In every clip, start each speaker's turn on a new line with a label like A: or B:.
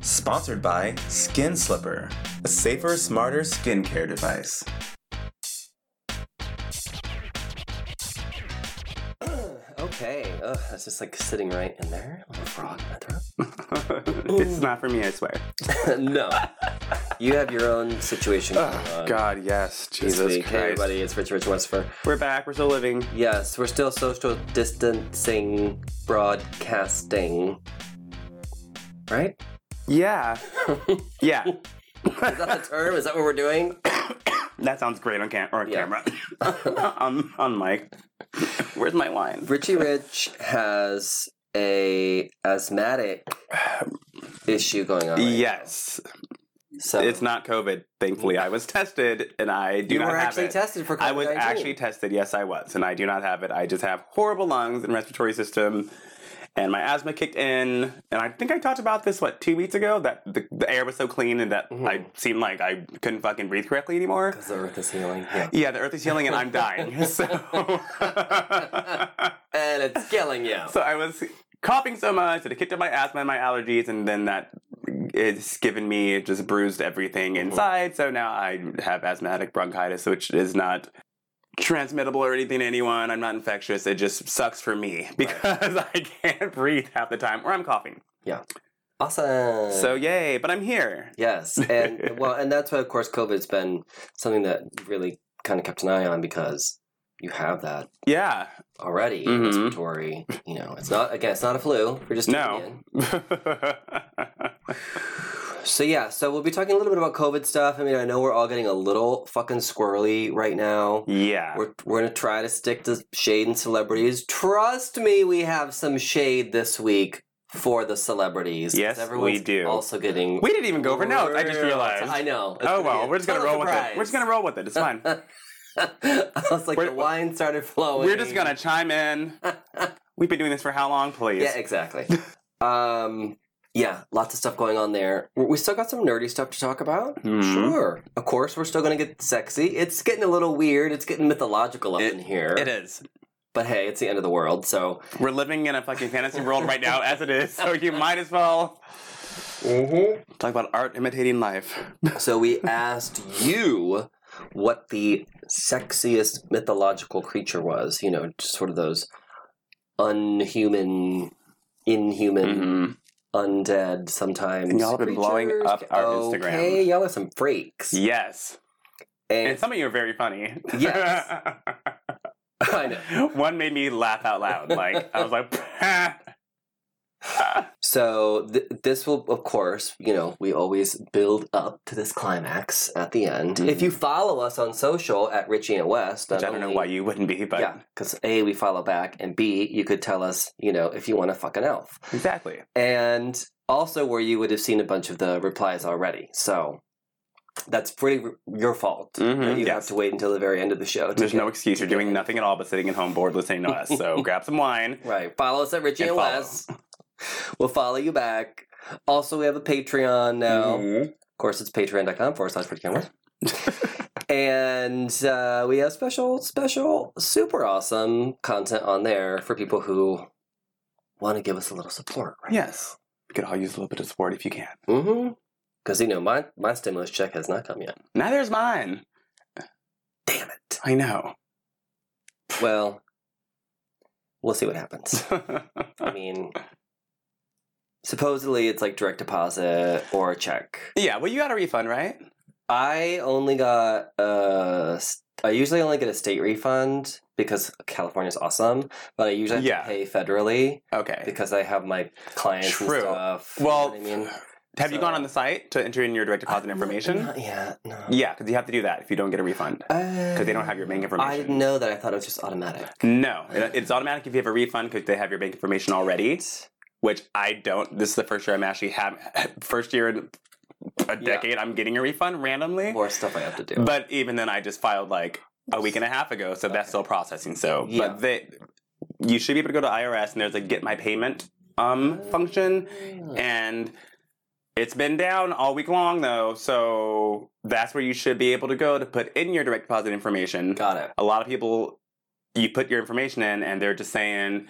A: Sponsored by Skin Slipper, a safer, smarter skincare device.
B: Okay. Ugh, that's just like sitting right in there. A little frog in my throat.
A: it's not for me, I swear.
B: no. You have your own situation going on.
A: Ah, God, yes,
B: This
A: Jesus
B: week.
A: Christ.
B: Hey, everybody. It's Rich Rich Westfer.
A: We're back. We're still living.
B: Yes, we're still social distancing, broadcasting. Right?
A: Yeah, yeah.
B: Is that the term? Is that what we're doing?
A: That sounds great on cam or on
B: Yeah.
A: camera. on on mic. Where's my wine?
B: Richie Rich has a asthmatic issue going on. right
A: Yes,
B: now. So
A: it's not COVID. Thankfully, I was tested, and I do
B: you
A: not
B: were
A: have
B: actually
A: it.
B: tested for COVID.
A: I was actually tested. Yes, I was, and I do not have it. I just have horrible lungs and respiratory system, and my asthma kicked in. And I think I talked about this what two weeks ago that the, the air was so clean and that I seemed like I couldn't fucking breathe correctly anymore.
B: Because the earth is healing. Yeah.
A: Yeah, the earth is healing, and I'm dying. So,
B: And it's killing you.
A: so I was coughing so much that it kicked up my asthma and my allergies, and then that it's given me it just bruised everything
B: Mm-hmm.
A: inside. So now I have asthmatic bronchitis, which is not transmittable or anything to anyone. I'm not infectious. It just sucks for me because I can't breathe half the time, or I'm coughing.
B: Awesome.
A: So yay! But I'm here.
B: Yes, and well, and that's why, of course, COVID's been something that really kind of kept an eye on because you have that
A: Yeah.
B: already
A: Mhm.
B: respiratory. You know, it's not again, it's not a flu. We're just
A: No.
B: tuning in. So yeah, so we'll be talking a little bit about COVID stuff. I mean, I know we're all getting a little fucking squirrely right now.
A: yeah.
B: We're, we're gonna try to stick to shade and celebrities. Trust me, we have some shade this week for the celebrities. 'cause
A: Yes, we
B: everyone's
A: do.
B: Also getting.
A: we didn't even go over notes. I just
B: real-
A: realized.
B: I know. It's
A: Oh
B: gonna be
A: well,
B: a
A: we're just gonna
B: total
A: roll with it.
B: surprise.
A: We're just gonna roll with it. It's fine.
B: I was like,
A: We're-
B: the wine started flowing.
A: We're just gonna chime in. We've been doing this for how long, please?
B: Yeah, exactly. um, yeah, lots of stuff going on there. We we still got some nerdy stuff to talk about.
A: Mhm.
B: Sure. Of course, we're still gonna get sexy. It's getting a little weird. It's getting mythological up
A: It-
B: in here.
A: It is.
B: But hey, it's the end of the world, so.
A: We're living in a fucking fantasy world right now, as it is. So you might as well talk about art imitating life.
B: So we asked you what the sexiest mythological creature was. You know, just sort of those unhuman, inhuman.
A: Mm-hmm.
B: undead sometimes.
A: And y'all have been blowing
B: creatures.
A: up our Instagram.
B: Okay, y'all are some freaks.
A: Yes. And
B: And
A: some of you are very funny.
B: Yes. I know.
A: One made me laugh out loud. Like I was like,
B: So th- this will, of course, you know, we always build up to this climax at the end.
A: Mhm.
B: If you follow us on social at Richie and West,
A: which I don't know why you wouldn't be, but
B: yeah, because a we follow back, and b you could tell us, you know, if you want to fuck an elf,
A: exactly.
B: and also where you would have seen a bunch of the replies already. So that's pretty r- your fault.
A: Mhm,
B: that you
A: yes.
B: have to wait until the very end of the show. To
A: There's
B: get-
A: no excuse. You're doing nothing at all but sitting at home bored listening to us. So grab some wine.
B: Right. Follow us at Richie and,
A: And follow.
B: Wes. We'll follow you back. Also, we have a Patreon now.
A: Mhm.
B: Of course, it's patreon.com forward slash Richie and Wes. and uh, we have special, special, super awesome content on there for people who want to give us a little support. Right?
A: Yes. We could all use a little bit of support if you can.
B: Mm-hmm. Because, you know, my, my stimulus check has not come yet.
A: Neither is mine.
B: Damn it.
A: I know.
B: Well, we'll see what happens. I mean, supposedly it's like direct deposit or a check.
A: yeah, well, you got a refund, right?
B: I only got uh s- I usually only get a state refund because California's awesome, but I usually have
A: Yeah.
B: to pay federally
A: Okay.
B: because I have my clients
A: True.
B: and stuff. you
A: Well,
B: know what I mean,
A: have you
B: so-
A: gone on the site to enter in your direct deposit information?
B: Not yet, no.
A: Yeah, because you have to do that if you don't get a refund.
B: Because
A: they don't have your bank
B: I
A: information.
B: didn't know that. I thought it was just automatic.
A: No, it- it's automatic if you have a refund because they have your bank information already, which I don't. This is the first year I'm actually have first year in a decade I'm getting a refund randomly.
B: More stuff I have to do.
A: But even then, I just filed like a week and a half ago, so that's still processing. So,
B: Yeah.
A: but they, you should be able to go to IRS and there's a get my payment um function,
B: Hmm.
A: and it's been down all week long though. So that's where you should be able to go to put in your direct deposit information.
B: Got it.
A: A lot of people, you put your information in, and they're just saying.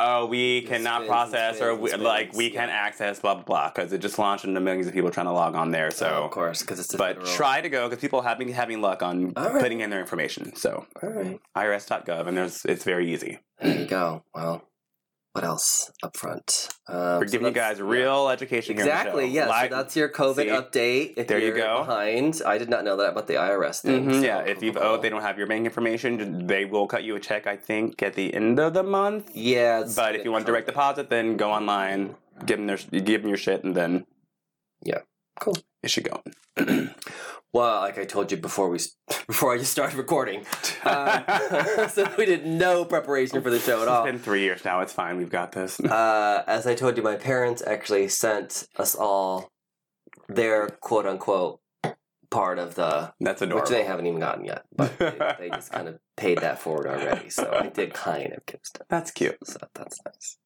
A: oh, we
B: It
A: cannot
B: spins and
A: process or
B: spins
A: we,
B: and
A: like
B: spins,
A: we can't
B: yeah.
A: access blah blah blah because it just launched into millions of people trying to log on there.
B: Oh,
A: So,
B: of course, because it's a
A: but
B: federal-
A: try to go because people have been having luck on
B: All right.
A: putting in their information. So
B: All right,
A: IRS.gov and there's it's very easy.
B: there you go. Well, what else up front? Um,
A: We're
B: so
A: giving you
B: that's-
A: guys real education. here on the
B: Exactly.
A: show.
B: Yeah.
A: Like-
B: so that's your COVID
A: see?
B: update. If
A: There you
B: you're
A: go.
B: Behind. I did not know that about the IRS thing.
A: Mhm,
B: so-
A: yeah, if you've owed, they don't have your bank information. They will cut you a check, I think, at the end of the month.
B: Yeah. it's
A: but
B: been
A: if you want direct
B: complicated.
A: deposit, then go online, give them their, give them your shit, and then
B: Yeah. Cool.
A: it should go.
B: Well, like I told you before we s- before I just started recording, um, so we did no preparation for the show at all.
A: It's been three years now. It's fine. We've got this.
B: uh, as I told you, my parents actually sent us all their quote unquote part of the
A: That's
B: which
A: adorable.
B: they haven't even gotten yet, but they, they just kind of paid that forward already. So I did kind of give stuff.
A: That's cute.
B: So that's nice.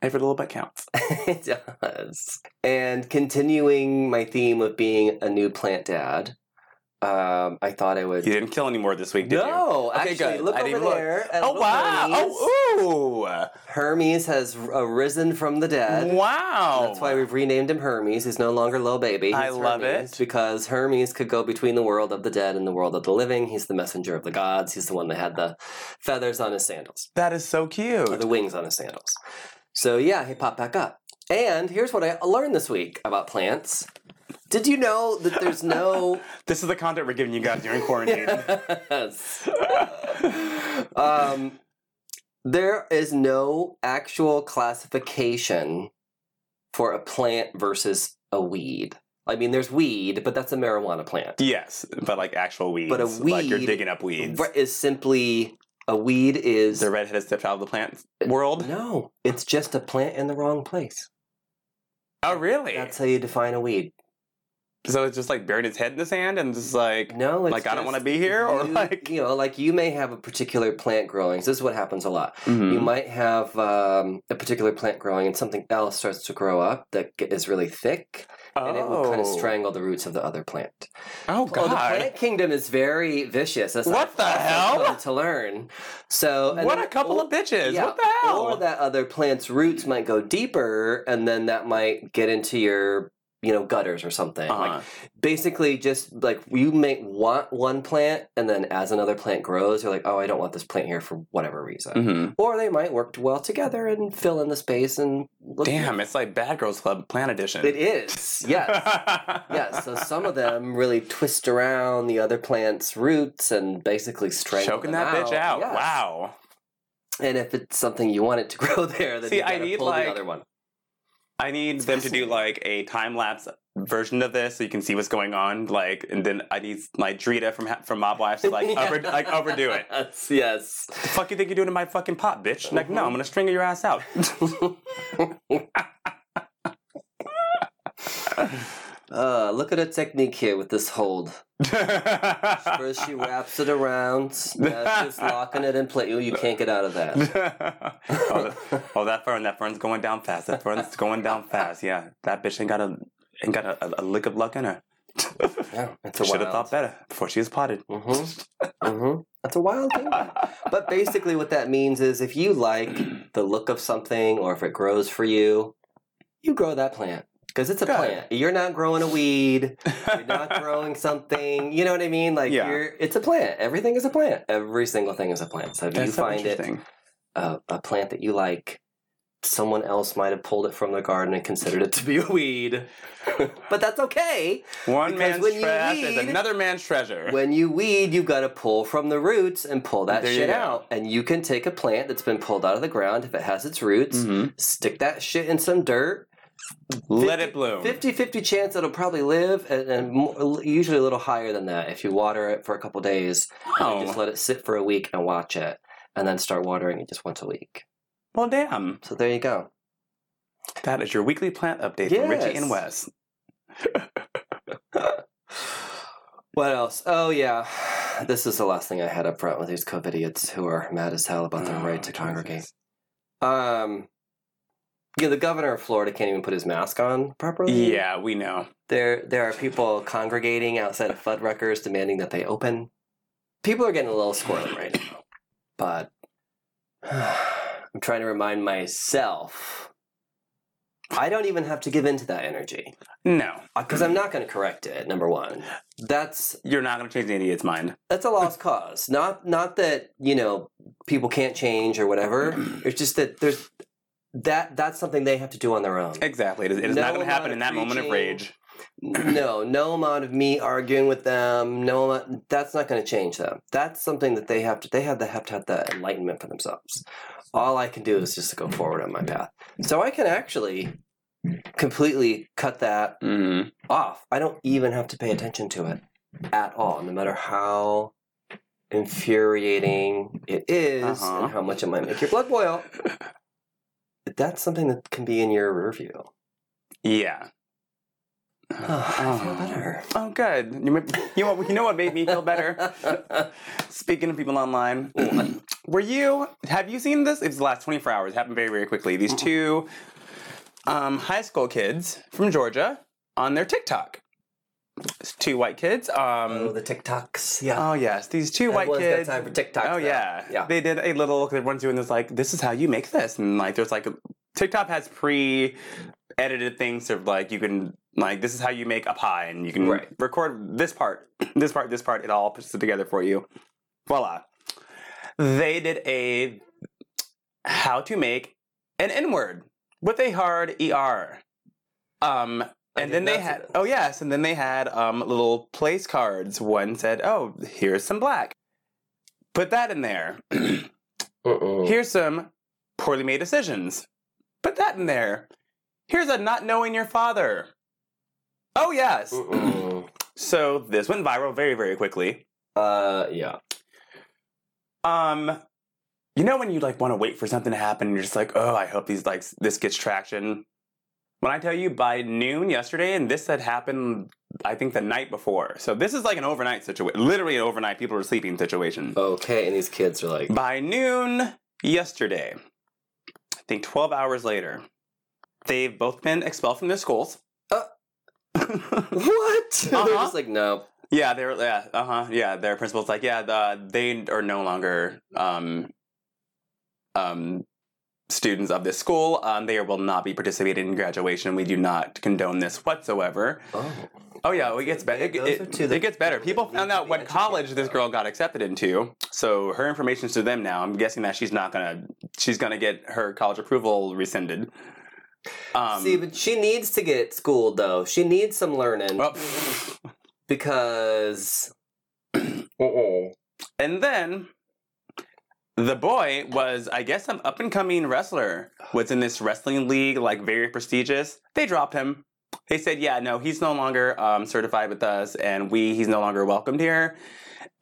A: Every little bit counts.
B: it does. And continuing my theme of being a new plant dad, um, I thought I would.
A: You didn't kill any more this week, did you?
B: no,
A: Okay,
B: actually,
A: good.
B: look
A: I
B: over
A: didn't look.
B: there. at
A: Oh
B: little
A: wow!
B: Hermes.
A: Oh
B: Hermes has arisen from the
A: ooh!
B: dead.
A: Wow!
B: That's why we've renamed him Hermes. He's no longer little baby. He's
A: I love
B: Hermes
A: it.
B: because Hermes could go between the world of the dead and the world of the living. He's the messenger of the gods. He's the one that had the feathers on his sandals.
A: That is so cute.
B: or the wings on his sandals. So yeah, he popped back up. And here's what I learned this week about plants. Did you know that there's no
A: This is the content we're giving you guys during quarantine.
B: Yes. um there is no actual classification for a plant versus a weed. I mean, there's weed, but that's a marijuana plant.
A: Yes, but like actual weeds.
B: But a
A: like you're
B: weed-
A: digging up weeds.
B: Re- Is simply a weed is
A: The redheaded stepchild of the plant world.
B: no. It's just a plant in the wrong place.
A: Oh, really?
B: That's how you define a weed.
A: so it's just like burying its head in the sand and just like,
B: No, it's
A: like I don't
B: just
A: want to be here, or
B: you-
A: like,
B: you know, like you may have a particular plant growing. So this is what happens a lot. You
A: Mhm.
B: might have um, a particular plant growing, and something else starts to grow up that ge- is really thick,
A: oh.
B: and it will kind of strangle the roots of the other plant.
A: Oh
B: Oh, the
A: god!
B: plant kingdom is very vicious. That's
A: What
B: I've
A: the
B: also
A: hell?
B: come To learn, so and
A: what
B: then-
A: a couple of bitches!
B: yeah,
A: what the hell?
B: Or that other plant's roots might go deeper, and then that might get into your you know gutters or something. Like
A: Uh-huh.
B: basically just like you may want one plant and then as another plant grows you're like oh i don't want this plant here for whatever reason
A: Mhm.
B: or they might work well together and fill in the space and look
A: Damn, it's like Bad Girls Club Plant Edition.
B: it is yes yes so some of them really twist around the other plant's roots and basically strangle
A: choking
B: them
A: that bitch out.
B: Yes.
A: Wow.
B: and if it's something you want it to grow there then
A: See,
B: you
A: I
B: gotta
A: need,
B: pull
A: like-
B: the other one
A: I need them to do like a time lapse version of this so you can see what's going on. Like, and then I need my Drita from Ha- from Mob Wives to like over, like overdo it.
B: Yes, yes
A: The fuck you think you're doing to my fucking pot, bitch? Like, no, I'm gonna strangle your ass out.
B: uh, look at her technique here with this hold First, she wraps it around. Now she's locking it in place. Ooh, you can't get out of that.
A: oh, that, oh, that fern, that fern's going down fast. That fern's going down fast. Yeah, that bitch ain't got a ain't got a, a lick of luck in her.
B: Yeah, it's a
A: Should have
B: wild.
A: thought better before she was potted.
B: Mm-hmm. Mm-hmm. That's a wild thing. But basically, what that means is if you like the look of something, or if it grows for you, you grow that plant because it's a
A: Good.
B: plant. You're not growing a weed. You're not growing something. You know what I mean? Like
A: Yeah.
B: you're, it's a plant. Everything is a plant. Every single thing is a plant. So if
A: That's
B: you
A: so
B: find it
A: interesting.
B: a, a plant that you like, someone else might have pulled it from the garden and considered it to be a weed. but that's okay.
A: One
B: Because
A: man's
B: when you
A: trash
B: read-
A: is another man's treasure.
B: When you weed, you've got to pull from the roots and pull that
A: There you
B: shit
A: go.
B: out. And you can take a plant that's been pulled out of the ground if it has its roots,
A: Mhm.
B: stick that shit in some dirt.
A: Let it bloom.
B: 50 50 chance it'll probably live, and, and more, usually a little higher than that if you water it for a couple days.
A: Oh.
B: Just let it sit for a week and watch it, and then start watering it just once a week.
A: Well, damn.
B: So there you go.
A: That is your weekly plant update from Richie and Wes.
B: What else? Oh yeah, this is the last thing I had up front with these COVID idiots who are mad as hell about their
A: Oh,
B: right to
A: Jesus.
B: congregate. Um, yeah, the governor of Florida can't even put his mask on properly.
A: Yeah, we know.
B: there there are people congregating outside of Fuddruckers demanding that they open. People are getting a little squirrely right now, but I'm trying to remind myself. I don't even have to give in to that energy
A: No,
B: because I'm not going to correct it. Number one, that's
A: you're not going to change the idiot's mind.
B: that's a lost cause. Not not that you know people can't change or whatever. It's just that there's that that's something they have to do on their own.
A: Exactly. It is, it is
B: No
A: not going to happen
B: amount
A: in
B: of
A: that moment of
B: preaching.
A: rage.
B: no, no amount of me arguing with them. No, amount, that's not going to change them. That's something that they have to. They have to have to have that enlightenment for themselves. All I can do is just go forward on my path. So I can actually completely cut that
A: Mm.
B: off. I don't even have to pay attention to it at all, no matter how infuriating it is
A: Uh-huh.
B: and how much it might make your blood boil. That's something that can be in your review.
A: Yeah.
B: I feel better.
A: Oh, good. You, ma- you, know what, you know what made me feel better? Speaking of people online, were you, have you seen this? It's the last 24 hours. It happened very, very quickly. These two um, high school kids from Georgia on their TikTok. It's two white kids.
B: Oh,
A: Um,
B: the TikToks. Yeah.
A: oh, yes. These two white
B: Everyone's
A: kids.
B: got time for TikToks.
A: Oh
B: now.
A: yeah,
B: Yeah.
A: They did a little. Everyone's doing this like this is how you make this, and like there's like TikTok has pre-edited things of like you can like this is how you make a pie, and you can
B: Right.
A: record this part, this part, this part. It all puts it together for you. Voila. They did a how to make an N word with a hard er. Um,
B: I
A: and
B: did
A: then they
B: not see
A: had
B: this.
A: oh yes, and then they had um little place cards. One said, "Oh, here's some black. Put that in there.
B: Mm-mm.
A: here's some poorly made decisions. Put that in there. Here's a not knowing your father. Oh yes.
B: Mm-mm.
A: So this went viral very very quickly.
B: Uh, yeah.
A: Um, you know when you like want to wait for something to happen, and you're just like, oh, I hope these like this gets traction. When I tell you by noon yesterday, and this had happened, I think the night before. So this is like an overnight situation, literally an overnight people are sleeping situation.
B: Oh. Okay, and these kids are like,
A: By noon yesterday, I think 12 hours later, they've both been expelled from their schools.
B: Uh. what? They're
A: Uh-huh.
B: just like, no.
A: Yeah, they were. Yeah, uh huh. Yeah, their principal's like, yeah, uh, they are no longer um, um, students of this school. Um, they will not be participating in graduation. We do not condone this whatsoever.
B: Oh.
A: Oh yeah, well, it gets better. It,
B: Those are
A: it,
B: two that
A: it gets better. People
B: need to
A: found out
B: be
A: what
B: educated
A: college this
B: about.
A: girl got accepted into, so her information's to them now. I'm guessing that she's not gonna. She's gonna get her college approval rescinded. Um,
B: See, but she needs to get schooled though. She needs some learning
A: well,
B: because.
A: And then the boy was, I guess, an up and coming wrestler. Was in this wrestling league, like very prestigious. They dropped him. They said, "Yeah, no, he's no longer um, certified with us, and we he's no longer welcomed here,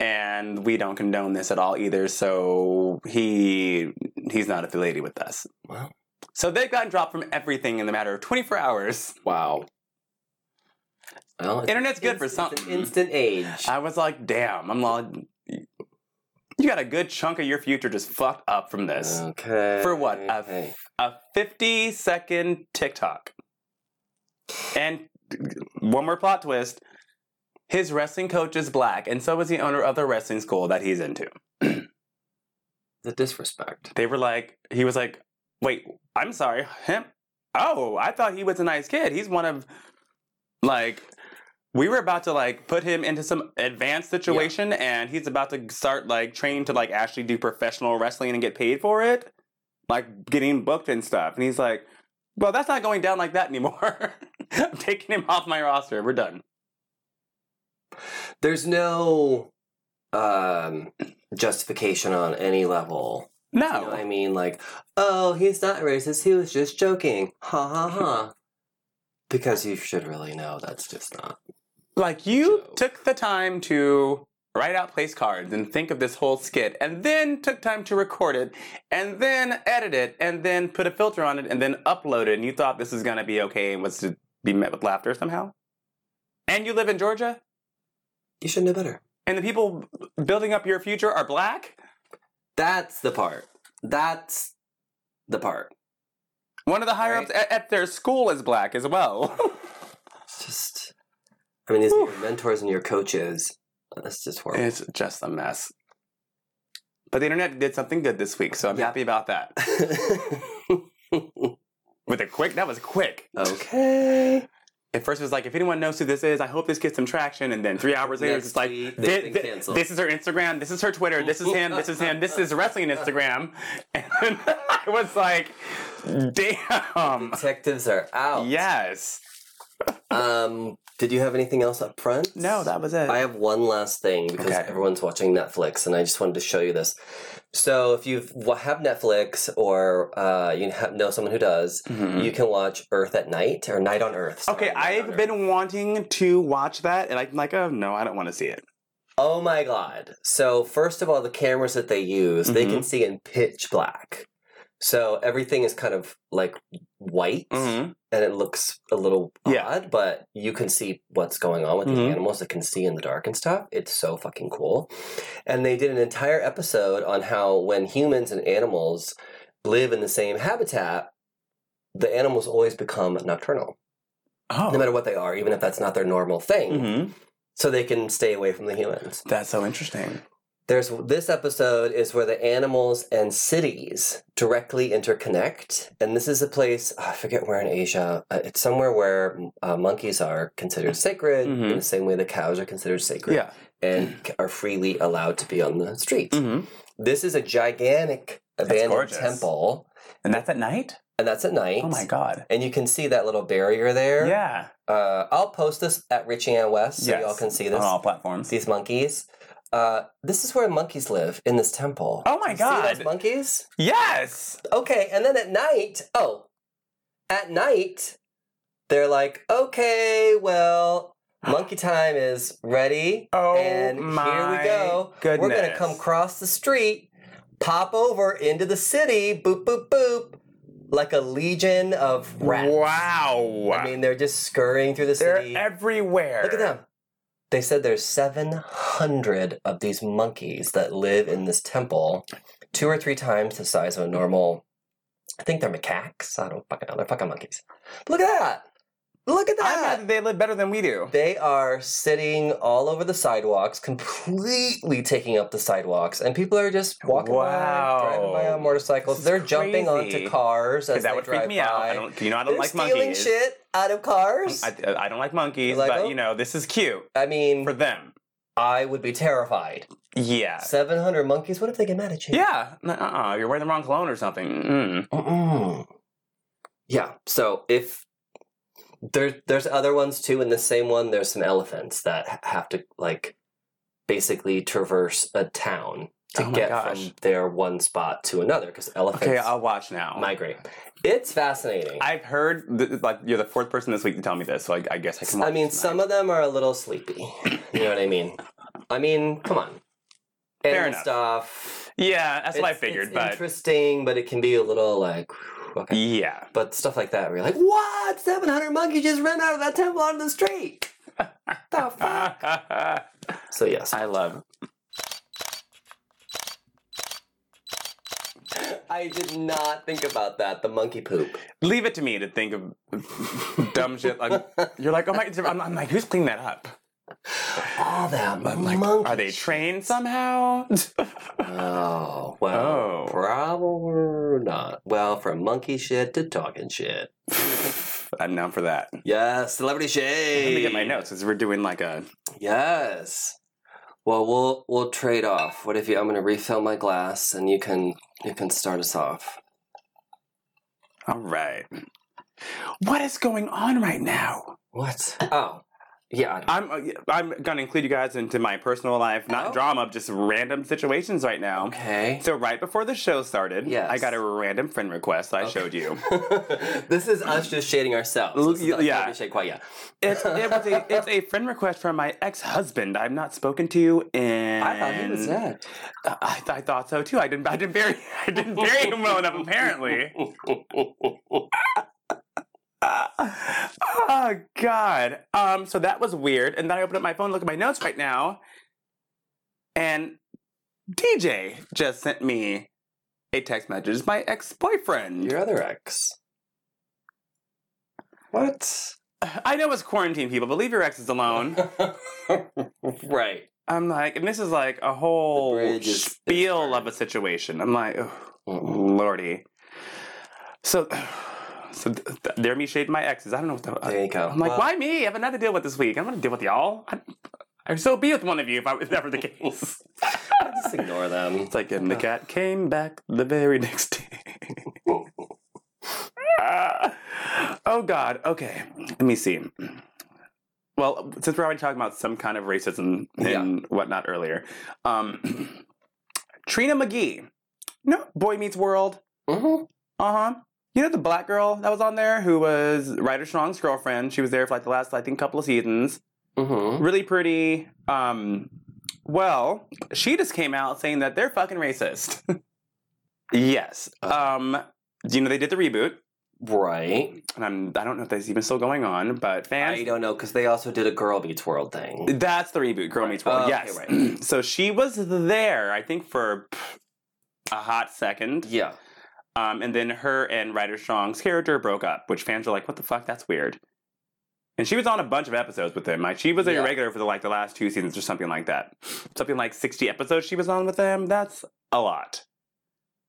A: and we don't condone this at all either. So he he's not affiliated with us."
B: Wow.
A: So they've gotten dropped from everything in the matter of 24 hours.
B: Wow. Well, it's-
A: Internet's good
B: it's-
A: for
B: it's
A: something.
B: an instant age.
A: I was like, "Damn!" I'm like, "You got a good chunk of your future just fucked up from this."
B: Okay.
A: For what? A-
B: Okay.
A: a 50 second TikTok. And one more plot twist his wrestling coach is black, and so is the owner of the wrestling school that he's into.
B: The disrespect.
A: They were like, he was like, wait, I'm sorry, him? Oh, I thought he was a nice kid. He's one of, like, we were about to like put him into some advanced situation, and he's about to start like training to like actually do professional wrestling and get paid for it, like getting booked and stuff. And he's like, well, that's not going down like that anymore. I'm taking him off my roster. We're done.
B: There's no um, justification on any level.
A: No.
B: You know what I mean, like, oh, he's not racist. He was just joking. Ha ha ha. Because you should really know that's just not.
A: Like you
B: So-
A: took the time to write out place cards and think of this whole skit and then took time to record it and then edit it and then put a filter on it and then upload it and you thought this is going to be okay and was to be met with laughter somehow. And you live in Georgia
B: You should know better.
A: and the people building up your future are black?
B: That's the part. That's the part.
A: One of the higher ups
B: Right.
A: at, at their school is black as well.
B: It's just, I mean, these are your mentors and your coaches. That's just horrible.
A: it's just a mess. But the internet did something good this week, so I'm
B: Yeah.
A: happy about that. With a quick, that was quick.
B: okay.
A: At first, it was like, if anyone knows who this is, I hope this gets some traction. And then three hours later,
B: Next
A: it's like,
B: tweet,
A: thi-
B: they've been
A: thi-
B: canceled.
A: this is her Instagram, this is her Twitter, this is him, this is him, this is wrestling Instagram. And I was like, damn.
B: Detectives are out.
A: Yes.
B: Um, did you have anything else up front?
A: No, that was it.
B: I have one last thing because
A: Okay.
B: everyone's watching Netflix, and I just wanted to show you this. So, if you have Netflix or uh, you ha know someone who does,
A: Mm-hmm.
B: you can watch Earth at Night or Night on Earth. sorry,
A: Mm. okay,
B: Night on
A: I've
B: Earth.
A: been wanting to watch that, and I'm like, oh no, I don't want to see it.
B: Oh my god! So, first of all, the cameras that they use, they
A: Mm-hmm.
B: can see in pitch black. So everything is kind of like white, and it looks a little
A: Mm-hmm. Yeah.
B: odd, but you can see what's going on with
A: Mhm.
B: the animals that can see in the dark and stuff. It's so fucking cool. And they did an entire episode on how when humans and animals live in the same habitat, the animals always become nocturnal,
A: Oh.
B: no matter what they are, even if that's not their normal thing,
A: hmm
B: so they can stay away from the humans.
A: That's so interesting.
B: There's this episode is where the animals and cities directly interconnect, and this is a place oh, I forget where in Asia. Uh, it's somewhere where uh, monkeys are considered sacred in
A: Mhm.
B: the same way that cows are considered sacred
A: Yeah.
B: and c- are freely allowed to be on the streets.
A: Mm-hmm.
B: This is a gigantic abandoned
A: gorgeous.
B: temple,
A: And that's at night?
B: and that's at night.
A: Oh my god.
B: And you can see that little barrier there.
A: Yeah.
B: Uh, I'll post this at Richie and West so
A: Yes. Oh,
B: y'all can see
A: On
B: this.
A: all platforms.
B: these monkeys. Uh, this is where monkeys live in this temple.
A: Oh my
B: You see those
A: God.
B: monkeys.
A: Yes.
B: Okay, and then at night, oh, at night, they're like, okay, well, monkey time is ready.
A: Oh
B: and here
A: my
B: we go. We're gonna
A: goodness.
B: come cross the street, pop over into the city, boop boop boop, like a legion of rats.
A: Wow.
B: I mean, they're just scurrying through the
A: they're
B: city.
A: everywhere.
B: Look at them. They said there's 700 of these monkeys that live in this temple, two or three times the size of a normal. I think they're macaques. I don't fucking know. They're fucking monkeys. Look at that. Look at
A: I'm
B: that.
A: glad that they live better than we do.
B: They are sitting all over the sidewalks, completely taking up the sidewalks, and people are just walking
A: Wow.
B: by, driving by on motorcycles.
A: This is
B: They're jumping
A: crazy.
B: onto cars as
A: Because that
B: they
A: would
B: drive
A: freak me
B: by.
A: out. I don't. You know, I don't
B: They're
A: like
B: stealing
A: monkeys.
B: shit out of cars.
A: I,
B: I,
A: I don't like monkeys,
B: Like,
A: but
B: oh.
A: you know, this is cute
B: mean,
A: for them.
B: I would be terrified.
A: Yeah.
B: 700 monkeys? What if they get mad at you?
A: Yeah. Uh uh-uh. uh. you are wearing the wrong cologne or something. Mm.
B: Mm-mm. Yeah. So if there, there's other ones too. In the same one, there's some elephants that ha- have to like basically traverse a town to
A: Oh my
B: get
A: gosh.
B: from their one spot to another because elephants
A: Okay, I'll watch now.
B: migrate. It's fascinating. I,
A: I've heard, th- like, you're the fourth person this week to tell me this, so I, I guess I can watch
B: mean,
A: it
B: some of them are a little sleepy. you know what I mean? I mean, come on.
A: Fair
B: Animal
A: enough.
B: stuff.
A: tonight. Yeah, that's what I
B: It's-
A: figured,
B: it's
A: but.
B: interesting, but it can be a little like okay.
A: Yeah.
B: But stuff like that, where you're like, what? 700 monkeys just ran out of that temple onto the street. the fuck?
A: I
B: So, yes.
A: love.
B: I did not think about that. The monkey poop.
A: Leave it to me to think of dumb shit. Like, you're like, oh my, I'm, I'm like, who's cleaning that up?
B: All that
A: I'm like,
B: monkey.
A: are they trained somehow?
B: Oh, well.
A: Oh.
B: Probably not. Well, from monkey shit to talking shit.
A: I'm down for that.
B: Yes, celebrity shade.
A: Let me get my notes because we're doing like a.
B: Yes. Well, we'll we'll trade off. What if you? I'm gonna refill my glass, and you can you can start us off.
A: All right. What is going on right now?
B: What? Oh, yeah. I
A: I'm
B: don't-
A: uh, I'm gonna include you guys into my personal life, not
B: Oh.
A: drama, just random situations right now.
B: Okay.
A: So right before the show started,
B: Yes.
A: I got a random friend request I
B: Okay.
A: showed you.
B: this is us just shading ourselves. This is not
A: Yeah.
B: totally shade quite yet.
A: It's it was a it's a friend request from my ex husband. I've not spoken to in.
B: I thought he was dead.
A: I, I thought so too. I didn't I didn't bury I didn't bury him well enough apparently. oh God. Um. So that was weird. And then I opened up my phone, look at my notes right now, and DJ just sent me a text message. It's My ex boyfriend.
B: Your other ex. What?
A: I know it's quarantine, people, but leave your exes alone.
B: right.
A: I'm like, and this is like a whole
B: bridge is- is
A: spiel
B: burned.
A: of a situation. I'm like, oh,
B: Mhm.
A: lordy. So, so th- th- they're me shading my exes. I don't know what the. uh,
B: There you go.
A: I'm like,
B: Well,
A: why me? I have another deal with this week. I don't want to deal with y'all. I, I'd still be with one of you if I was never the case.
B: Just ignore them.
A: It's like, and the cat came back the very next day. Ah. oh God. Okay. Let me see. Well, since we're already talking about some kind of racism and whatnot earlier, um, Trina McGee. No, Boy Meets World.
B: Mhm.
A: Uh huh. You know the black girl that was on there who was Ryder Strong's girlfriend. She was there for like the last, I think, couple of seasons.
B: Mhm.
A: Really pretty. Um, well, she just came out saying that they're fucking racist. yes.
B: Oh.
A: Um, you know they did the reboot
B: Right.
A: and I'm, I don't know if that's even still going on, but
B: I
A: fans.
B: don't know because they also did a Girl Beats World thing.
A: That's the reboot, Girl
B: Right.
A: Meets World.
B: Oh, okay,
A: yes. so she was there, I think, for pff, a hot second.
B: Yeah.
A: Um, and then her and Ryder Strong's character broke up, which fans were like, what the fuck? That's weird. And she was on a bunch of episodes with him. Like she was a
B: Yeah.
A: regular for the, like the last two seasons or something like that. Something like 60 episodes she was on with him. That's a lot.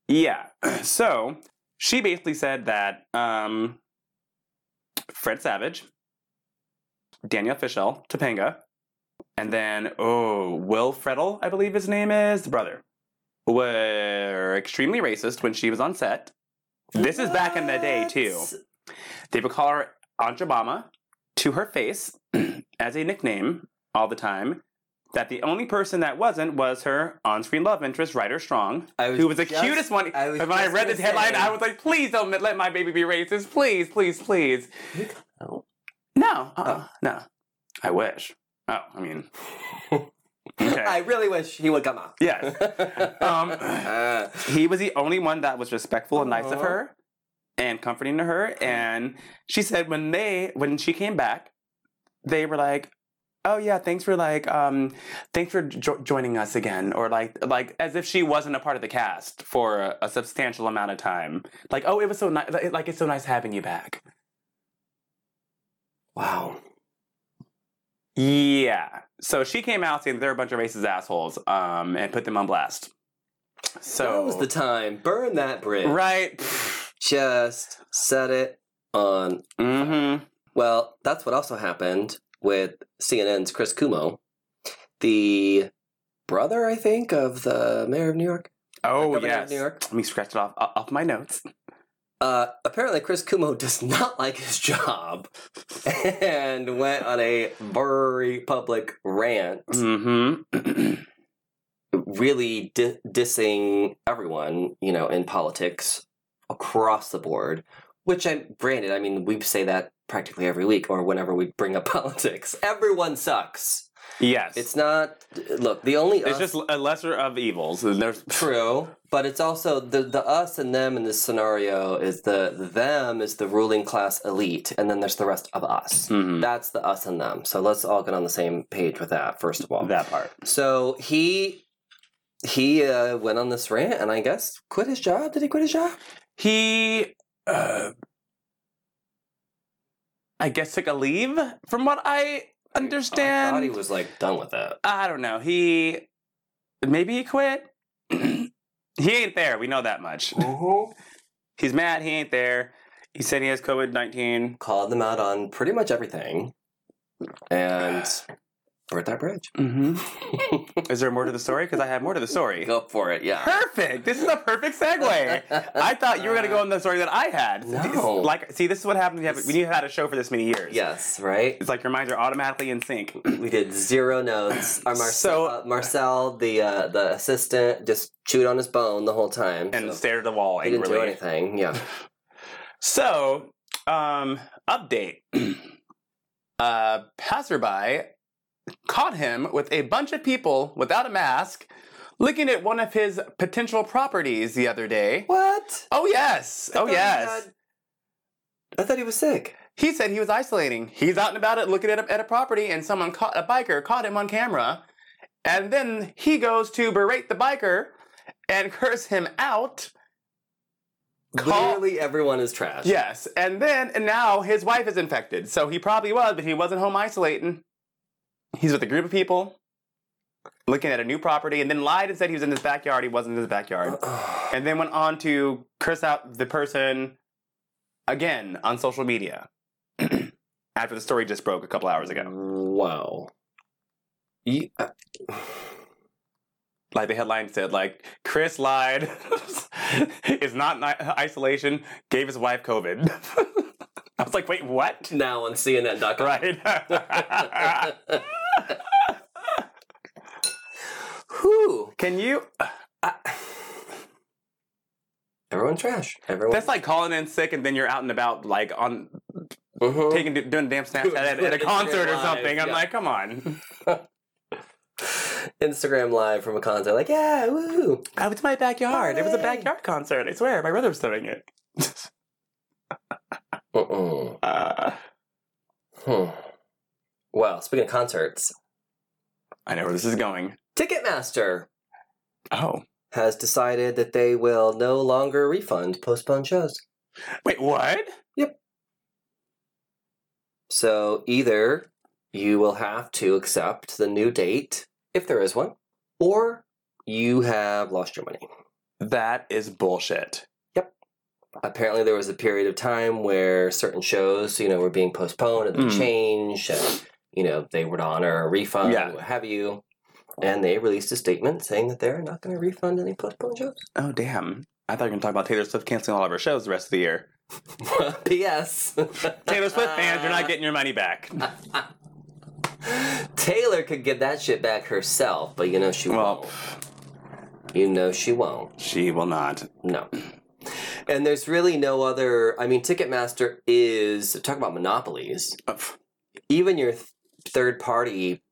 A: Yeah. so she basically said that um, Fred Savage, Danielle Fishel, Topanga, and then oh, Will Fredel, I believe his name is, the brother, were extremely racist when she was on set. This is back in the day too. They would call her Aunt Obama to her face as a nickname all the time. That the only person that wasn't was her on-screen love interest, Ryder Strong,
B: I was
A: who was the
B: just-
A: cutest one.
B: I was
A: And when I
B: just
A: read
B: gonna
A: this headline,
B: say-
A: I was like, "Please don't let my baby be racist, please, please, please."
B: Oh.
A: No, uh-uh, no. I wish. Oh, I mean, okay.
B: I really wish he would come out.
A: yes. Um,
B: Uh,
A: he was the only one that was respectful and nice of
B: Aw.
A: her and comforting to her and she said when they when she came back they were like oh yeah thanks for like um thanks for jo- joining us again or like like as if she wasn't a part of the cast for a, a substantial amount of time like oh it was so nice like it's so nice having you back
B: wow.
A: yeah so she came out saying they're a bunch of racist assholes um and put them on blast
B: That
A: so
B: was the time. Burn that bridge.
A: right
B: Just set it on.
A: mm-hmm
B: Well, that's what also happened with CNN's Chris Cuomo, the brother, I think, of the mayor of New York.
A: oh
B: Governor
A: yes
B: of New York.
A: Let me scratch it off o- off my notes.
B: Uh, apparently, Chris Cuomo does not like his job and went on a very public rant,
A: Mm-hmm.
B: really di- dissing everyone, you know, in politics across the board. Which I, granted, I mean, we say that practically every week or whenever we bring up politics. Everyone sucks.
A: yes,
B: It's
A: it's
B: not. Look, the only
A: it's
B: us-
A: just a lesser of evils. There's
B: True, but it's also the the us and them in this scenario is the them is the ruling class elite, and then there's the rest of us.
A: Mhm.
B: That's the us and them. So let's all get on the same page with that first of all.
A: that part.
B: So he he uh, went on this rant, and I guess quit his job. Did he quit his job?
A: He, uh, I guess, took a leave. From what I
B: I
A: understand,
B: thought he was like done with it.
A: I don't know. He maybe he quit. he ain't there. We know that much. Mm-hmm. He's mad. He ain't there. He said he has COVID nineteen.
B: Called them out on pretty much everything, and burnt that bridge.
A: Mm-hmm. Is there more to the story? Because I have more to the story.
B: Go for it, yeah.
A: Perfect. This is a perfect segue. I thought you were gonna go on the story that I had.
B: No.
A: Like, see, this is what happens when you have, when you have had a show for this many years.
B: yes, right.
A: It's like your minds are automatically in sync.
B: We did zero notes. Our Marcel,
A: So-
B: uh, Marcel, the uh, the assistant, just chewed on his bone the whole time
A: And
B: so
A: stare at the wall
B: he didn't do
A: angrily.
B: anything. Yeah,
A: So, um, update. a passerby caught him with a bunch of people without a mask looking at one of his potential properties the other day.
B: what?
A: Oh yes. Oh yes.
B: I thought he was sick.
A: He said he was isolating. He's out and about it looking at a, at a property, and someone caught a biker caught him on camera, and then he goes to berate the biker and curse him out. Call-
B: Clearly, everyone is trash.
A: Yes, and then and now his wife is infected, so he probably was, but he wasn't home isolating. He's with a group of people. looking at a new property and then lied and said he was in his backyard. He wasn't in his backyard. and then went on to curse out the person again on social media after the story just broke a couple hours ago.
B: wow. You, uh,
A: like the headline said, like Chris lied, is not in i- isolation, gave his wife COVID. I was like, wait, what?
B: now on CNN.com.
A: Right.
B: Whew.
A: Can you?
B: Everyone trash. Everyone.
A: That's like calling in sick and then you're out and about, like on
B: Mhm.
A: taking doing a damn Snapchat at, at a
B: Instagram
A: concert or
B: Live,
A: something. I'm
B: yeah.
A: like, come on.
B: Instagram live from a concert. Like, yeah, woo.
A: I was in Oh, my backyard. It was a
B: Yay.
A: backyard concert. I swear, my brother was doing it.
B: Mm-mm.
A: Uh,
B: Hmm. Well, speaking of concerts,
A: I know where this is going.
B: Ticketmaster
A: Oh,
B: has decided that they will no longer refund postponed shows.
A: wait, what?
B: So either you will have to accept the new date, if there is one, or you have lost your money.
A: That is bullshit.
B: Apparently, there was a period of time where certain shows, you know, were being postponed and they
A: Mm.
B: changed, and you know they would honor a refund,
A: Yeah.
B: what have you. And they released a statement saying that they're not going to refund any postponed shows.
A: Oh, damn. I thought you were going to talk about Taylor Swift canceling all of her shows the rest of the year.
B: P.S.
A: Taylor Swift fans, you're not getting your money back.
B: Taylor could give that shit back herself, but you know she
A: Well,
B: won't. You know she won't.
A: she will not.
B: No. And there's really no other. I mean, Ticketmaster is talk about monopolies.
A: Uh, pff,
B: Even your th- third party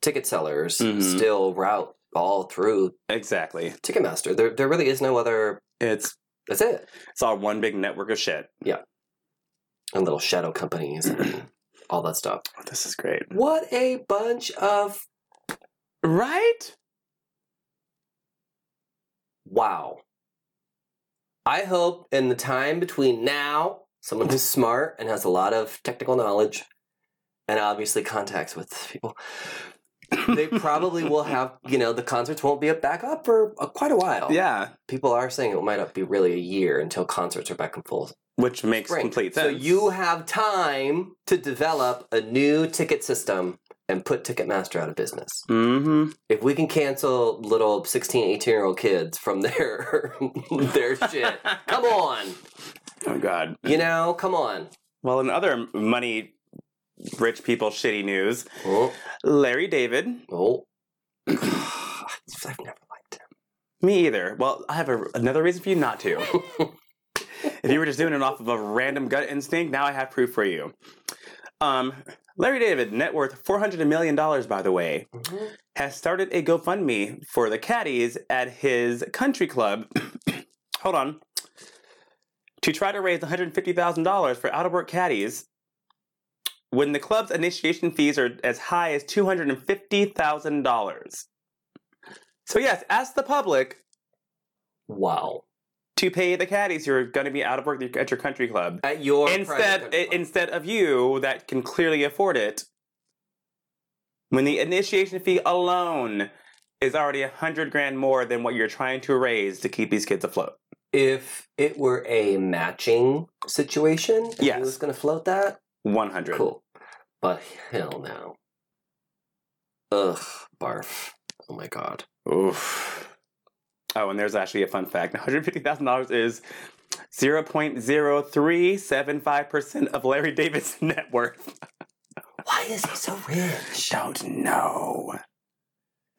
B: ticket sellers
A: Mhm.
B: still route all through
A: Exactly.
B: Ticketmaster. There, there really is no other.
A: It's
B: That's it.
A: it's all one big network of shit.
B: And little shadow companies and all that stuff.
A: Oh, this is great.
B: What a bunch of
A: Right?
B: wow. I hope in the time between now, someone who's smart and has a lot of technical knowledge and obviously contacts with people, they probably will have, you know, the concerts won't be up back up for uh, quite a while.
A: Yeah.
B: People are saying it might not be really a year until concerts are back in full
A: Which makes
B: spring.
A: complete
B: so
A: sense.
B: you have time to develop a new ticket system and put Ticketmaster out of business
A: Mm-hmm.
B: if we can cancel little 16 18 year old kids from their their shit come on
A: Oh, God.
B: you know come on
A: Well, in other money rich people shitty news,
B: oh,
A: Larry David.
B: oh. i've never liked him
A: Me either. Well, I have a, another reason for you not to. if you were just doing it off of a random gut instinct, now I have proof for you. Um, Larry David, net worth $400 million, by the way, has started a GoFundMe for the caddies at his country club. Hold on. To try to raise $150,000 for out of work caddies when the club's initiation fees are as high as $250,000. So, yes, ask the public
B: wow
A: to pay the caddies who are going to be out of work at your country club
B: at your private
A: instead
B: country club.
A: instead of you that can clearly afford it when the initiation fee alone is already a hundred grand more than what you're trying to raise to keep these kids afloat
B: if it were a matching situation and
A: Yes.
B: he was gonna float that
A: 100
B: cool but hell no ugh barf oh my god
A: Oof. oh and there's actually a fun fact $150000 is 0.0375% of larry david's net worth
B: why is he so rich
A: don't know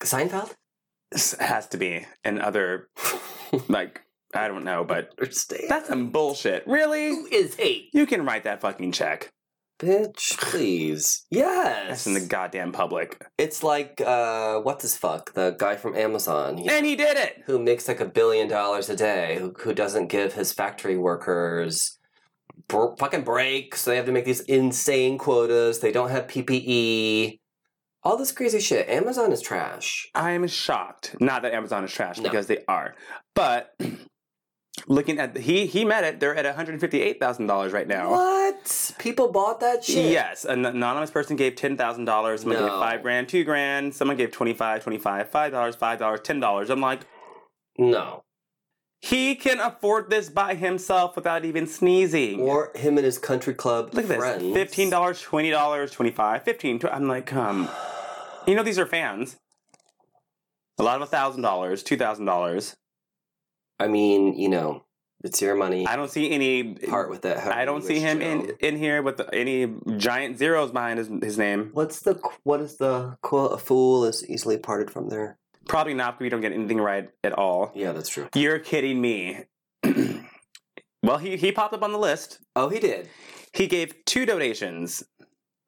B: seinfeld
A: this has to be and other like i don't know but
B: understand
A: That's some bullshit. Really?
B: Who is he?
A: You can write that fucking check.
B: Bitch, please. Yes.
A: That's in the goddamn public.
B: It's like, uh, what's his fuck? The guy from Amazon he-
A: And he did it!
B: who makes like a billion dollars a day, who, who doesn't give his factory workers br- fucking breaks. They have to make these insane quotas. They don't have PPE. All this crazy shit. Amazon is trash.
A: I'm shocked. Not that Amazon is trash,
B: No.
A: because they are. But looking at he he met it. They're at one hundred fifty eight thousand dollars right now.
B: What? People bought that shit.
A: Yes, an anonymous person gave ten thousand dollars. Someone
B: No.
A: gave five grand, two grand. Someone gave 25 25 five dollars, five dollars, ten dollars. I'm like,
B: No.
A: he can afford this by himself without even sneezing.
B: Or him and his country club
A: Look at
B: friends.
A: this: fifteen dollars, twenty dollars, twenty-five, fifteen. Tw- I'm like, um, you know, these are fans. A lot of thousand dollars, two thousand dollars.
B: I mean, you know, it's your money.
A: I don't see any.
B: Part with that. however
A: I don't
B: you
A: see
B: wish
A: him
B: to.
A: in in here with any giant zeros behind his, his name.
B: What's the qu- what is the quote? A fool is easily parted from there.
A: Probably not. We don't get anything right at all.
B: Yeah, that's true.
A: You're kidding me. well, he he popped up on the list.
B: Oh, he did.
A: He gave two donations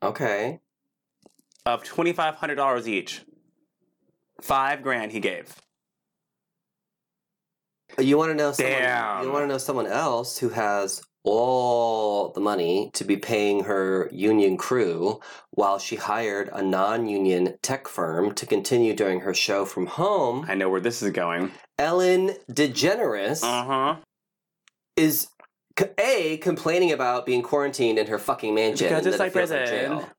B: Okay.
A: of twenty five hundred dollars each. Five grand he gave.
B: You want to know? Someone,
A: Damn.
B: You want to know someone else who has all the money to be paying her union crew while she hired a non-union tech firm to continue doing her show from home.
A: I know where this is going.
B: Ellen DeGeneres
A: Uh huh.
B: is c- a complaining about being quarantined in her fucking mansion
A: Because
B: and
A: it's
B: that
A: like
B: it feels
A: prison.
B: jail.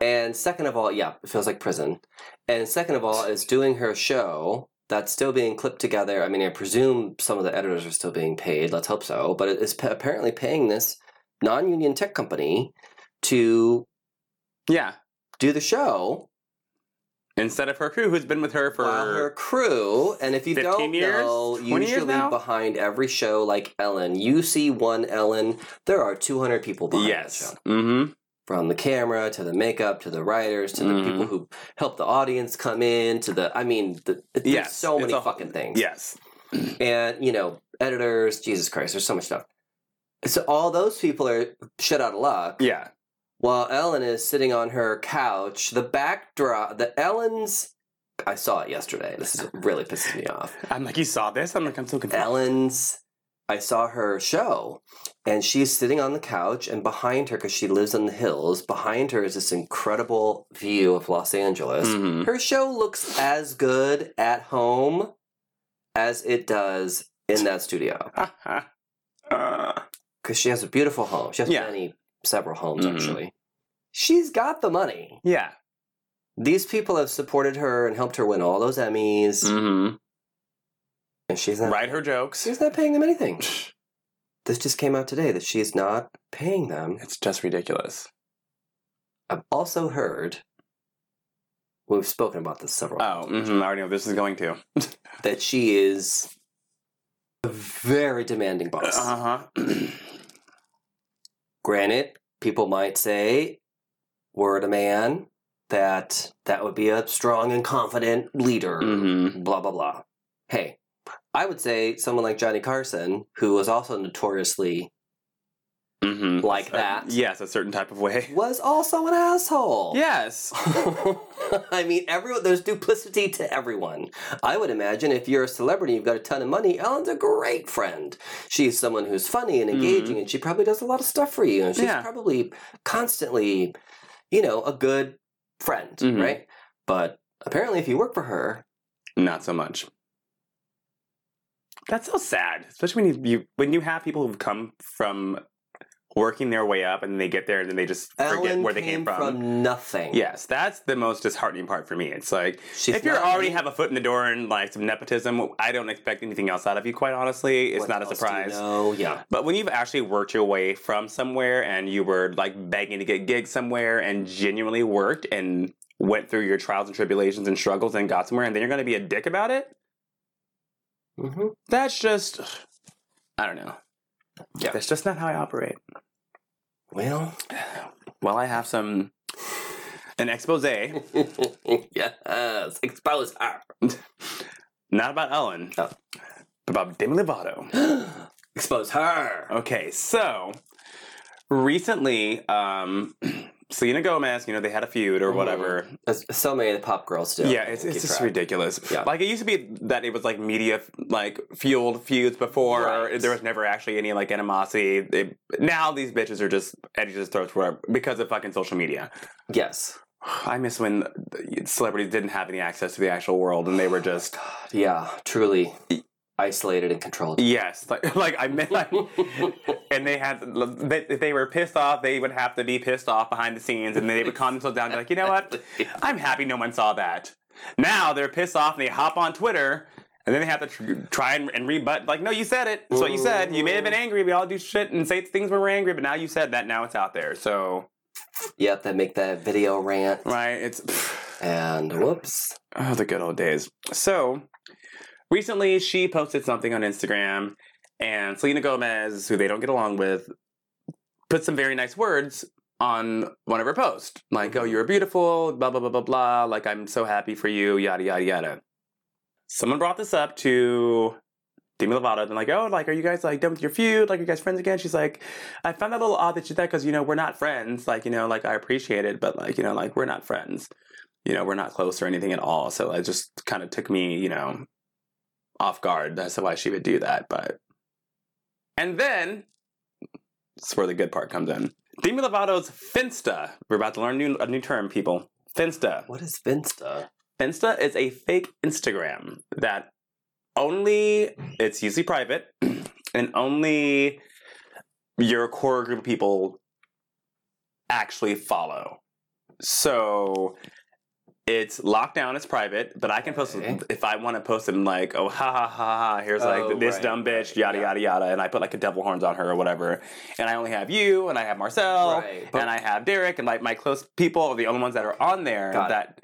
B: And second of all, yeah, it feels like prison. And second of all, is doing her show that's still being clipped together. I mean, I presume some of the editors are still being paid. Let's hope so. But it is p- apparently paying this non-union tech company to
A: Yeah.
B: do the show
A: Instead of her crew, who's been with her for
B: while her crew. And if you
A: 15
B: don't
A: years?
B: know,
A: 20 years
B: usually
A: now?
B: behind every show, like Ellen, you see one Ellen. There are two hundred people behind. that show.
A: yes. Mm-hmm.
B: from the camera to the makeup to the writers to the
A: Mhm.
B: people who help the audience come in to the I mean the, there's
A: Yes,
B: so
A: it's
B: many
A: a-
B: fucking things
A: Yes.
B: and you know editors Jesus Christ there's so much stuff so all those people are shit out of luck
A: Yeah.
B: while Ellen is sitting on her couch the backdrop the Ellen's I saw it yesterday this is really pisses me off
A: I'm like, you saw this? I'm like, I'm so confused.
B: Ellen's. I saw her show, and she's sitting on the couch, and behind her, because she lives in the hills, behind her is this incredible view of Los Angeles.
A: Mhm.
B: Her show looks as good at home as it does in that studio,
A: Mm-hmm. Uh,
B: because she has a beautiful home. She has
A: Yeah.
B: many, several homes
A: Mhm.
B: actually. She's got the money.
A: yeah.
B: These people have supported her and helped her win all those Emmys,
A: Mm-hmm.
B: and she's not
A: Write her jokes.
B: She's not paying them anything. This just came out today that she's not paying them.
A: It's just ridiculous.
B: I've also heard we've spoken about this several
A: Oh, mhm, I already know where this is going to.
B: that she is a very demanding boss.
A: Uh huh.
B: Granted, people might say, word a man, that that would be a strong and confident leader.
A: mm-hmm.
B: blah blah blah. Hey, I would say someone like Johnny Carson, who was also notoriously
A: Mm-hmm.
B: Like that.
A: yes, a certain type of way.
B: was also an asshole.
A: Yes.
B: I mean, everyone. There's duplicity to everyone. I would imagine if you're a celebrity, you've got a ton of money. Ellen's a great friend. She's someone who's funny and engaging, and she probably does a lot of stuff for you. And she's
A: Mm-hmm. Yeah.
B: probably constantly, you know, a good friend,
A: Mhm.
B: right? But apparently, if you work for her,
A: Not so much. That's so sad, especially when you, you when you have people who've come from working their way up and then they get there and then they just forget
B: Ellen
A: where they came
B: came
A: from.
B: nothing.
A: Yes, that's the most disheartening part for me. It's like
B: She's
A: if you
B: not-
A: already have a foot in the door and like some nepotism, I don't expect anything else out of you. Quite honestly, it's
B: What
A: not a
B: else do you
A: surprise.
B: know? yeah.
A: But when you've actually worked your way from somewhere and you were like begging to get gigs somewhere and genuinely worked and went through your trials and tribulations and struggles and got somewhere, and then you're going to be a dick about it.
B: hmm
A: That's just, I don't know.
B: Yeah.
A: that's just not how I operate.
B: Well,
A: Well, I have some an expose,
B: yes, expose her.
A: not about Ellen,
B: Oh.
A: but about Demi Lovato.
B: expose her.
A: Okay, so recently, um, Selena Gomez, you know, they had a feud or
B: Mhm.
A: whatever.
B: As so many of the pop girls do.
A: Yeah, it's, it's
B: Keep
A: just
B: track.
A: ridiculous.
B: Yeah.
A: Like it used to be that it was like media like fueled feuds before.
B: Right.
A: There was never actually any like animosity. It, now these bitches are just at each other's throats where- because of fucking social media.
B: Yes.
A: I miss when celebrities didn't have any access to the actual world and they were just
B: Yeah, truly. isolated and controlled.
A: Yes, like, like I meant, like, and they had they, if they were pissed off. They would have to be pissed off behind the scenes, and they would calm themselves down. And be like, you know what? I'm happy no one saw that. Now they're pissed off, and they hop on Twitter, and then they have to tr- try and, and rebut. Like, no, you said it. That's what you said. You may have been angry. We all do shit and say things when we're angry, but now you said that. Now it's out there. So
B: Yep, that make that video rant.
A: right, it's pff,
B: And whoops.
A: oh, the good old days. So recently, she posted something on Instagram, and Selena Gomez, who they don't get along with, put some very nice words on one of her posts, like, "Oh, you're beautiful," blah blah blah blah blah. Like, I'm so happy for you, yada yada yada. Someone brought this up to Demi Lovato, and like, "Oh, like, are you guys like done with your feud? Like, are you guys friends again?" She's like, "I found that a little odd that you did that because you know we're not friends. Like, you know, like I appreciate it, but like, you know, like we're not friends." You know, we're not close or anything at all. So it just kind of took me, you know, off guard. That's why she would do that. But and then that's where the good part comes in. Demi Lovato's Finsta. We're about to learn new, a new term, people. Finsta.
B: What is Finsta?
A: Finsta is a fake Instagram that only it's usually private and only your core group of people actually follow. So it's locked down, it's private, but I can post
B: Okay.
A: if I want to post them like, oh ha ha ha ha, here's
B: Oh,
A: like this
B: right,
A: dumb bitch,
B: right,
A: yada
B: yeah.
A: yada yada, and I put like a devil horns on her or whatever. And I only have you and I have Marcel
B: Right. But
A: Oh, and I have Derek, and like my close people are the only ones that are on there
B: Got it.
A: that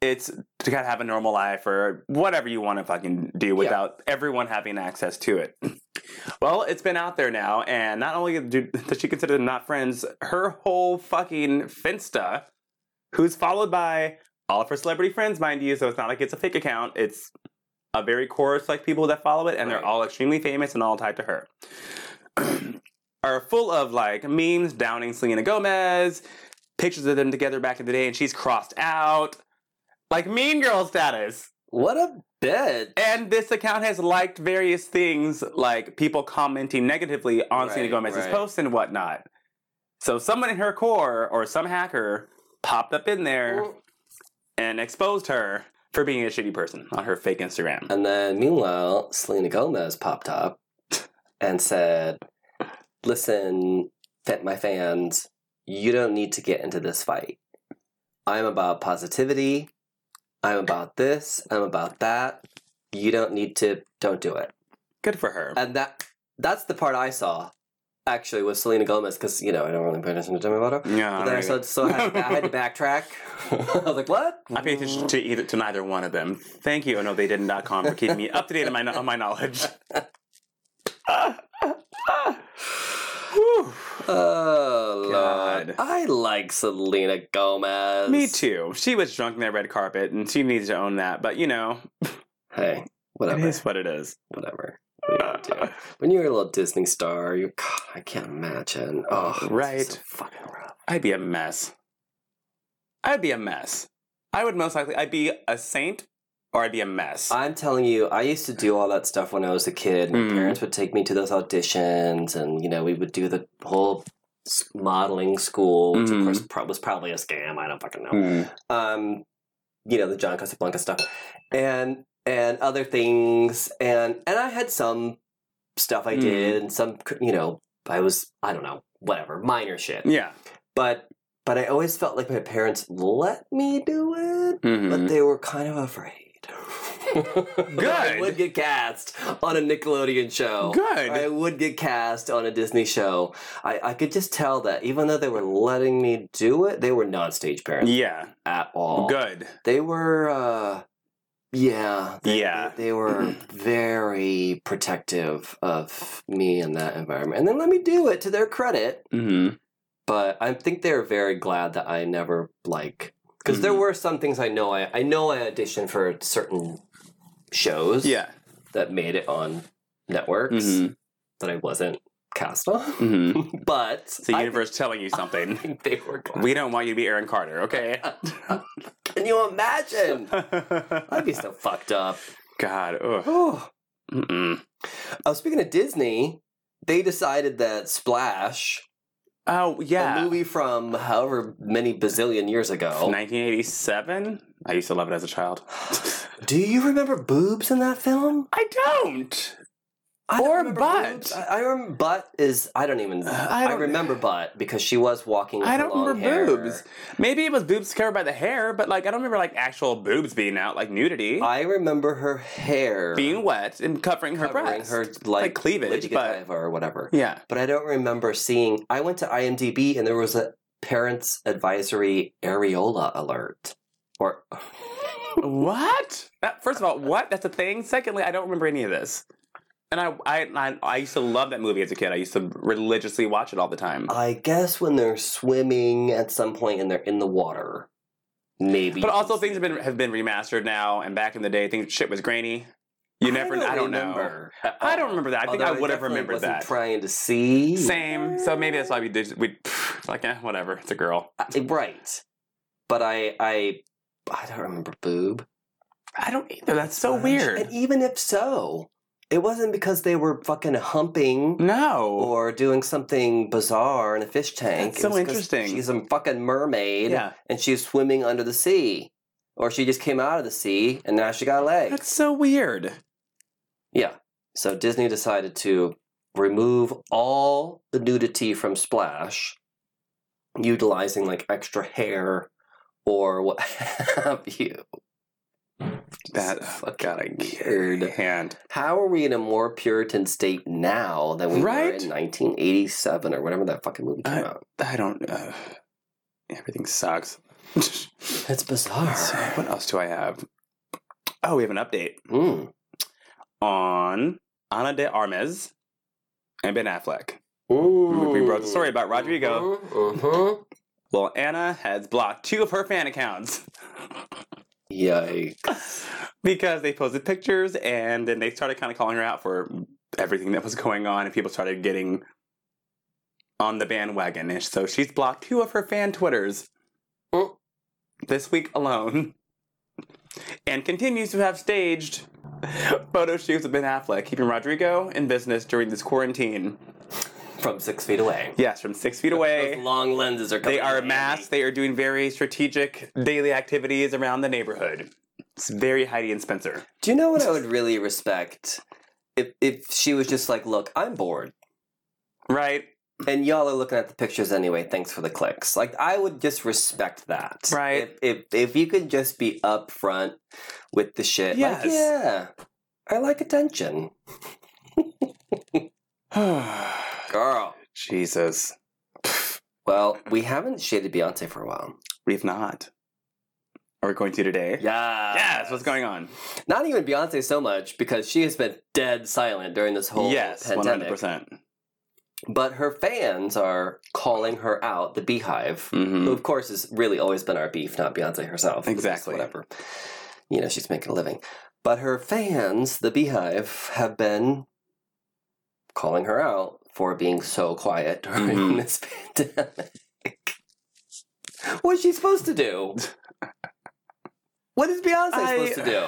A: it's to kind of have a normal life or whatever you want to fucking do without everyone having access to it. Well, it's been out there now, and not only do, does she consider them not friends, her whole fucking Finsta, who's followed by all of her celebrity friends, mind you, so it's not like it's a fake account. It's a very core select people that follow it, and
B: Right.
A: they're all extremely famous and all tied to her. are full of like memes downing Selena Gomez, pictures of them together back in the day, and she's crossed out, like mean girl status.
B: what a bit.
A: And this account has liked various things, like people commenting negatively on Selena
B: Right,
A: Gomez's
B: right.
A: posts and whatnot. So someone in her core or some hacker popped up in there and exposed her for being a shitty person on her fake Instagram.
B: And then meanwhile, Selena Gomez popped up and said, Listen, fit my fans, you don't need to get into this fight. I'm about positivity. I'm about this. I'm about that. You don't need to don't do it.
A: Good for her.
B: And that that's the part I saw actually with Selena Gomez, because you know, I don't really pay attention to Demi Lovato.
A: yeah,
B: But then I
A: right.
B: saw, so I had, to, I had to backtrack. I was like, what?
A: I paid attention to either to neither one of them. Thank you, no, they didn't.com for keeping me up to date on my on my knowledge. Whew.
B: Oh
A: God.
B: Lord. I like Selena Gomez.
A: me too. She was drunk in that red carpet, and she needs to own that. But you know,
B: Hey,
A: it
B: whatever,
A: is what it is.
B: whatever. What are you gonna do? When you're a little Disney star, you God, I can't imagine. Oh, this is
A: Right.
B: so fucking rough.
A: I'd be a mess. I'd be a mess. I would most likely I'd be a saint, or I'd be a mess.
B: I'm telling you, I used to do all that stuff when I was a kid. My
A: Mm.
B: parents would take me to those auditions, and you know, we would do the whole s- modeling school, which of
A: Mhm.
B: course pro- was probably a scam. I don't fucking know.
A: Mm.
B: um, you know, the John Casablanca stuff, and and other things, and and I had some stuff I
A: Mhm.
B: did, and some you know, I was I don't know, whatever, minor shit,
A: Yeah.
B: but but I always felt like my parents let me do it,
A: Mhm.
B: but they were kind of afraid. Good. I
A: Good.
B: would get cast on a Nickelodeon show.
A: Good.
B: I would get cast on a Disney show. I, I could just tell that even though they were letting me do it, they were not stage parents
A: yeah.
B: at all.
A: Good.
B: They were, uh, yeah, they,
A: Yeah. Mm-hmm.
B: they, they were very protective of me in that environment, and then let me do it to their credit.
A: hmm
B: But I think they're very glad that I never like because there
A: Mhm.
B: were some things I know I I know I auditioned for certain shows
A: Yeah.
B: that made it on networks
A: hmm
B: that I wasn't cast on,
A: hmm
B: but
A: It's the
B: I
A: universe telling you something.
B: think they were glad.
A: We don't want you to be Aaron Carter, okay?
B: Can you imagine? I'd be so fucked up.
A: God. Ugh.
B: Oh.
A: Mm-mm.
B: Oh, speaking of Disney, they decided that Splash,
A: Oh
B: a
A: yeah.
B: movie from however many bazillion years ago,
A: 1987. I used to love it as a child.
B: Do you remember boobs in that film?
A: I don't.
B: I don't
A: Or
B: remember
A: butt. Uh,
B: boobs. I, I remember butt is I don't even I,
A: I don't-
B: remember butt because she was walking. With
A: I
B: her
A: don't
B: long
A: remember
B: hair.
A: boobs. Maybe it was boobs covered by the hair, but like I don't remember like actual boobs being out, like nudity,
B: I remember her hair
A: being wet and covering her
B: covering
A: breast.
B: her like,
A: like cleavage, but-
B: Godiva or whatever.
A: yeah.
B: But I don't remember seeing. I went to IMDb and there was a parents advisory areola alert. Or
A: what? That, first of all, what? That's a thing. Secondly, I don't remember any of this. And I, I, I, I used to love that movie as a kid. I used to religiously watch it all the time.
B: I guess when they're swimming at some point and they're in the water, maybe.
A: But also, things have been have been remastered now. And back in the day, things shit was grainy. You never, I don't know.
B: remember.
A: I don't remember that. I think
B: Although
A: I would have
B: definitely
A: remembered
B: wasn't
A: that.
B: Trying to see
A: Same. So maybe that's why we did. We pff, like, eh, whatever. It's a girl.
B: I- right, but I I I don't remember boob.
A: I don't either. That's so
B: Gosh.
A: weird.
B: And even if so, it wasn't because they were fucking humping
A: No.
B: or doing something bizarre in a fish tank.
A: That's
B: It
A: so
B: was 'cause
A: interesting.
B: She's a fucking mermaid,
A: Yeah.
B: and she's swimming under the sea, or she just came out of the sea and now she got legs.
A: That's so weird.
B: Yeah. So Disney decided to remove all the nudity from Splash, utilizing like extra hair or what have you.
A: That
B: It's
A: oh, God, I
B: weird.
A: can't.
B: How are we in a more Puritan state now than we were
A: Right?
B: in 1987 or whatever that fucking movie came out?
A: I don't. Uh, everything sucks.
B: It's bizarre.
A: So what else do I have? Oh, we have an update
B: Mm.
A: on Ana de Armas and Ben Affleck.
B: Mm.
A: We wrote the story about Rodrigo.
B: Mhm, mhm.
A: Well, Anna has blocked two of her fan accounts
B: Yikes.
A: because they posted pictures and then they started kind of calling her out for everything that was going on and people started getting on the bandwagon. And so she's blocked two of her fan Twitters
B: Mm.
A: this week alone and continues to have staged photo shoots with Ben Affleck, keeping Rodrigo in business during this quarantine.
B: From six feet away.
A: Yes, from six feet
B: Those
A: away.
B: long lenses are coming
A: They are
B: in handy.
A: masked. They are doing very strategic daily activities around the neighborhood. It's very Heidi and Spencer.
B: Do you know what I would really respect? If if she was just like, look, I'm bored,
A: Right?
B: and y'all are looking at the pictures anyway. Thanks for the clicks. Like I would just respect that,
A: Right.
B: If if, if you could just be upfront with the shit,
A: Yes.
B: like, yeah, I like attention, girl.
A: Jesus.
B: Well, we haven't shaded Beyonce for a while.
A: We've not. Are we going to today?
B: Yeah,
A: Yes, what's going on?
B: Not even Beyonce so much because she has been dead silent during this whole
A: yes,
B: pandemic.
A: 100%.
B: But her fans are calling her out, the Beehive.
A: hmm
B: who of course has really always been our beef, not Beyonce herself. but just
A: Exactly.
B: Whatever. You know, she's making a living. But her fans, the Beehive, have been calling her out for being so quiet during
A: Mhm.
B: this pandemic. What's she supposed to do? What is Beyonce
A: I-
B: supposed to do?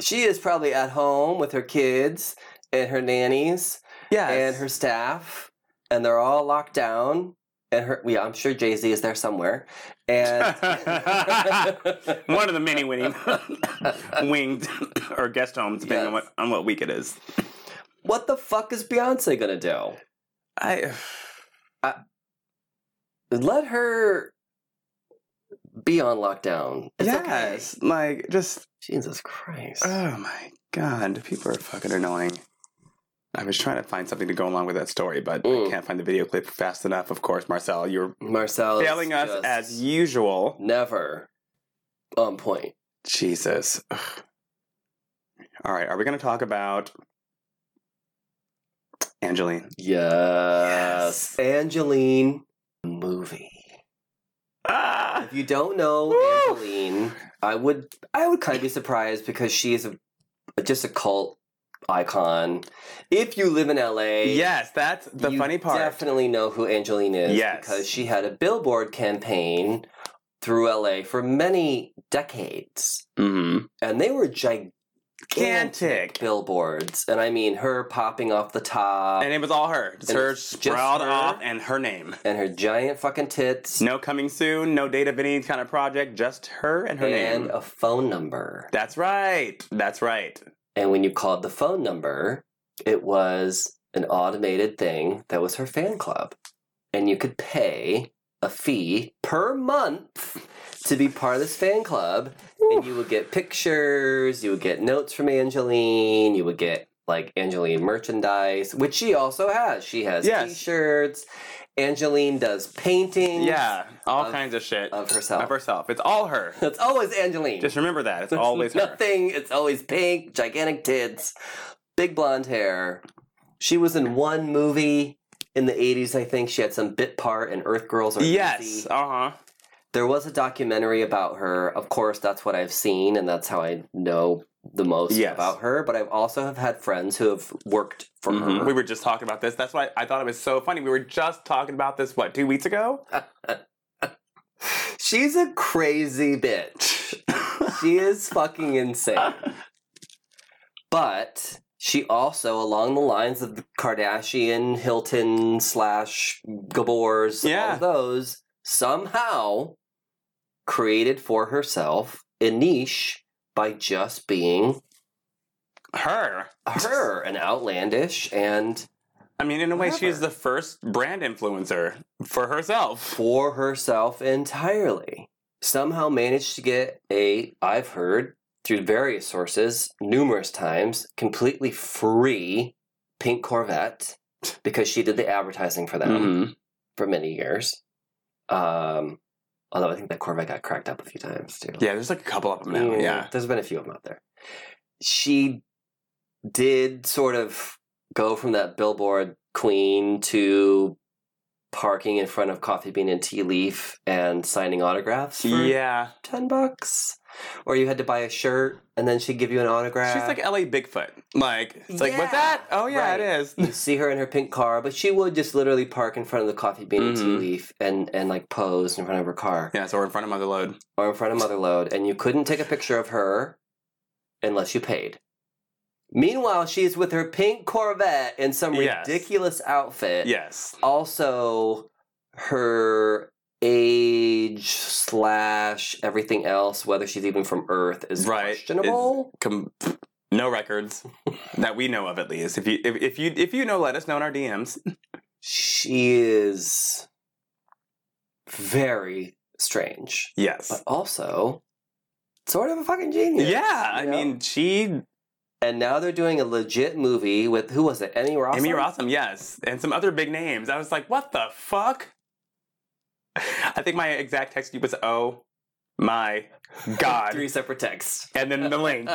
B: She is probably at home with her kids and her nannies
A: Yes.
B: and her staff, and they're all locked down. And her, yeah, I'm sure Jay Z is there somewhere. And
A: One of the many winning winged or guest homes, depending on,
B: Yes.
A: what, on what week it is.
B: what the fuck is Beyonce gonna do?
A: I
B: Let her be on lockdown. It's okay.
A: yes, like just
B: Jesus Christ.
A: oh my god, people are fucking annoying. I was trying to find something to go along with that story, but
B: Mm.
A: I can't find the video clip fast enough. Of course, Marcel, you're
B: Marcel is
A: failing us
B: just
A: as usual.
B: never on point.
A: Jesus. Ugh. All right, are we going to talk about Angeline?
B: Yes. Angeline movie.
A: Ah!
B: If you don't know
A: Woo!
B: Angeline, I would I would kind of be surprised because she is a, just a cult icon. If you live in LA,
A: Yes, that's the
B: you
A: funny part.
B: Definitely know who Angeline is
A: Yes.
B: because she had a billboard campaign through LA for many decades,
A: hmm
B: and they were gigantic
A: gigantic.
B: billboards, and I mean her popping off the top
A: And
B: and,
A: it was all her. Just her
B: it's just
A: sprawled
B: her?
A: off and her name.
B: her giant fucking tits
A: No coming soon, no date of any kind of project, just her and her
B: and
A: name.
B: a phone number.
A: That's right. That's right.
B: And when you called the phone number, it was an automated thing that was her fan club, and you could pay a fee per month to be part of this fan club, and you would get pictures, you would get notes from Angeline, you would get like Angeline merchandise, which she also has. She has
A: Yes.
B: T-shirts. Angeline does paintings.
A: Yeah, all
B: Of-
A: kinds of shit.
B: of herself.
A: Of herself. It's all her.
B: It's always Angeline.
A: Just remember that. It's
B: There's
A: always her.
B: nothing. It's always pink, gigantic tits, big blonde hair. She was in one movie in the '80s, I think. She had some bit part in Earth Girls. Are
A: Yes.
B: Easy.
A: Uh huh.
B: there was a documentary about her. Of course, that's what I've seen, and that's how I know the most
A: Yes.
B: about her. But I've also have had friends who have worked for her.
A: We were just talking about this. That's why I thought it was so funny. We were just talking about this, what, two weeks ago?
B: She's a crazy bitch. she is fucking insane. But she also, along the lines of the Kardashian, Hilton slash Gabors, all
A: Yeah.
B: of those, somehow created for herself a niche by just being
A: her.
B: her and outlandish and
A: I mean, in a way, she's
B: Whatever.
A: the first brand influencer for herself.
B: for herself entirely. Somehow managed to get a, I've heard through various sources numerous times, completely free pink Corvette because she did the advertising for them
A: Mm-hmm.
B: for many years. Um, although I think that Corvette got cracked up a few times too.
A: Yeah, there's like a couple of them now.
B: Mm,
A: Yeah.
B: There's been a few of them out there. She did sort of go from that billboard queen to parking in front of Coffee Bean and Tea Leaf and signing autographs for
A: Yeah.
B: 10 bucks. Or you had to buy a shirt and then she'd give you an autograph.
A: She's like LA Bigfoot. Like, it's like,
B: Yeah.
A: what's that? Oh, yeah, it is.
B: you see her in her pink car, but she would just literally park in front of the Coffee Bean and Tea
A: Mhm.
B: Leaf and, and like pose in front of her car.
A: Yeah, so we're in front of Mother Load.
B: or in front of Motherload, and you couldn't take a picture of her unless you paid. Meanwhile, she's with her pink Corvette in some
A: Yes.
B: ridiculous outfit.
A: Yes.
B: Also, her age slash everything else, whether she's even from Earth, is
A: Right.
B: questionable.
A: Com- no records that we know of, at least. If you if, if you if you know, let us know in our DMs.
B: She is very strange, but
A: Yes.
B: also sort of a fucking genius.
A: Yeah, I
B: you know?
A: mean, she
B: And now they're doing a legit movie with who was it? Emmy Rossum.
A: Amy Rossum, yes, and some other big names. I was like, what the fuck? I think my exact text was, oh my
B: Three
A: god,
B: separate texts.
A: and then the link.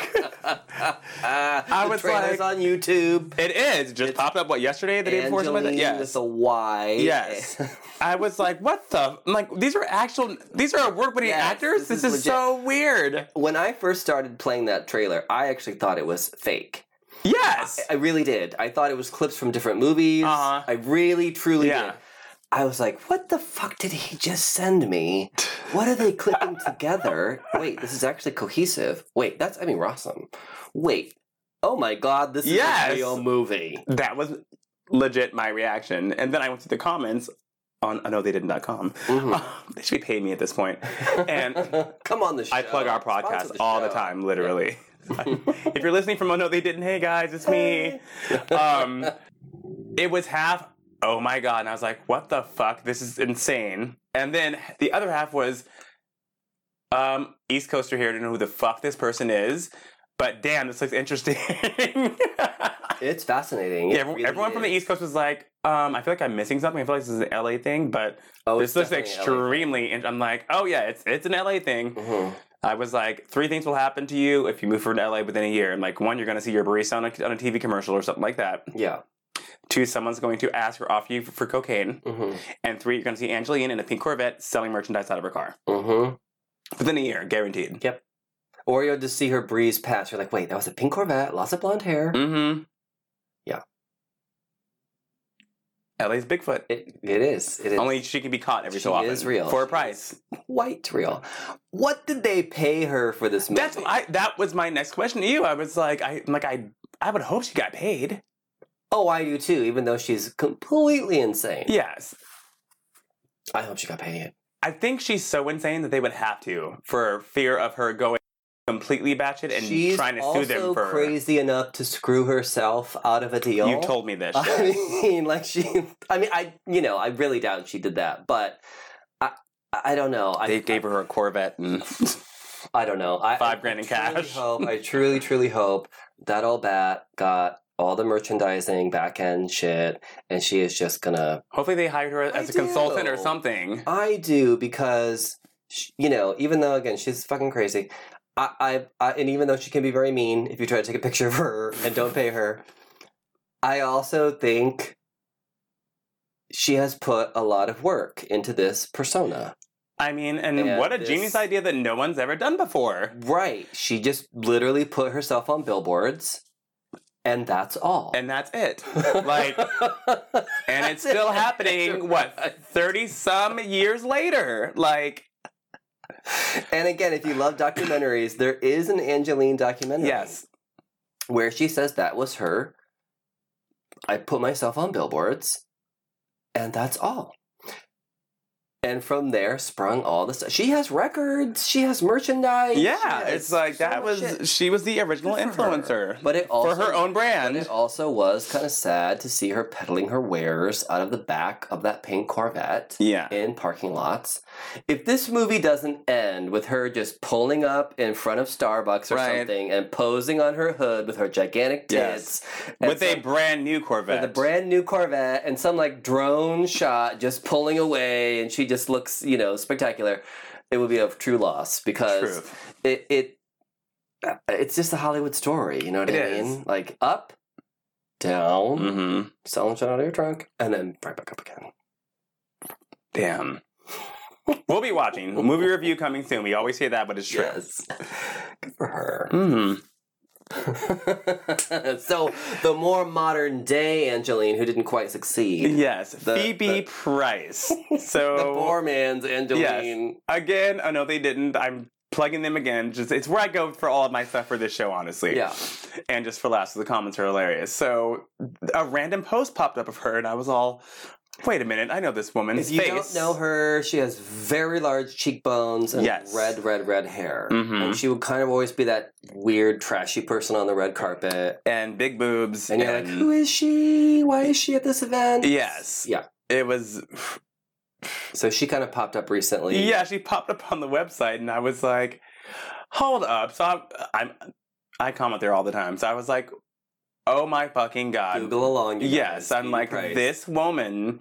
B: I
A: was
B: trailers
A: like-
B: on YouTube.
A: It is it just
B: It's
A: popped up. What yesterday, the day before, something like that.
B: Angeline
A: Yes,
B: with a Y.
A: Yes. I was like, what the? I'm like, these are actual, these are award-winning
B: Yes,
A: actors.
B: this
A: This,
B: is
A: is, so weird.
B: when I first started playing that trailer, I actually thought it was fake.
A: Yes,
B: I really did. I thought it was clips from different movies.
A: Uh-huh.
B: I really, truly
A: Yeah.
B: did. I was like, what the fuck did he just send me? What are they clipping together? Wait, this is actually cohesive. Wait, that's Emmy Rossum. Wait, oh my god, this is
A: Yes.
B: a real movie.
A: that was legit my reaction. And then I went to the comments on I know they didn't.com.
B: Mhm.
A: they should be paying me at this point. And
B: Come on the show.
A: I plug our
B: Sponsor
A: podcast all the
B: show.
A: time, literally. if you're listening from Oh No They Didn't, hey guys, it's me. Um, it was half, oh my God. And I was like, what the fuck? This is insane. And then the other half was, um, East Coaster here to know who the fuck this person is. But damn, this looks interesting.
B: It's fascinating.
A: Yeah,
B: It
A: everyone,
B: really
A: everyone from the
B: is.
A: East Coast was like, um, I feel like I'm missing something. I feel like this is an LA thing, but
B: Oh,
A: this
B: it's
A: looks
B: definitely LA.
A: extremely. In- I'm like, oh yeah, it's it's an LA thing.
B: Mhm.
A: I was like, three things will happen to you if you move from LA within a year. And like, one, you're going to see your barista on a, on a TV commercial or something like that.
B: Mm-hmm. Yeah.
A: Two, someone's going to ask or offer you for, for cocaine.
B: Mm-hmm.
A: And three, you're going to see Angeline in a pink Corvette selling merchandise out of her car
B: Mm-hmm.
A: within a year, guaranteed.
B: Or you'll just see her breeze past. You're like, wait, that was a
A: Mm.
B: pink Corvette, lots of blonde hair.
A: Mm-hmm.
B: Yeah.
A: LA's Bigfoot.
B: It, it is. It is
A: Only she can be caught every
B: She
A: so often.
B: is real.
A: For a price.
B: quite real. What did they pay her for this movie?
A: That's I that was my next question to you. I was like, I I'm like I I would hope she got paid.
B: oh, I do too. Even though she's completely insane,
A: Yes.
B: I hope she got paid.
A: I think she's so insane that they would have to for fear of her going completely batshit and
B: she's
A: trying to
B: also
A: sue them for
B: crazy enough to screw herself out of a deal.
A: You told me this.
B: I
A: yes.
B: mean, like she. I mean, I. You know, I really doubt she did that, but I. I don't know. I
A: they gave her a Corvette and
B: I don't know. I,
A: Five
B: I
A: grand in
B: truly
A: cash.
B: Hope, I truly, truly hope that old bat got all the merchandising back end shit, and she is just gonna.
A: hopefully they hired her as a
B: do.
A: consultant or something.
B: I do because sh you know, even though again she's fucking crazy. I, I, I and even though she can be very mean if you try to take a picture of her and don't pay her, I also think she has put a lot of work into this persona.
A: I mean, and
B: Yeah,
A: what a
B: this-
A: genius idea that no one's ever done before.
B: Right. She just literally put herself on billboards, and that's all.
A: And that's it. like, and it's
B: That's it.
A: still happening, what, 30 some years later? Like,
B: and again, if you love documentaries, there is an Angeline documentary.
A: yes.
B: Where she says that was her. I put myself on billboards, and that's all. And from there sprung all this. She has records. She has merchandise.
A: Yeah,
B: she has
A: it's like
B: so
A: that
B: much
A: was,
B: shit.
A: she was the original
B: Good for her.
A: influencer
B: But it also
A: for her own
B: And
A: brand.
B: it also was kind of sad to see her peddling her wares out of the back of that pink Corvette
A: Yeah.
B: in parking lots. If this movie doesn't end with her just pulling up in front of Starbucks or
A: Right.
B: something and posing on her hood with her gigantic
A: Yes.
B: tits and
A: With a
B: some-
A: brand new Corvette.
B: with a brand new Corvette and some like drone shot just pulling away and she just looks, you know, spectacular, it would be a true loss because
A: Truth.
B: it it uh, it's just a Hollywood story, you know what
A: It
B: I
A: is.
B: mean? Like up, down,
A: Mm-hmm.
B: selling shit out of your trunk, and then right back up again.
A: Damn. we'll be watching. Movie review coming soon. We always hear that, but it's true.
B: Yes, good for her.
A: Mm.
B: so the more modern day Angeline, who didn't quite succeed,
A: Yes.
B: The-
A: Phoebe
B: the-
A: Price.
B: the
A: So
B: poor man's Angeline.
A: Again, oh no, they didn't. I'm plugging them again. Just it's where I go for all of my stuff for this show, honestly.
B: Yeah.
A: And just for laughs, the comments are hilarious. So a random post popped up of her, and I was all, "Wait a minute, I know this woman's
B: If you
A: face."
B: don't know her, she has very large cheekbones and
A: Yes.
B: red, red, red hair.
A: Mhm.
B: And she would kind of always be that weird, trashy person on the red carpet.
A: and big boobs,
B: And you're like, who is she? Why is she at this event?
A: yes,
B: Yeah.
A: it was.
B: So she kind of popped up recently.
A: Yeah, she popped up on the website, and I was like, "Hold up!" So I'm, I'm I comment there all the time. So I was like, "Oh my fucking god!"
B: Google along. you
A: Yes,
B: guys.
A: I'm
B: Phoebe
A: like
B: Price.
A: this woman.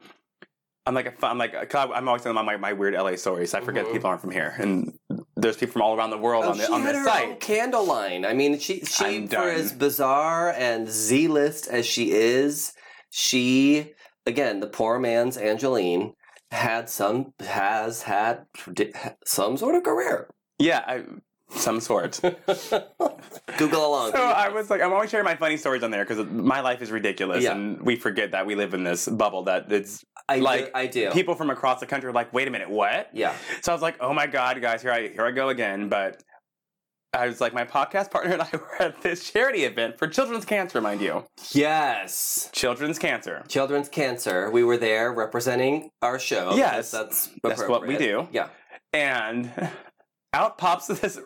A: I'm like I'm like 'cause I'm always telling my my weird LA stories. I forget
B: Mhm.
A: people aren't from here, and there's people from all around the world
B: Oh,
A: on the,
B: she
A: on
B: had
A: this
B: her own
A: site.
B: candle line. I mean, she she
A: I'm
B: for
A: done.
B: as bizarre and Z list as she is, she again the poor man's Angeline had some has had di- some sort of career.
A: Yeah, I, some sort. so
B: Google along.
A: I was like, I'm always sharing my funny stories on there because my life is ridiculous,
B: Yeah.
A: and we forget that we live in this bubble that it's
B: I
A: like,
B: do, I do.
A: people from across the country are like, wait a minute, what?
B: yeah,
A: So I was like, oh my god, guys, here I here I go again, but. I was like, my podcast partner and I were at this charity event for children's cancer, mind you.
B: yes.
A: Children's cancer.
B: Children's Cancer. We were there representing our show.
A: Yes.
B: because that's
A: That's what we
B: appropriate.
A: do.
B: Yeah.
A: And out pops this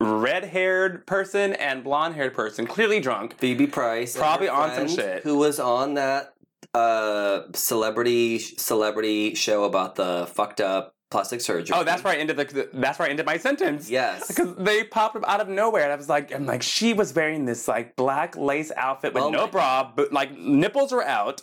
A: red haired person and blonde haired person, clearly drunk.
B: Phoebe Price, and
A: Probably
B: her
A: on some
B: friend
A: shit.
B: Who was on that uh, celebrity celebrity show about the fucked up plastic surgery?
A: Oh, that's where I ended the, that's where I ended my sentence.
B: Yes.
A: Because they popped up out of nowhere, and I was like, I'm like, she was wearing this like black lace outfit with
B: Oh
A: no
B: my
A: bra, but like nipples were out,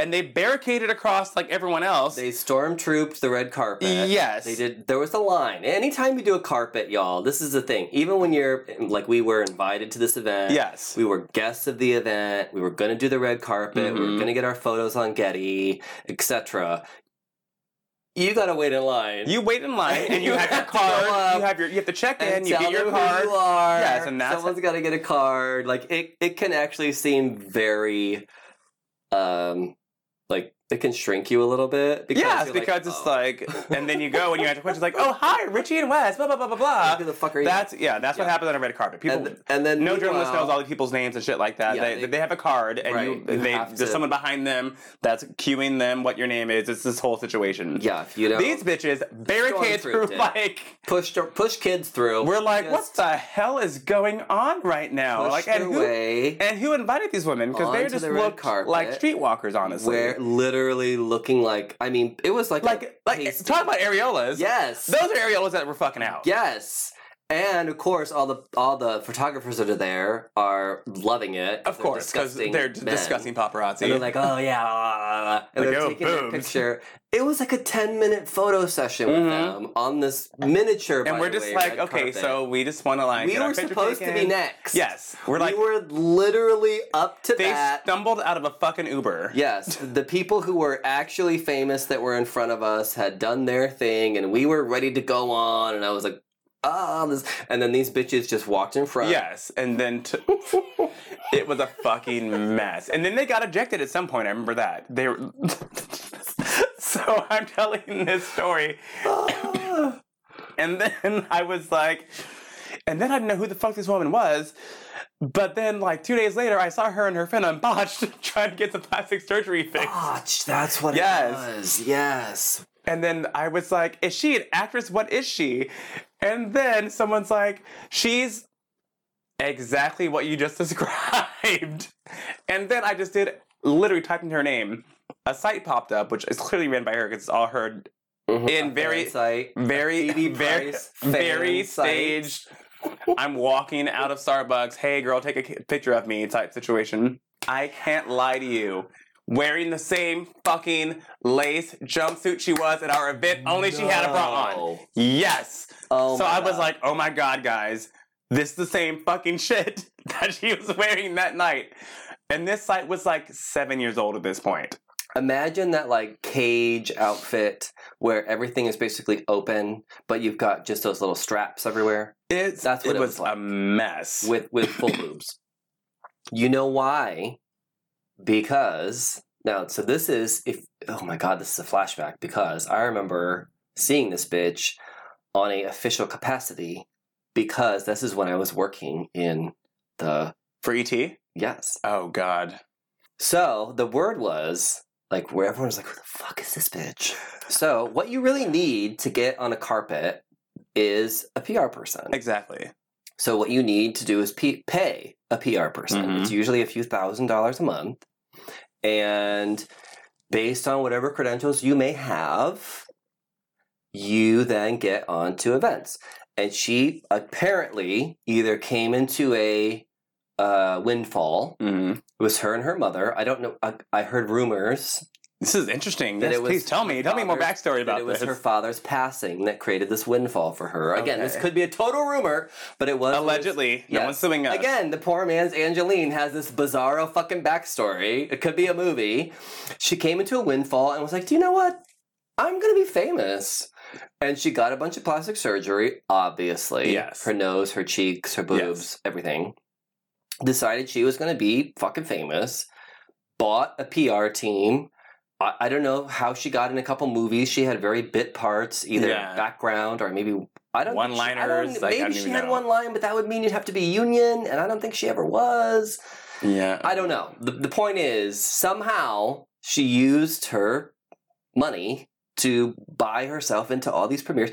A: and they barricaded across like everyone else.
B: They stormtrooped the red carpet.
A: Yes.
B: They did. There was a line. Anytime you do a carpet, y'all, this is the thing. Even when you're like, we were invited to this event.
A: yes.
B: We were guests of the event. We were going to do the red carpet. We were
A: Mhm.
B: going to get our photos on Getty, etc. You got to wait in line.
A: You wait in line, and you have your
B: have to go
A: card.
B: up
A: You have your you have to check in.
B: and
A: You
B: tell
A: get your
B: them who
A: card.
B: you are.
A: Yes, and that's-
B: someone's got to get a card. Like it, it can actually seem very, um, like It can shrink you a little bit.
A: yes,
B: you're
A: because it's
B: oh,
A: like, and then you go and you answer questions like, "Oh, hi, Richie and Wes," blah blah blah blah blah.
B: who the fuck are you?
A: ah, That's yeah, that's what
B: Yeah.
A: happens on a red carpet. People,
B: and, and then
A: no journalist
B: meanwhile-
A: knows all the people's names and shit like that.
B: Yeah,
A: they,
B: they-
A: they, have a card, and
B: Right,
A: you,
B: you
A: they
B: have
A: there's
B: to-
A: someone behind them that's cueing them what your name is. It's this whole situation.
B: Yeah, if you know
A: These bitches barricade through
B: Stormtrooped it.
A: like
B: push push kids through.
A: we're like, what
B: Just
A: the hell is going on right now?
B: push
A: Like,
B: their
A: and who
B: way
A: and who invited these women? Because they
B: Onto
A: just
B: the red
A: looked
B: carpet.
A: like streetwalkers, honestly.
B: where literally looking like I mean it was like a
A: like like
B: pasty-
A: talking about areolas.
B: yes
A: Those are areolas that were fucking out.
B: yes. And of course, all the all the photographers that are there are loving it.
A: Of
B: They're
A: course, because
B: disgusting
A: they're d-
B: men.
A: discussing paparazzi.
B: And they're like, oh yeah, blah, blah, blah, blah. ah." and
A: Like,
B: they're
A: oh,
B: taking
A: boobs.
B: their picture. It was like a ten minute photo session with
A: Mhm.
B: them on this miniature. by
A: and we're
B: the
A: just
B: way,
A: like,
B: red
A: okay,
B: carpet.
A: so we just want to like.
B: we
A: get our
B: were
A: picture
B: supposed to be
A: taken.
B: next.
A: Yes, we're like
B: we were literally up to
A: they
B: that.
A: stumbled out of a fucking Uber.
B: Yes, the people who were actually famous that were in front of us had done their thing, and we were ready to go on. And I was like, ah, this. And then these bitches just walked in front.
A: Yes, and then t- it was a fucking mess. And then they got ejected at some point. I remember that. They were so I'm telling this story, and then I was like, and then I didn't know who the fuck this woman was. But then, like two days later, I saw her and her friend on Botch trying to get the plastic surgery fixed.
B: Botch, that's what
A: Yes.
B: it was. Yes.
A: And then I was like, is she an actress? What is she? And then someone's like, she's exactly what you just described. And then I just did literally typing her name. A site popped up, which is clearly ran by her because it's all her
B: Mhm.
A: In
B: A
A: very-
B: fan site.
A: very,
B: Phoebe
A: very,
B: Price fan
A: very
B: site.
A: staged. I'm walking out of Starbucks. Hey, girl, take a ki- picture of me type situation. I can't lie to you. Wearing the same fucking lace jumpsuit she was at our event, only she had a bra on.
B: No.
A: Yes.
B: Oh
A: so
B: my
A: I was
B: God.
A: like, oh my god, guys, this is the same fucking shit that she was wearing that night. And this site was like seven years old at this point.
B: Imagine that like cage outfit where everything is basically open, but you've got just those little straps everywhere
A: It's,
B: That's what
A: it,
B: it
A: was,
B: was like.
A: a mess.
B: with with full boobs. You know why? Because now, so this is if oh my god, this is a flashback because I remember seeing this bitch on a official capacity because this is when I was working in the
A: For ET?
B: yes.
A: Oh god.
B: So the word was like where everyone was like, "Who the fuck is this bitch?" So what you really need to get on a carpet is a PR person.
A: Exactly.
B: So what you need to do is p- pay a PR person.
A: Mhm.
B: It's usually a few thousand dollars a month, and based on whatever credentials you may have, you then get on to events. And she apparently either came into a uh, windfall.
A: Mhm.
B: It was her and her mother. I don't know. I, I heard rumors
A: This is interesting.
B: That
A: Yes,
B: it was
A: please tell me. Tell me more
B: father-
A: backstory
B: that
A: about
B: it was
A: this.
B: her father's passing that created this windfall for her. Again, this
A: Okay.
B: could be a total rumor, but it was
A: Allegedly, no
B: Yes.
A: one's suing us.
B: Again, the poor man's Angeline has this bizarro fucking backstory. It could be a movie. She came into a windfall and was like, "Do you know what? I'm gonna be famous." And she got a bunch of plastic surgery, obviously.
A: Yes.
B: Her nose, her cheeks, her boobs, everything. Decided she was gonna be fucking famous. Bought a PR team. I, I don't know how she got in a couple movies. She had very bit parts, either
A: Yeah.
B: background or maybe I don't think she- I don't-
A: One-liners, like, I
B: maybe
A: don't
B: she
A: even
B: had
A: know.
B: one line, but that would mean you'd have to be union, and I don't think she ever was.
A: Yeah.
B: I don't know. The, the point is, somehow she used her money to buy herself into all these premieres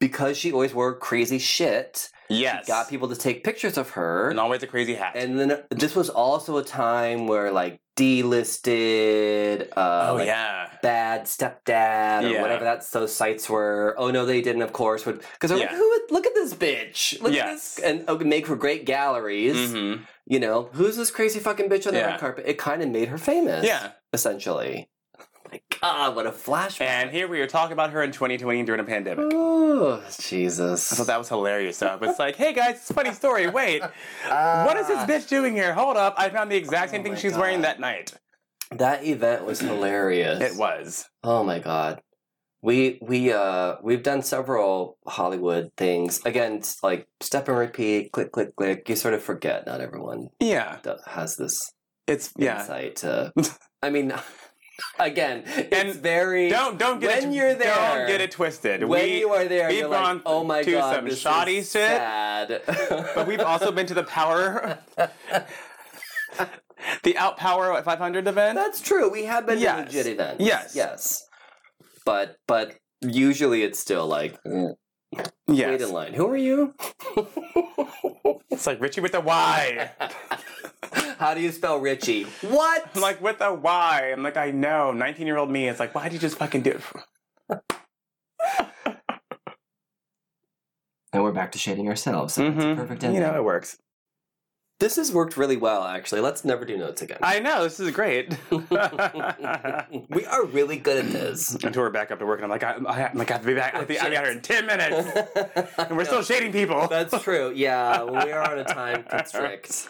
B: because she always wore crazy shit.
A: yes.
B: Got people to take pictures of her.
A: and always a crazy hat.
B: And then this was also a time where like delisted, uh,
A: oh
B: like,
A: yeah.
B: bad stepdad or
A: Yeah.
B: whatever that's those sites were. Oh no, they didn't, of course. Would because they're like,
A: Yeah.
B: who would look at this bitch? Look at
A: Yes.
B: this and oh, make for great galleries.
A: Mhm.
B: You know, who's this crazy fucking bitch on the
A: Yeah.
B: red carpet? It kind of made her famous.
A: Yeah.
B: essentially. My God, what a flashback!
A: And here we are talking about her in 2020 during a pandemic.
B: oh
A: I
B: Jesus,
A: thought that was hilarious. So I was like, hey guys, it's a funny story. Wait,
B: Ah,
A: what is this bitch doing here? Hold up. I found the exact same
B: Oh
A: thing
B: my
A: she was wearing
B: God.
A: that night.
B: that event was hilarious.
A: It was.
B: Oh my god. We we uh we've done several Hollywood things. Again, it's like step and repeat, click click click. You sort of forget not everyone
A: Yeah.
B: do- has this
A: It's, yeah.
B: insight to I mean Again, it's
A: And
B: very
A: Don't don't get
B: when
A: it,
B: you're there.
A: Don't get it twisted.
B: When
A: we,
B: you are there,
A: we've
B: you're
A: gone
B: like, oh my
A: to
B: god,
A: some
B: this
A: shoddy
B: is
A: shit,
B: sad.
A: but we've also been to the power, the out power at 500 event.
B: That's true. We have been
A: Yes.
B: to legit events.
A: Yes.
B: yes. But but usually it's still like "Mm, wait
A: yes,
B: in line. Who are you?
A: it's like Richie with a Y.
B: How do you spell Richie? What?
A: I'm like with a Y. I'm like I know. 19 year old me is like, why would you just fucking do it?
B: and we're back to shading ourselves. So
A: Mhm.
B: That's a perfect
A: You
B: ending.
A: know it works.
B: Mm-hmm. This has worked really well, actually. Let's never do notes again.
A: I know this is great. Until
B: we are really good at this.
A: we're back up to work, and I'm like, I, I, I'm like, I have to be back. I have to be out here in 10 minutes, and we're still shading people.
B: That's true. Yeah, we are on a time constrict.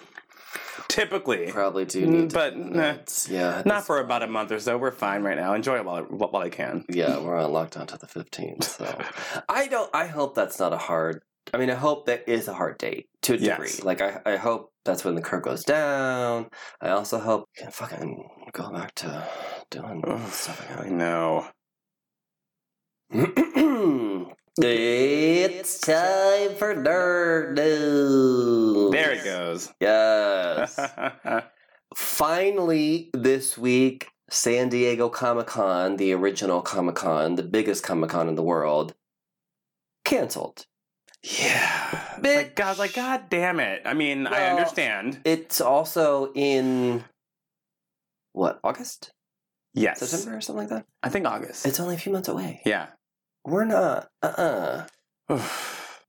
A: typically.
B: Probably do
A: Mm,
B: need to
A: but,
B: do
A: nah.
B: notes. Yeah.
A: Not for about a month or so. We're fine right now. Enjoy it while I, while I can.
B: Yeah, we're on lockdown till the fifteenth. So I don't. I hope that's not a hard. I mean, I hope that is a hard date to a
A: Yes.
B: degree. Like I, I hope that's when the curve goes down. I also hope I can fucking go back to doing
A: Ugh,
B: stuff
A: I
B: again.
A: know.
B: it's time for nerd news.
A: There it goes.
B: Yes. Finally, this week, San Diego Comic Con, the original Comic Con, the biggest Comic Con in the world, canceled.
A: yeah. Like, God, I was like, God damn it. I mean, I
B: Well,
A: understand.
B: It's also in what August,
A: Yes.
B: September, or something like that.
A: I think August.
B: It's only a few months away.
A: yeah.
B: We're not. Uh-uh.
A: Oof.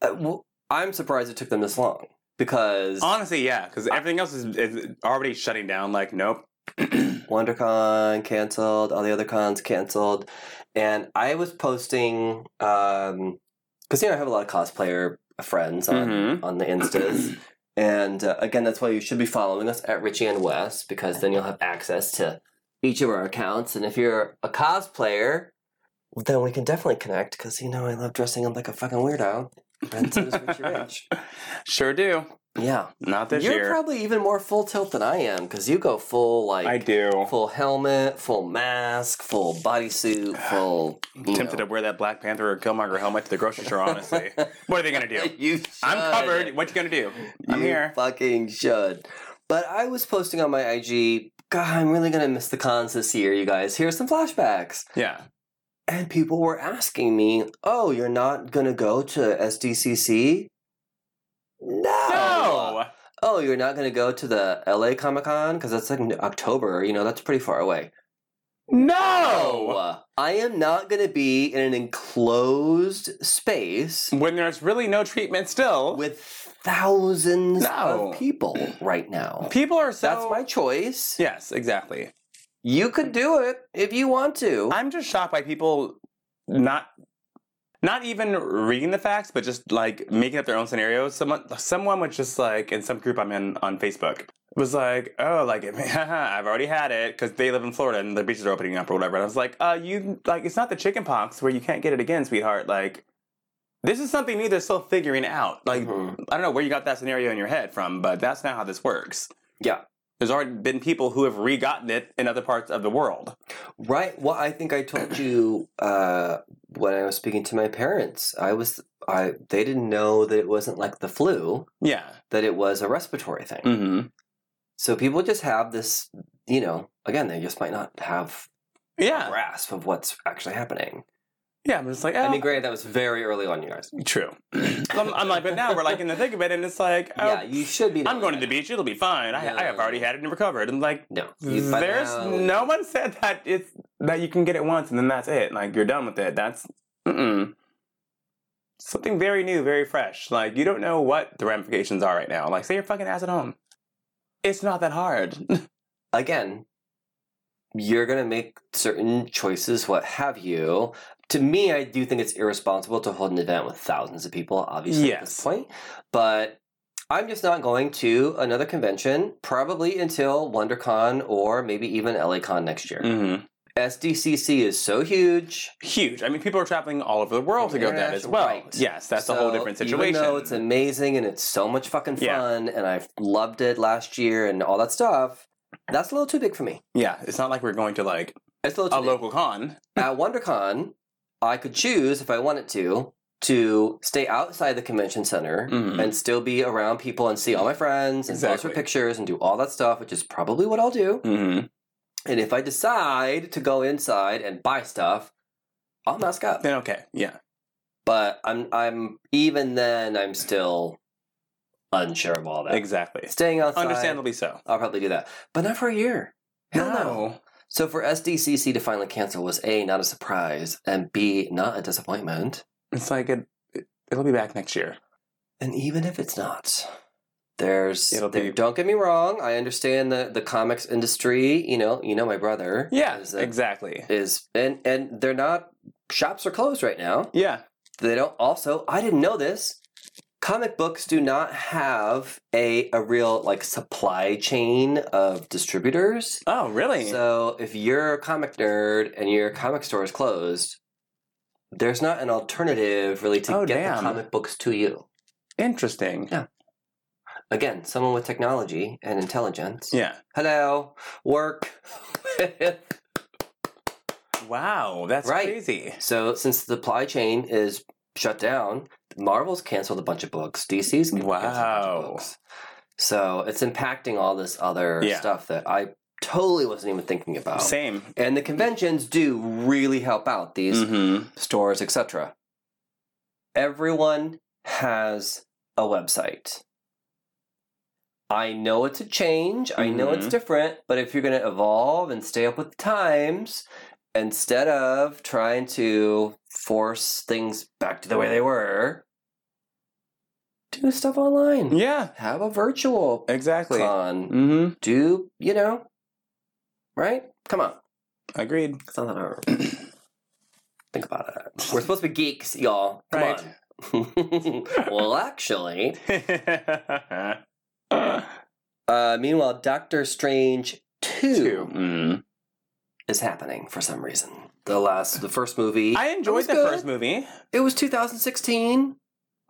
B: Uh, well, I'm surprised it took them this long because
A: Honestly, yeah, because everything else is, is already shutting down. Like, nope.
B: WonderCon canceled, all the other cons canceled, and I was posting um, because you know I have a lot of cosplayer friends on
A: Mhm.
B: on the instas, and uh, again that's why you should be following us at Richie and West because then you'll have access to each of our accounts, and if you're a cosplayer, then we can definitely connect because you know I love dressing up like a fucking weirdo. And so does Richie Rich.
A: Sure do.
B: Yeah,
A: Not this
B: you're
A: year.
B: probably even more full tilt than I am because you go full like
A: I do.
B: full helmet, full mask, full bodysuit, full. you
A: Tempted
B: know.
A: to wear that Black Panther or Killmonger helmet to the grocery store, honestly. what are they going to do?
B: you
A: I'm
B: should.
A: covered. What you going to do? I'm
B: you
A: here.
B: Fucking should. But I was posting on my IG. God, I'm really gonna miss the cons this year, you guys. Here's some flashbacks.
A: Yeah.
B: And people were asking me, "Oh, you're not gonna go to SDCC?" No.
A: No!
B: Oh, you're not gonna go to the LA Comic Con because that's like in October. You know, that's pretty far away.
A: No!
B: I am not going to be in an enclosed space
A: When there's really no treatment still,
B: with thousands
A: No.
B: of people right now.
A: people are so.
B: That's my choice.
A: Yes, exactly.
B: You could do it if you want to.
A: I'm just shocked by people not. Not even reading the facts, but just like making up their own scenarios. Someone, someone was just like in some group I'm in on Facebook was like, "Oh, like I've already had it because they live in Florida and the beaches are opening up or whatever." And I was like, "Uh, you like it's not the chicken pox where you can't get it again, sweetheart. Like this is something new. They're still figuring out. Like
B: Mhm.
A: I don't know where you got that scenario in your head from, but that's not how this works.
B: Yeah.
A: There's already been people who have re-gotten it in other parts of the world.
B: Right. Well, I think I told you uh, when I was speaking to my parents. I was. I. They didn't know that it wasn't like the flu.
A: Yeah.
B: That it was a respiratory thing.
A: Mm-hmm.
B: So people just have this. You know. Again, they just might not have a
A: Yeah.
B: grasp of what's actually happening.
A: Yeah. I'm just like, oh,
B: I mean, granted, that was very early on, you guys.
A: true. I'm, I'm like, but now we're like in the thick of it, and it's like, oh,
B: yeah, you should be.
A: I'm going to the beach. It'll be fine. I, I have
B: No.
A: already had it and recovered. And like,
B: No, you- by
A: there's
B: now-
A: no one said that it's that you can get it once and then that's it. Like you're done with it. That's mm-mm. something very new, very fresh. Like you don't know what the ramifications are right now. Like say your fucking ass at home. It's not that hard.
B: again. You're going to make certain choices. What have you? To me, I do think it's irresponsible to hold an event with thousands of people. Obviously, at
A: Yes.
B: this point, but I'm just not going to another convention probably until WonderCon or maybe even LACon next year.
A: mm-hmm.
B: SDCC is so huge.
A: Huge. I mean, people are traveling all over the world to go to that as
B: International-
A: well.
B: right.
A: Yes, that's a
B: So,
A: whole different situation.
B: Even though it's amazing and it's so much fucking
A: Yeah.
B: fun, and I loved it last year and all that stuff, That's a little too big for me.
A: Yeah, it's not like we're going to like
B: It's a little
A: a
B: too big.
A: local con.
B: At WonderCon, I could choose if I wanted to to stay outside the convention center
A: Mhm.
B: and still be around people and see all my friends and pose for
A: Exactly.
B: pictures and do all that stuff, which is probably what I'll do.
A: Mm-hmm.
B: And if I decide to go inside and buy stuff, I'll mask up.
A: Then okay, yeah,
B: But I'm I'm even then I'm still unsure of all that.
A: exactly.
B: Staying outside,
A: Understandably so.
B: I'll probably do that, but not for a year. Hell no. So for SDCC to finally cancel was a not a surprise and b not a disappointment.
A: it's like it. It'll be back next year.
B: And even if it's not, there's
A: It'll
B: there-
A: be-
B: don't get me wrong. I understand the the comics industry. You know, you know my brother.
A: Yeah,
B: is, a-
A: exactly.
B: is and and they're not shops are closed right now.
A: Yeah,
B: They don't. Also, I didn't know this. Comic books do not have a a real like supply chain of distributors.
A: Oh, really?
B: So if you're a comic nerd and your comic store is closed, there's not an alternative really to
A: Oh,
B: get the
A: damn.
B: comic books to you.
A: Interesting.
B: Yeah. Again, someone with technology and intelligence.
A: Yeah.
B: Hello, work.
A: Wow, that's
B: Right.
A: crazy.
B: so since the supply chain is shut down, Marvel's canceled a bunch of books. DC's canceled a bunch
A: Wow.
B: of books. So it's impacting all this other
A: Yeah.
B: stuff that I totally wasn't even thinking about.
A: Same.
B: And the conventions do really help out these
A: Mm-hmm.
B: stores, etc. Everyone has a website. I know it's a change, I know it's
A: Mhm.
B: different, but if you're going to evolve and stay up with the times, instead of trying to force things back to the way they were, do stuff online.
A: Yeah,
B: Have a virtual
A: exactly.
B: con.
A: Mm-hmm.
B: Do, you know, right? Come on.
A: Agreed.
B: It's not that hard. Think about it. We're supposed to be geeks, y'all. Come
A: Right.
B: on. well, actually. Uh, meanwhile, Doctor Strange 2,
A: Two. Mm.
B: is happening for some reason. The last, the first movie.
A: I
B: It
A: enjoyed
B: was
A: the
B: good.
A: first movie.
B: It was 2016.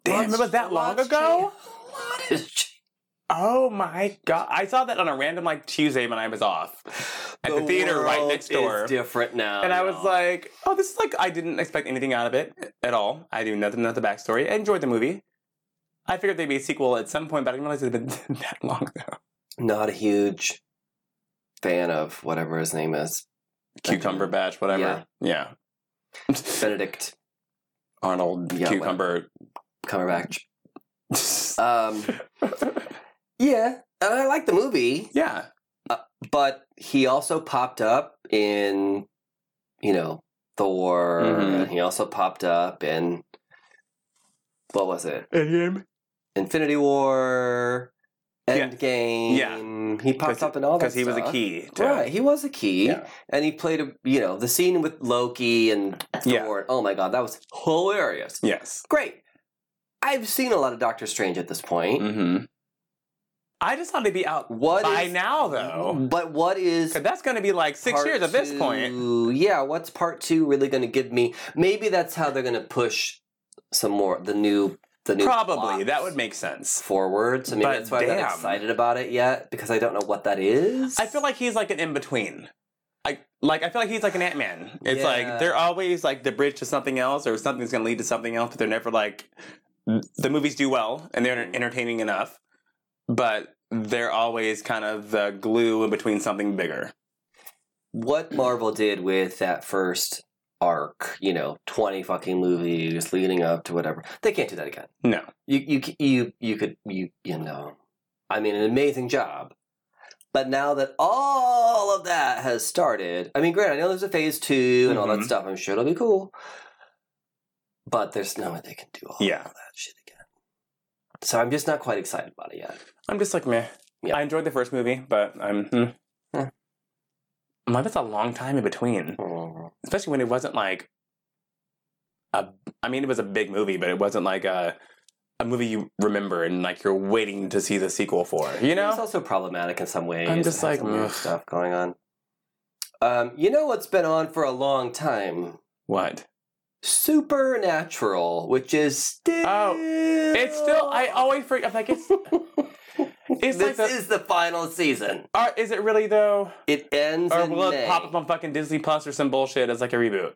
A: Damn, it was that long
B: lots
A: ago?
B: cha- lots cha-
A: Oh my god! I saw that on a random like Tuesday when I was off at the, theater right
B: world
A: next door,
B: Is different now.
A: and I was
B: y'all.
A: like, "Oh, this is like I didn't expect anything out of it at all. I knew nothing about the backstory. I enjoyed the movie. I figured there'd be a sequel at some point, but I didn't realize it had been that long ago.
B: not a huge fan of whatever his name is,
A: Cucumber batch, whatever. Yeah.
B: Benedict
A: Arnold
B: Yeah,
A: cucumber.
B: Cumberbatch. Um, yeah, and I like the movie.
A: yeah.
B: but he also popped up in you know Thor
A: Mhm.
B: and he also popped up in what was it?
A: And him.
B: Infinity War
A: Yeah.
B: Endgame. He popped up in all that
A: because he was a
B: stuff.
A: key. To,
B: Right, he was a key,
A: Yeah.
B: and he played a you know the scene with Loki and Thor.
A: Yeah.
B: Oh my god, that was hilarious!
A: Yes.
B: Great. I've seen a lot of Doctor Strange at this point.
A: Mm-hmm. I just thought they'd be out
B: What
A: by
B: is-
A: now, though.
B: But what is
A: 'Cause that's going to be like six
B: part
A: years at this point.
B: two- Yeah, what's part two really going to give me? Maybe that's how they're going to push some more the new the new
A: Probably.
B: plots
A: That would make sense.
B: forward. So maybe
A: But
B: that's why I'm not
A: damn.
B: excited about it yet because I don't know what that is.
A: I feel like he's like an in between. I like I feel like he's like an Ant Man. It's
B: Yeah.
A: like they're always like the bridge to something else, or something's going to lead to something else, but they're never like the movies do well and
B: Mm.
A: they're entertaining enough, but they're always kind of the glue in between something bigger.
B: what Marvel did with that first arc, you know, twenty fucking movies leading up to whatever. They can't do that again.
A: No,
B: You you c- you you could you you know, I mean, an amazing job. But now that all of that has started, I mean, great. I know there's a phase 2 and all that
A: Mhm.
B: stuff. I'm sure it'll be cool. But there's no way they can do all
A: Yeah.
B: of that shit again. So I'm just not quite excited about it yet.
A: I'm just like meh.
B: Yeah.
A: I enjoyed the first movie, but I'm. Hmm.
B: Yeah.
A: Well, that's a long time in between, especially when it wasn't like a. I mean, it was a big movie, but it wasn't like a a movie you remember and like you're waiting to see the sequel for. You
B: it's
A: know?
B: also problematic in some ways.
A: I'm
B: It
A: just
B: has
A: like,
B: some weird
A: ugh.
B: stuff going on. Um, you know what's been on for a long time?
A: What?
B: Supernatural, which is still
A: Oh, It's still. I always forget. I'm like it's. It's like
B: this
A: the-
B: is the final season.
A: Are, is it really though?
B: It ends
A: Or
B: in
A: will
B: May
A: it pop up on fucking Disney Plus or some bullshit as like a reboot?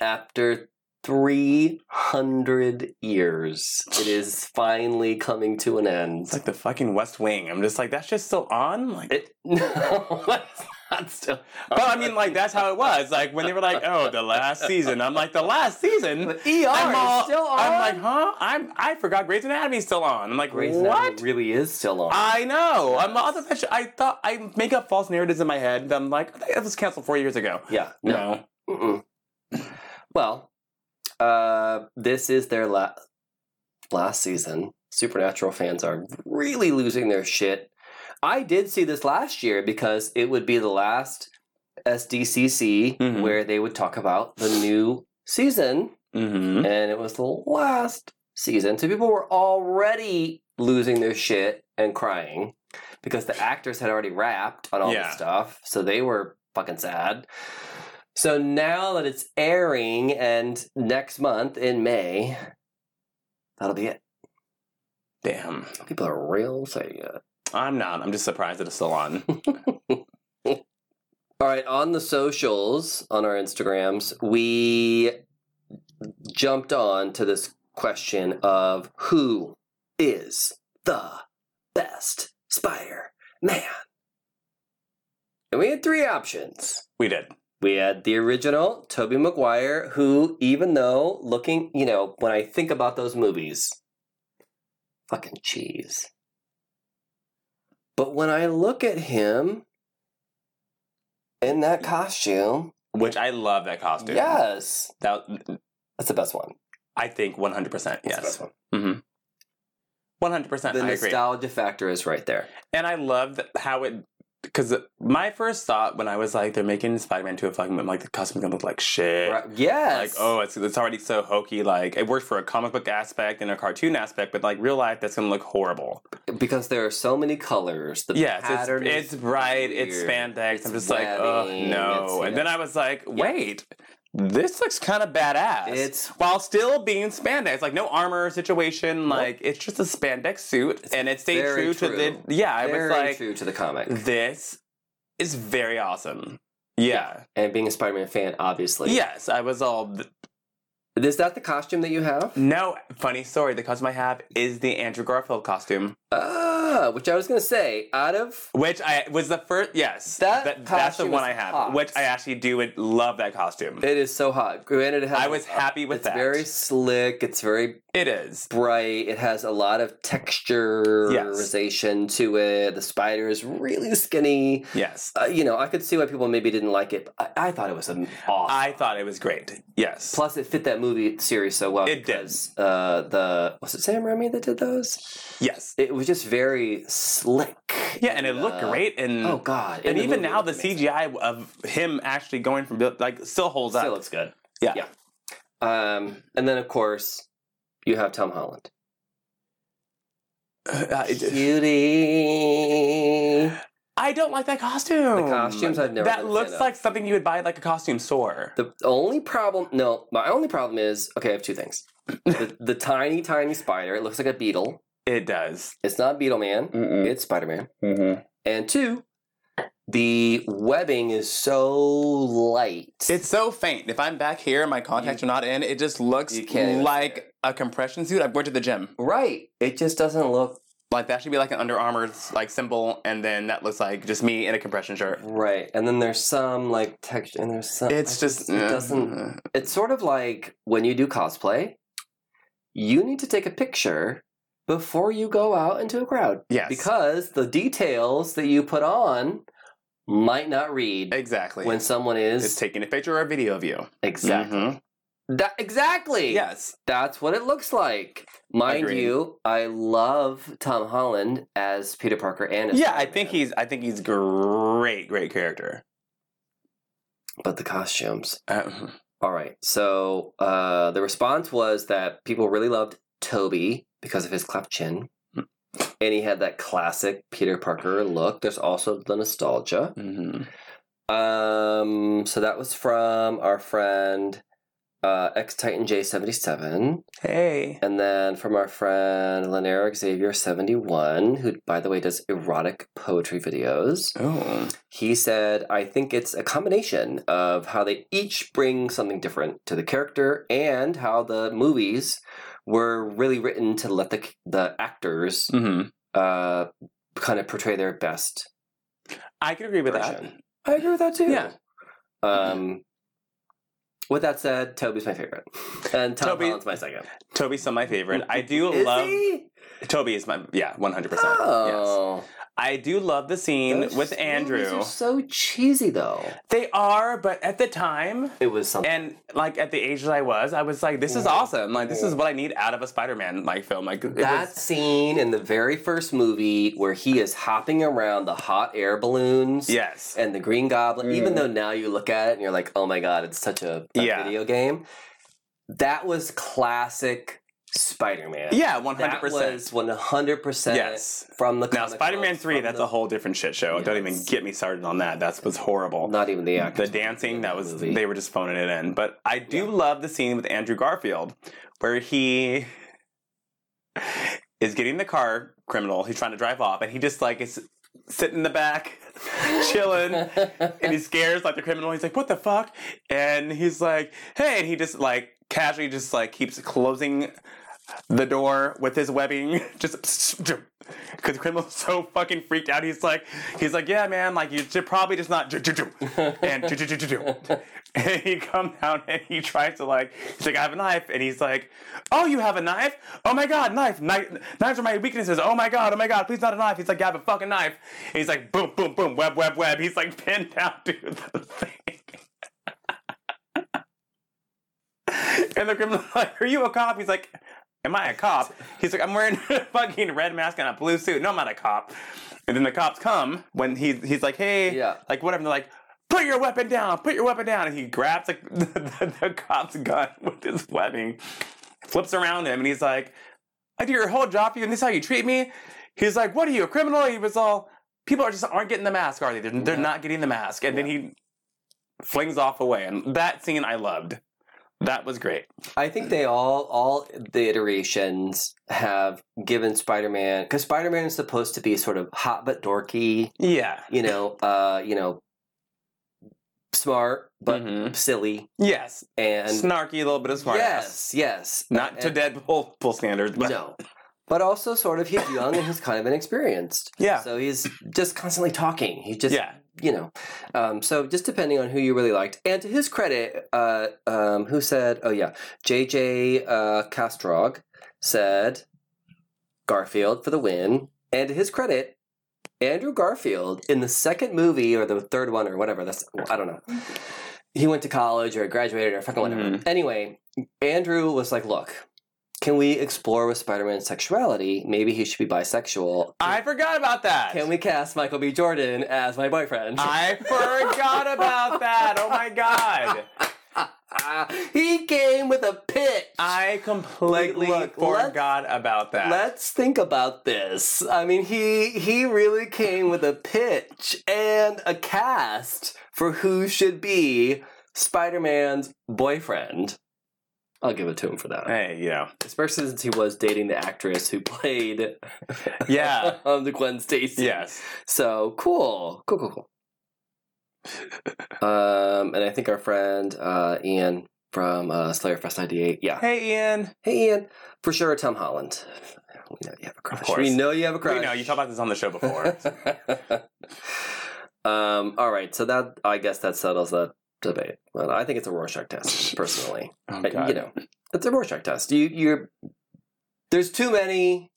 B: after 300 years. It is finally coming to an end.
A: It's like the fucking West Wing. I'm just like, that's just still on. Like,
B: It, no, it's not still.
A: but I mean, like that's how it was. Like when they were like, "Oh, the last season." I'm like, "The last season."
B: But ER
A: I'm
B: is
A: all-
B: still on.
A: I'm like, "Huh?" I'm I forgot Grey's Anatomy's still on. I'm like,
B: Grey's Anatomy
A: "What?"
B: really is still on.
A: I know. I'm all the bitch. I thought I make up false narratives in my head. I'm like, that was canceled four years ago.
B: yeah, no.
A: No,
B: Mm-mm. Well, uh, this is their la- last season. Supernatural fans are really losing their shit. I did see this last year because it would be the last SDCC
A: Mhm.
B: where they would talk about the new season,
A: mm-hmm.
B: and it was the last season. So people were already losing their shit and crying because the actors had already rapped on all
A: Yeah.
B: this stuff, so they were fucking sad. So now that it's airing and next month in May, that'll be it.
A: damn.
B: People are real sad.
A: I'm not. I'm just surprised that it's still on.
B: All right, on the socials, on our Instagrams, we jumped on to this question of who is the best Spider Man? And we had three options.
A: we did.
B: We had the original Toby Maguire, who, even though looking, you know, when I think about those movies, fucking cheese. But when I look at him in that costume,
A: Which I love that costume.
B: yes,
A: That
B: that's the best one.
A: I think 100. percent
B: That's the best
A: Yes.
B: one.
A: Mm-hmm. 100. percent
B: The
A: I agree.
B: nostalgia factor is right there.
A: And I love that- how it. Because my first thought when I was like, they're making Spider-Man 2 a fucking, I'm like, the costume's gonna look like shit.
B: Right. Yes.
A: Like, oh, it's, it's already so hokey. Like, it worked for a comic book aspect and a cartoon aspect, but like real life, that's gonna look horrible.
B: because there are so many colors. The
A: yes,
B: pattern
A: it's,
B: is
A: it's bright, it's
B: weird.
A: spandex. I'm
B: It's
A: just like, oh
B: webbing,
A: no.
B: it's-
A: and then
B: yes.
A: I was like, wait, this looks kind of badass.
B: It's-
A: while still being spandex, like no armor situation.
B: Nope.
A: Like it's just a spandex suit, and it stayed
B: very
A: true, to
B: true.
A: the yeah. I
B: very
A: was like,
B: true to the comic.
A: this is very awesome. Yeah.
B: And being a Spider Man fan, obviously.
A: yes, I was all.
B: Is that the costume that you have?
A: No, funny story. The costume I have is the Andrew Garfield costume,
B: Ah, which I was gonna say, out of
A: which I was the first. Yes,
B: That
A: that's the
B: costume
A: one
B: is
A: I have,
B: hot.
A: which I actually do would love that costume.
B: it is so hot. Granted, it has
A: I was happy with
B: it's
A: that.
B: very slick. It's very
A: It is.
B: bright. It has a lot of texturization to it. The spider is really skinny.
A: Yes.
B: Uh, you know, I could see why people maybe didn't like it. But I, I thought it was an awesome.
A: I thought it was great. Yes.
B: Plus, it fit that movie series so well.
A: It did.
B: because, Uh, the was it Sam Raimi that did those?
A: Yes.
B: It was just very slick.
A: Yeah, and it looked
B: uh,
A: great. And
B: Oh God!
A: and
B: the
A: even
B: movie
A: now,
B: looked
A: the
B: amazing.
A: CGI of him actually going from build- like still holds
B: still
A: up.
B: looks good.
A: Yeah.
B: yeah. Um, and then of course you have Tom Holland.
A: Uh, it-
B: Cutie.
A: I don't like that costume.
B: The costumes I've never
A: That
B: been a
A: looks
B: fan of.
A: like something you would buy at, like a costume store.
B: The only problem, no, my only problem is okay. I have two things. the, the tiny, tiny spider. It looks like a beetle.
A: it does.
B: It's not Beetle Man.
A: Mm-mm.
B: It's Spider Man.
A: Mm-hmm.
B: And two, the webbing is so light.
A: It's so faint. If I'm back here and my contacts are not in, it just looks
B: You can't even
A: like a compression suit. I've worked at the gym.
B: right. It just doesn't look
A: Like that should be like an Under Armour like symbol, and then that looks like just me in a compression shirt.
B: right. And then there's some like texture. And there's some.
A: It's
B: I
A: just mm, uh,
B: it doesn't. it's sort of like when you do cosplay, you need to take a picture before you go out into a crowd
A: Yes,
B: because the details that you put on might not read
A: exactly.
B: when someone is
A: it's taking a picture or a video of you.
B: exactly
A: Mhm.
B: that exactly
A: Yes.
B: that's what it looks like mind
A: Agreed.
B: you i love tom holland as peter parker and as
A: Yeah, I
B: Spider-Man,
A: think he's. I think he's great. Great character.
B: but the costumes
A: Uh,
B: all right so uh the response was that people really loved toby because of his cleft chin and he had that classic peter parker look there's also the nostalgia
A: mhm.
B: Um, so that was from our friend uh, X Titan J77.
A: Hey.
B: And then from our friend Lanera Xavier71, who, by the way, does erotic poetry videos.
A: Oh.
B: He said, I think it's a combination of how they each bring something different to the character and how the movies were really written to let the, the actors
A: Mm-hmm.
B: uh, kind of portray their best.
A: I can agree with
B: Version. I agree with that too.
A: Yeah. Mm-hmm.
B: Um, with that said, Toby's my favorite. And Tom
A: Toby-
B: Holland's my second.
A: that. Toby's still my favorite. I do love
B: he?
A: Toby is my yeah, one hundred percent. Yes.
B: Oh.
A: I do love the scene
B: Those
A: with
B: movies
A: Andrew.
B: are so cheesy though.
A: They are, but at the time
B: It was something.
A: and like at the age that I was, I was like, this is awesome. Like this is what I need out of a Spider-Man like film. Like it
B: that
A: was,
B: scene in the very first movie where he is hopping around the hot air balloons
A: yes.
B: and the green goblin even
A: Mm.
B: though now you look at it and you're like oh my god it's such a, a
A: Yeah.
B: video game that was classic spider-man
A: Yeah, one hundred
B: that
A: percent.
B: was 100%
A: Yes.
B: from the
A: Now
B: comic
A: Spider-Man
B: books,
A: three,
B: from
A: that's
B: the-
A: a whole different shit show. Don't even
B: Yes.
A: get me started on that. That was horrible.
B: not even the actor
A: the dancing that was
B: movie.
A: they were just phoning it in but i do love the scene with andrew garfield where he is getting the car criminal he's trying to drive off and he just like is sitting in the back chilling and he scares like the criminal he's like what the fuck and he's like hey and he just like casually just like keeps closing the door with his webbing just because the criminal's so fucking freaked out he's like he's like yeah man like you're probably just not and and he comes down and he tries to like he's like I have a knife and he's like oh you have a knife oh my god knife knife knives are my weaknesses oh my god oh my god please not a knife he's like I have a fucking knife and he's like boom boom boom web web web he's like pinned down to the thing and the criminal's like are you a cop he's like am I a cop he's like I'm wearing a fucking red mask and a blue suit no I'm not a cop and then the cops come when he's he's like hey
B: Yeah.
A: like whatever and they're like put your weapon down, put your weapon down. And he grabs like, the, the, the cop's gun with his webbing, flips around him, and he's like, I do your whole job for you, and this is how you treat me? He's like, what are you, a criminal? He was all, people are just aren't getting the mask, are they? They're, they're not getting the mask. And then he flings off away. And that scene I loved. That was great.
B: I think they all all the iterations have given Spider-Man because Spider-Man is supposed to be sort of hot but dorky,
A: Yeah.
B: you know, uh, you know, smart but
A: Mhm.
B: silly
A: Yes.
B: Mm-hmm. and
A: Snarky, a little bit of smart ass.
B: yes, yes,
A: Not to
B: And-
A: Deadpool full standards, but
B: no, but also sort of he's young and he's kind of inexperienced,
A: yeah.
B: so he's just constantly talking. He just
A: yeah.
B: you know. Um, so just depending on who you really liked. And to his credit, uh, um, who said, oh yeah, JJ uh, Castrog said Garfield for the win. And to his credit, Andrew Garfield in the second movie or the third one or whatever, that's, I don't know. He went to college or graduated or fucking whatever.
A: Mhm.
B: Anyway, Andrew was like, look, can we explore with Spider Man's sexuality? Maybe he should be bisexual.
A: I forgot about that.
B: Can we cast Michael B. Jordan as my boyfriend?
A: I forgot about that. Oh my god.
B: he came with a pitch.
A: I completely
B: Look, let's-
A: forgot about that.
B: Let's think about this. I mean, he he really came with a pitch and a cast for who should be Spider-Man's boyfriend. I'll give it to him for that,
A: hey, you know.
B: especially since he was dating the actress who played
A: Yeah.
B: um, the Gwen Stacy.
A: yes.
B: So cool, cool, cool, cool. um, and I think our friend uh, Ian from uh, Slayer Fest '98, yeah,
A: Hey Ian.
B: Hey, Ian. For sure, Tom Holland. We know you have a crush.
A: course.
B: We know you have a
A: We
B: crush.
A: know you talked about this on the show before.
B: um, all right, so that I guess that settles that debate. Well, I think it's a Rorschach test, personally.
A: oh,
B: But, you know, it's a Rorschach test. You, you're there's too many.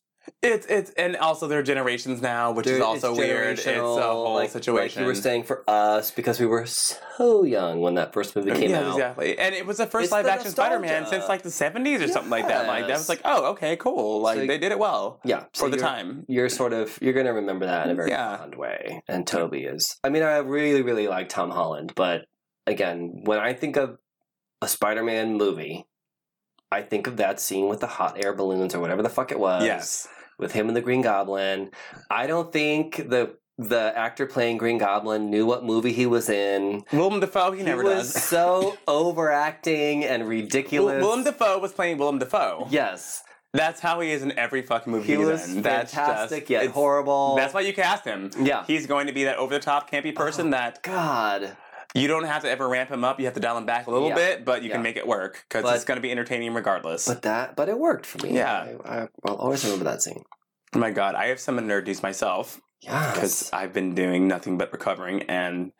A: It's it's and also there are generations now, which is
B: Dude,
A: also
B: it's
A: weird. It's a
B: generational,
A: whole
B: like,
A: situation.
B: Like you were saying for us because we were so young when that first movie came
A: yeah,
B: out.
A: exactly. And it was the first
B: It's the
A: live action Spider Man
B: nostalgia.
A: since like the seventies or something like that. Like that was
B: Yes.
A: like, oh, okay, cool. Like
B: So-
A: they did it well
B: Yeah, so
A: for the
B: you're-
A: time.
B: you're sort of you're gonna remember that in a very
A: Yeah.
B: fond way. And Toby is. I mean, I really, really like Tom Holland, but again, when I think of a Spider-Man movie, I think of that scene with the hot air balloons or whatever the fuck it was.
A: Yes.
B: With him and the Green Goblin. I don't think the the actor playing Green Goblin knew what movie he was in.
A: Willem Dafoe, he never
B: he was
A: does.
B: so overacting and
A: Will-
B: ridiculous.
A: Willem Dafoe was playing Willem Dafoe.
B: Yes,
A: That's how he is in every fucking movie
B: he
A: he's
B: was
A: in. That's
B: fantastic
A: just,
B: yet
A: it's-
B: horrible.
A: That's why you cast him.
B: Yeah.
A: He's going to be that over the top campy
B: Uh-huh.
A: person that
B: God.
A: you don't have to ever ramp him up. You have to dial him back a little
B: Yeah.
A: bit, but you
B: Yeah.
A: can make it work because
B: But-
A: it's going to be entertaining regardless.
B: But that, but it worked for me.
A: Yeah.
B: I, I, will always remember that scene.
A: oh my god, I have some nerd news myself because
B: Yes.
A: I've been doing nothing but recovering and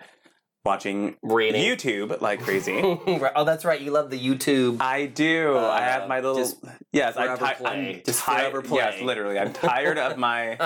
A: watching
B: Reading.
A: YouTube like crazy.
B: oh, that's right. You love the YouTube.
A: I do. I have
B: Uh,
A: my little
B: just
A: yes. I
B: forever
A: ti-
B: play.
A: I'm
B: Just
A: ti-
B: forever play.
A: Yes, literally. I'm tired of my.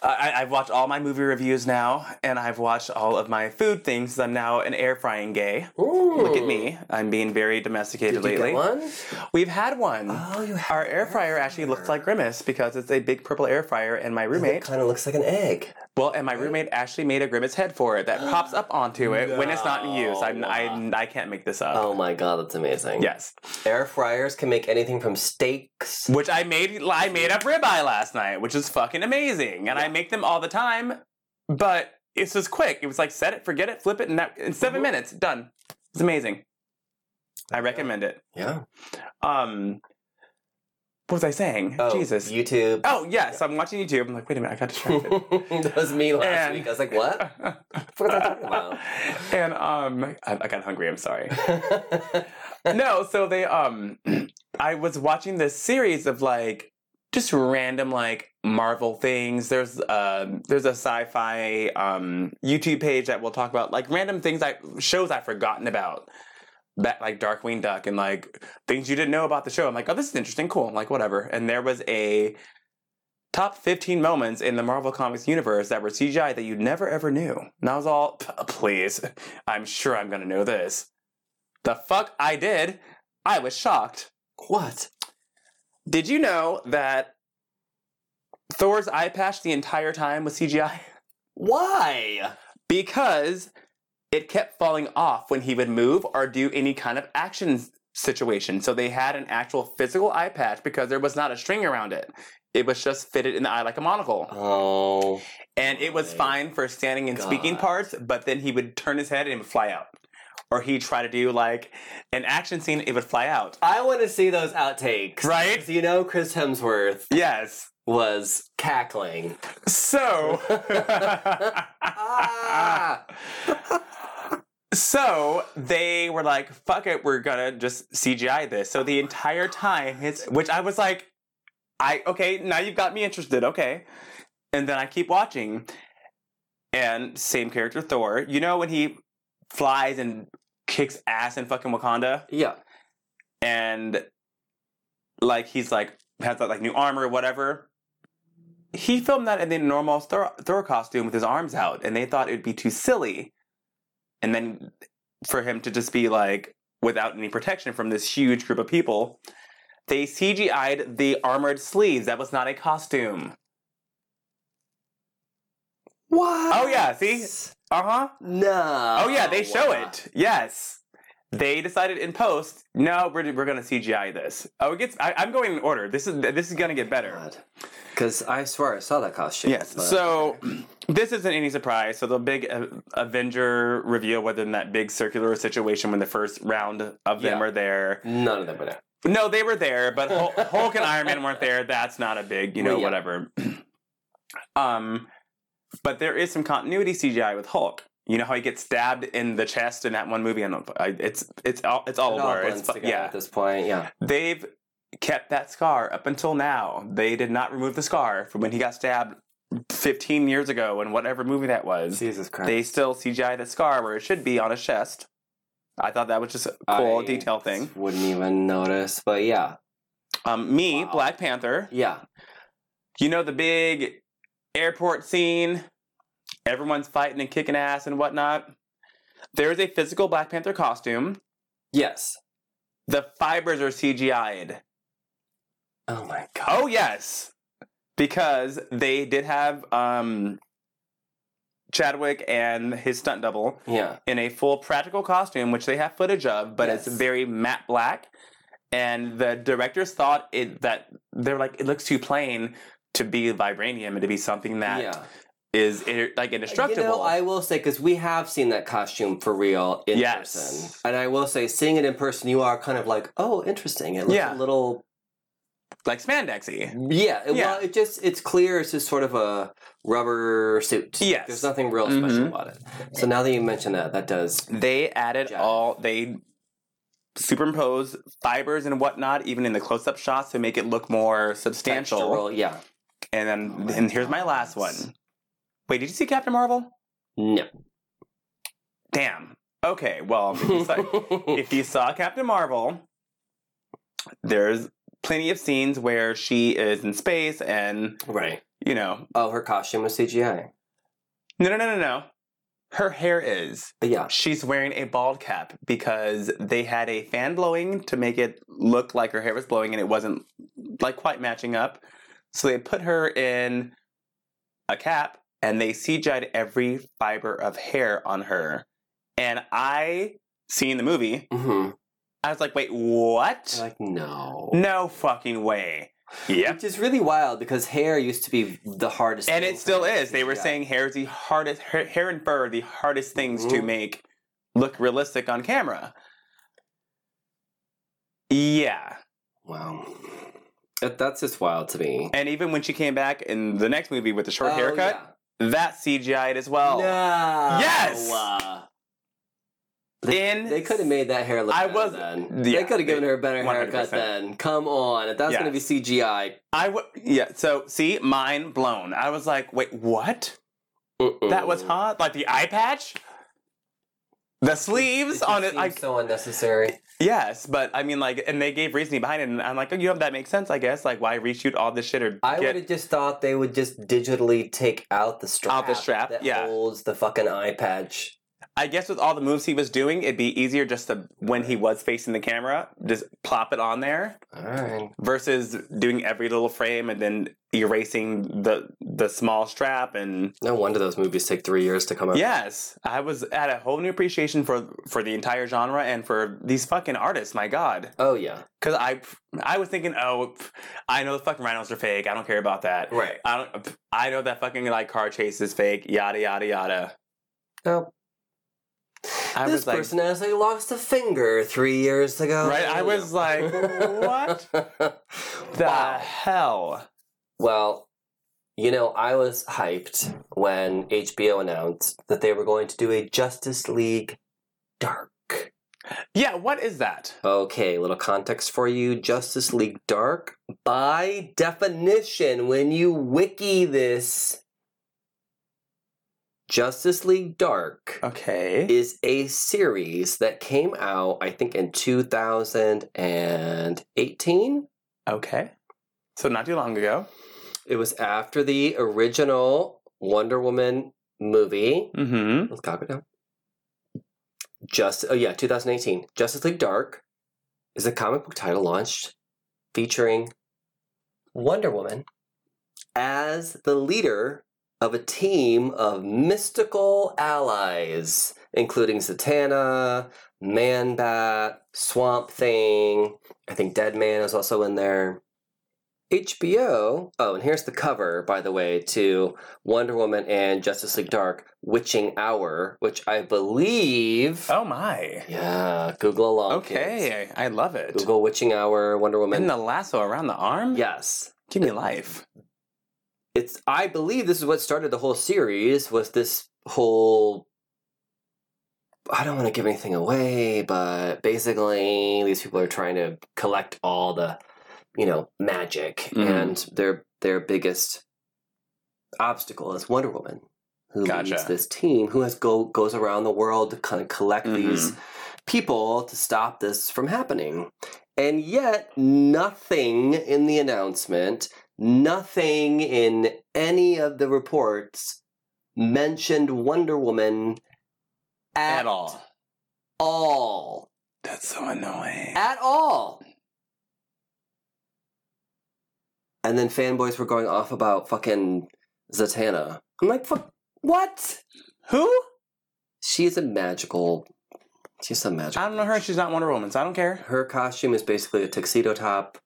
A: I, I've watched all my movie reviews now, and I've watched all of my food things. 'cause I'm now an air frying gay. Look at me. I'm being very domesticated
B: Did you
A: lately.
B: get one?
A: We've had one.
B: Oh, you have
A: Our air fryer actually looks like Grimace because it's a big purple air fryer, and my
B: It
A: roommate,
B: kind of looks like an egg.
A: well, and my roommate actually made a Grimace head for it that pops up onto it when it's not in use. I'm, I, I can't make this up.
B: Oh my god, that's amazing.
A: Yes,
B: Air fryers can make anything from steaks.
A: which I made. I made up ribeye last night, which is fucking amazing, and I make them all the time. But it's just quick. It was like set it, forget it, flip it, and that in 7
B: Mhm.
A: minutes, done. It's amazing. I recommend it.
B: Yeah.
A: Um, what was I saying?
B: Oh,
A: Jesus.
B: YouTube.
A: oh yes, I'm watching YouTube. I'm like, wait a minute, I got distracted.
B: that was me last
A: And-
B: week. I was like, what? What was I talking about?
A: and um, I, I got hungry. I'm sorry.
B: oh,
A: no, so they um, I was watching this series of like just random like Marvel things. There's uh, there's a sci-fi um YouTube page that we'll talk about like random things I shows I've forgotten about. That like Darkwing Duck and like things you didn't know about the show. I'm like, oh, this is interesting, cool. I'm like, whatever. And there was a top 15 moments in the Marvel Comics universe that were CGI that you never ever knew. And I was all, "P- please, I'm sure I'm gonna know this. The fuck I did? I was shocked.
B: what?
A: Did you know that Thor's eye patch the entire time was CGI?
B: Why?
A: Because it kept falling off when he would move or do any kind of action situation. So they had an actual physical eye patch because there was not a string around it. It was just fitted in the eye like a monocle.
B: Oh.
A: And it was
B: my
A: fine for standing and speaking
B: God.
A: parts, but then he would turn his head and it would fly out. Or he'd try to do like an action scene, it would fly out.
B: I want to see those outtakes.
A: Right?
B: You know, Chris Hemsworth
A: Yes.
B: was cackling.
A: So,
B: Ah!
A: so they were like, "Fuck it, we're gonna just CGI this." So the entire time, it's which I was like, "I okay, now you've got me interested." Okay, and then I keep watching, and same character Thor. You know when he flies and kicks ass in fucking Wakanda?
B: Yeah.
A: and like he's like has that like new armor or whatever. He filmed that in the normal Thor, Thor costume with his arms out, and they thought it'd be too silly, and then for him to just be like without any protection from this huge group of people. They CGI'd the armored sleeves. That was not a costume.
B: What?
A: Oh, yeah, see? Uh huh.
B: No.
A: Oh yeah, they show it. Yes. They decided in post. No, we're, we're gonna CGI this. Oh, it gets. I, I'm going in order. This is this is gonna get better.
B: Because I swear I saw that costume.
A: Yes.
B: but-
A: So this isn't any surprise. So the big uh, Avenger reveal, whether in that big circular situation when the first round of them
B: Yeah.
A: are there.
B: none of them were there.
A: No, they were there, but Hul- Hulk and Iron Man weren't there. That's not a big, you know,
B: Well, yeah.
A: whatever. um, but there is some continuity CGI with Hulk. You know how he gets stabbed in the chest in that one movie? I don't. I, it's it's all it's all
B: It all
A: over. It's
B: blends
A: fu-
B: together
A: yeah,
B: at this point. Yeah.
A: they've kept that scar up until now. They did not remove the scar from when he got stabbed 15 years ago in whatever movie that was.
B: Jesus Christ.
A: They still CGI the scar where it should be on his chest. I thought that was just a cool
B: I
A: detail thing.
B: Wouldn't even notice, but yeah,
A: Um, me,
B: Wow.
A: Black Panther,
B: yeah.
A: you know the big airport scene everyone's fighting and kicking ass and whatnot there's a physical black panther costume
B: Yes.
A: the fibers are cgi'd
B: Oh my god.
A: oh yes because they did have um, chadwick and his stunt double
B: Yeah.
A: in a full practical costume which they have footage of but it's
B: Yes.
A: very matte black and the directors thought it that they're like it looks too plain to be vibranium and to be something that
B: yeah.
A: is in, like indestructible.
B: You know, I will say because we have seen that costume for real in
A: Yes.
B: person, and I will say, seeing it in person, you are kind of like, oh, interesting. It looks
A: Yeah.
B: a little,
A: like spandexy.
B: yeah. it-
A: Yeah.
B: Well, it just it's clear. It's just sort of a rubber suit.
A: Yes.
B: There's nothing real special
A: Mhm.
B: about it. So now that you mention that, that does.
A: They added
B: Jive.
A: all they superimpose fibers and whatnot, even in the close-up shots, to make it look more substantial.
B: textural- Yeah.
A: And then,
B: Oh my
A: and here's my last one.
B: goodness.
A: Wait, did you see Captain Marvel?
B: No.
A: Damn. Okay, well, if you saw, if you saw Captain Marvel, there's plenty of scenes where she is in space and,
B: right.
A: you know,
B: Oh, her costume was CGI.
A: no, no, no, no, no. Her hair is.
B: Uh, Yeah.
A: She's wearing a bald cap because they had a fan blowing to make it look like her hair was blowing and it wasn't like quite matching up. So they put her in a cap and they CGI'd every fiber of hair on her. And I, seeing the movie,
B: hmm
A: I was like, wait, what?
B: Like no.
A: No fucking way. Yep.
B: Which is really wild because hair used to be the hardest.
A: And
B: thing
A: it
B: to
A: still
B: make
A: is. They were
B: CGI.
A: saying hair is the hardest, hair, hair and fur are the hardest things to
B: Mhm.
A: make look realistic on camera. Yeah.
B: Wow. That, that's just wild to me.
A: And even when she came back in the next movie with the short
B: Oh,
A: haircut, that CGI'd as
B: yeah.
A: well.
B: No.
A: Yes!
B: Uh,
A: In
B: They could have made that hair look
A: I
B: better
A: was-
B: then.
A: yeah,
B: they could have given
A: they-
B: her a better haircut
A: 100%.
B: then. Come on. If that's
A: Yeah.
B: going to be CGI,
A: I w- yeah, so see, mind blown. I was like, wait, what?
B: mm-mm.
A: That was hot? Like the eye patch? The sleeves
B: It
A: on
B: just
A: it, like
B: seems so unnecessary.
A: Yes, but I mean, like, and they gave reasoning behind it, and I'm like, oh, you know, that makes sense, I guess. Like, why reshoot all this shit or
B: I would
A: get
B: have just thought they would just digitally take out the strap.
A: Out the strap,
B: that
A: yeah.
B: holds the fucking eye patch.
A: I guess with all the moves he was doing, it'd be easier just to when he was facing the camera, just plop it on there
B: All right.
A: versus doing every little frame and then erasing the the small strap and
B: No wonder those movies take three years to come out.
A: yes, I was at a whole new appreciation for for the entire genre and for these fucking artists. My god,
B: Oh yeah.
A: because I I was thinking, oh, pff, I know the fucking rhinos are fake. I don't care about that.
B: Right.
A: I don't. pff, I know that fucking like car chase is fake. Yada yada yada.
B: Oh.
A: I
B: this
A: was like,
B: person actually lost a finger three years ago.
A: right? I was like, what
B: what?
A: the hell?
B: Well, you know, I was hyped when HBO announced that they were going to do a Justice League Dark.
A: Yeah, what is that?
B: Okay, little context for you. Justice League Dark, by definition, when you wiki this, Justice League Dark
A: Okay.
B: is a series that came out, I think, in 2018.
A: Okay. So not too long ago.
B: It was after the original Wonder Woman movie.
A: Mm-hmm.
B: Let's copy it down. Just oh yeah, 2018. Justice League Dark is a comic book title launched featuring Wonder Woman as the leader of a team of mystical allies, including Zatanna, Man Bat, Swamp Thing. I think Dead Man is also in there. HBO. Oh, and here's the cover, by the way, to Wonder Woman and Justice League Dark Witching Hour, which I believe.
A: Oh my.
B: Yeah, Google along. kids.
A: Okay, I love it.
B: Google Witching Hour, Wonder Woman.
A: And the lasso around the arm.
B: yes.
A: Give me life.
B: It's I believe this is what started the whole series was this whole I don't want to give anything away, but basically these people are trying to collect all the, you know, magic
A: Mhm.
B: and their their biggest obstacle is Wonder Woman who leads
A: Gotcha.
B: this team who has go goes around the world to kind of collect
A: Mhm.
B: these people to stop this from happening. And yet, nothing in the announcement, nothing in any of the reports mentioned Wonder Woman at,
A: At all.
B: all.
A: That's so annoying.
B: At all. And then fanboys were going off about fucking Zatanna. I'm like, fuck, what?
A: Who?
B: She's a magical. She's a magical.
A: I don't know her. She's not Wonder Woman, so I don't care.
B: her costume is basically a tuxedo top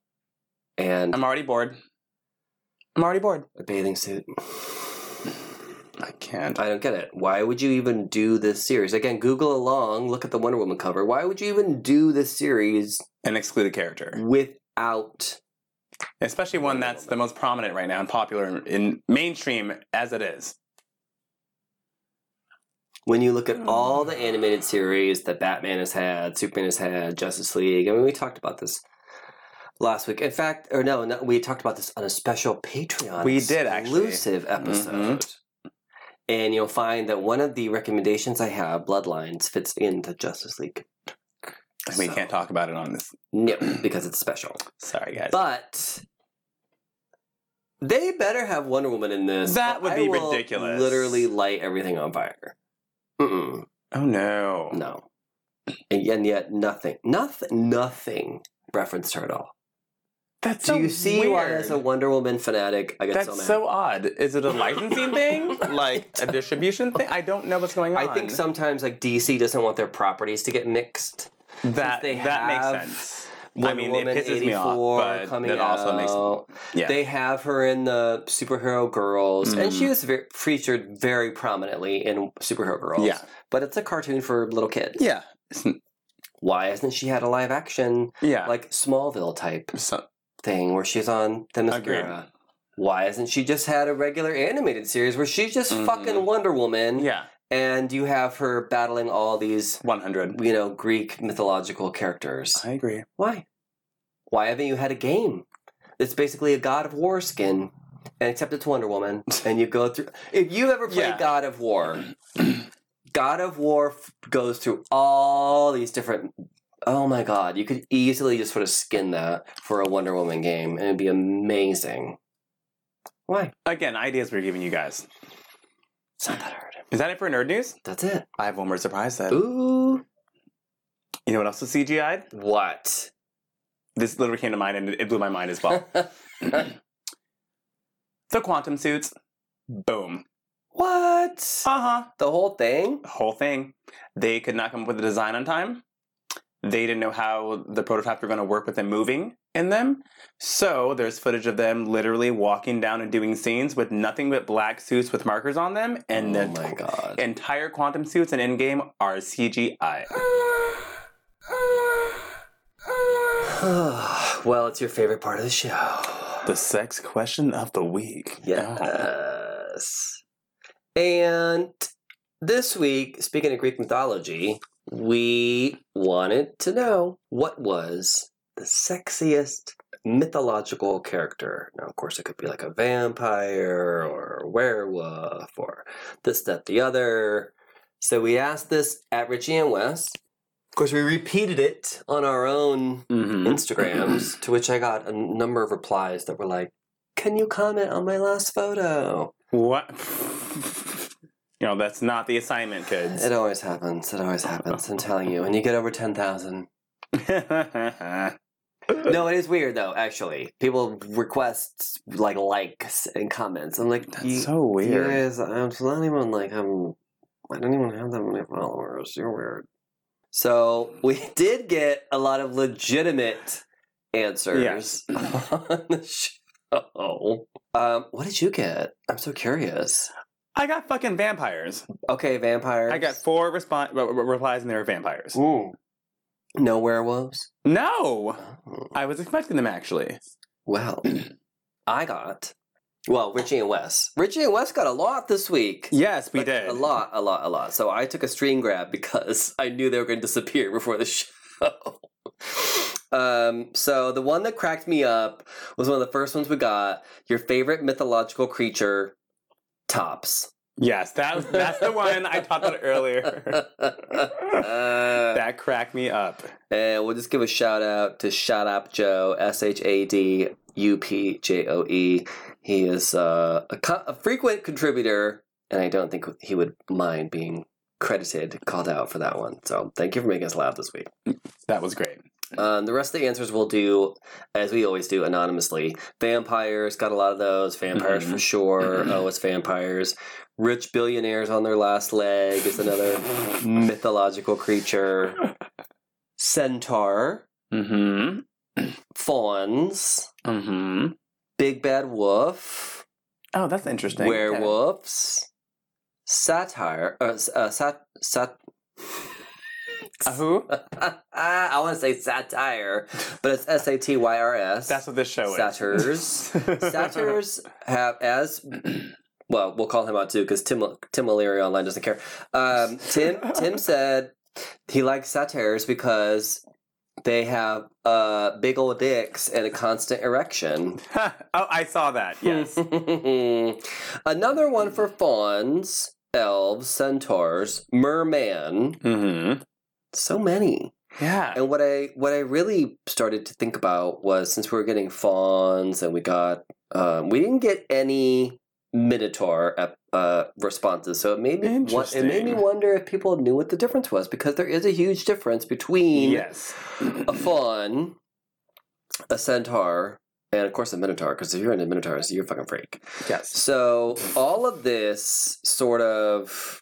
B: and
A: I'm already bored. I'm already bored.
B: a bathing suit.
A: I can't.
B: I don't get it. Why would you even do this series? Again, Google along, look at the Wonder Woman cover. Why would you even do this series
A: And exclude a character,
B: without?
A: especially one that's the most prominent right now and popular in mainstream as it is.
B: When you look at all the animated series that Batman has had, Superman has had, Justice League. I mean, we talked about this last week. In fact, or no, no we talked about this on a special Patreon.
A: We did, actually. Mm-hmm.
B: exclusive episode. And you'll find that one of the recommendations I have, Bloodlines, fits into Justice League.
A: And we
B: So-
A: can't talk about it on this.
B: No, because it's special.
A: Sorry, guys.
B: But they better have Wonder Woman in this.
A: That would
B: I
A: be
B: will
A: ridiculous.
B: Literally light everything on fire. Mm-mm,
A: oh no.
B: no, and, yet- and yet nothing, nothing, nothing referenced her at all.
A: That's
B: Do
A: so
B: you see why
A: weird.
B: as a Wonder Woman fanatic I get
A: That's
B: so mad?
A: so odd. Is it a licensing thing?
B: I
A: Like a distribution thing? I don't know what's going on.
B: I think sometimes like DC doesn't want their properties to get mixed.
A: That
B: they
A: that
B: have
A: makes sense. I
B: Wonder
A: mean,
B: Woman
A: it pisses me off,
B: 84
A: but it also makes
B: out.
A: yeah.
B: They have her in the superhero girls, and she
A: Mhm.
B: was very, featured very prominently in superhero girls.
A: Yeah.
B: but it's a cartoon for little kids.
A: yeah, It's-
B: Why hasn't she had a live action
A: yeah.
B: like Smallville type
A: So-
B: thing where she's on the mascara? Why hasn't she just had a regular animated series where she's just
A: Mhm.
B: fucking Wonder Woman
A: yeah,
B: and you have her battling all these
A: one hundred.
B: you know Greek mythological characters?
A: I agree.
B: Why? Why haven't you had a game? It's basically a God of War skin, and except it's Wonder Woman, and you go through. If you've ever played
A: Yeah.
B: God of War, God of War f- goes through all these different. Oh my God! You could easily just sort of skin that for a Wonder Woman game, and it'd be amazing. Why?
A: Again, ideas we're giving you guys.
B: It's not that hard.
A: Is that it for nerd news?
B: That's it.
A: I have one more surprise. Then
B: Ooh,
A: you know what else was CGI'd?
B: what?
A: This literally came to mind, and it blew my mind as well. the quantum suits. Boom.
B: what?
A: Uh huh.
B: The whole thing?
A: the whole thing. They could not come up with a design on time. They didn't know how the prototypes were going to work with them moving in them. So there's footage of them literally walking down and doing scenes with nothing but black suits with markers on them, and
B: oh
A: the
B: my God!
A: entire quantum suits in Endgame are CGI.
B: well, it's your favorite part of the show.
A: The sex question of the week. Ah.
B: Yes. And this week, speaking of Greek mythology, we wanted to know what was the sexiest mythological character. Now, of course, it could be like a vampire or a werewolf or this, that, the other. So we asked this at Richie and Wes. Of course, we repeated it on our own
A: Mm-hmm.
B: Instagrams, to which I got a number of replies that were like, Can you comment on my last photo?
A: What? you know, that's not the assignment, kids.
B: It always happens. It always happens. I'm telling you. When you get over 10,000. No, it is weird, though, actually. People request like likes and comments. I'm like,
A: that's
B: you,
A: so
B: you
A: weird.
B: guys, I'm just not even like, I'm, I don't even have that many followers. You're weird. So we did get a lot of legitimate answers on the show. Um, what did you get? I'm so curious.
A: I got fucking vampires.
B: Okay, vampires.
A: I got four respon re- re- replies and they were vampires.
B: Ooh. No werewolves.
A: No!
B: Oh.
A: I was expecting them actually.
B: Well, I got. Well, Richie and Wes. Richie and Wes got a lot this week.
A: Yes, we
B: Like,
A: did.
B: A lot, a lot, a lot. So I took a stream grab because I knew they were going to disappear before the show. Um, so the one that cracked me up was one of the first ones we got. Your favorite mythological creature, tops.
A: Yes, that, that's the one I talked about earlier.
B: Uh,
A: that cracked me up.
B: And we'll just give a shout out to Shut Up Joe, S H A D U P J O E. He is uh, a, co- a frequent contributor, and I don't think he would mind being credited, called out for that one. So thank you for making us laugh this week.
A: That was great.
B: Um, the rest of the answers we'll do, as we always do, anonymously. Vampires, got a lot of those. Vampires for sure. oh, it's vampires. Rich billionaires on their last leg is another mythological creature. Centaur,
A: Mm-hmm.
B: fawns,
A: Mm-hmm.
B: big bad wolf,
A: Oh, that's interesting.
B: werewolves, satire, uh, s- uh, sat, sat,
A: A Uh, who?
B: I want to say satire, but it's S A T Y R S.
A: That's what this show is.
B: Satires. Satires have as well. We'll call him out too because Tim Tim O'Leary online doesn't care. Um, Tim Tim said he likes satires because they have uh, big old dicks and a constant erection.
A: oh, I saw that. Yes.
B: Another one for fawns, elves, centaurs, merman.
A: mm-hmm.
B: So many.
A: Yeah.
B: And what I what I really started to think about was since we were getting fawns and we got um, we didn't get any minotaur ep- uh, responses, so it made me wa- it made me
A: Interesting.
B: wonder if people knew what the difference was because there is a huge difference between
A: Yes.
B: a fawn, a centaur, and of course a minotaur. Because if you're into minotaurs, you're a fucking freak.
A: Yes.
B: So all of this sort of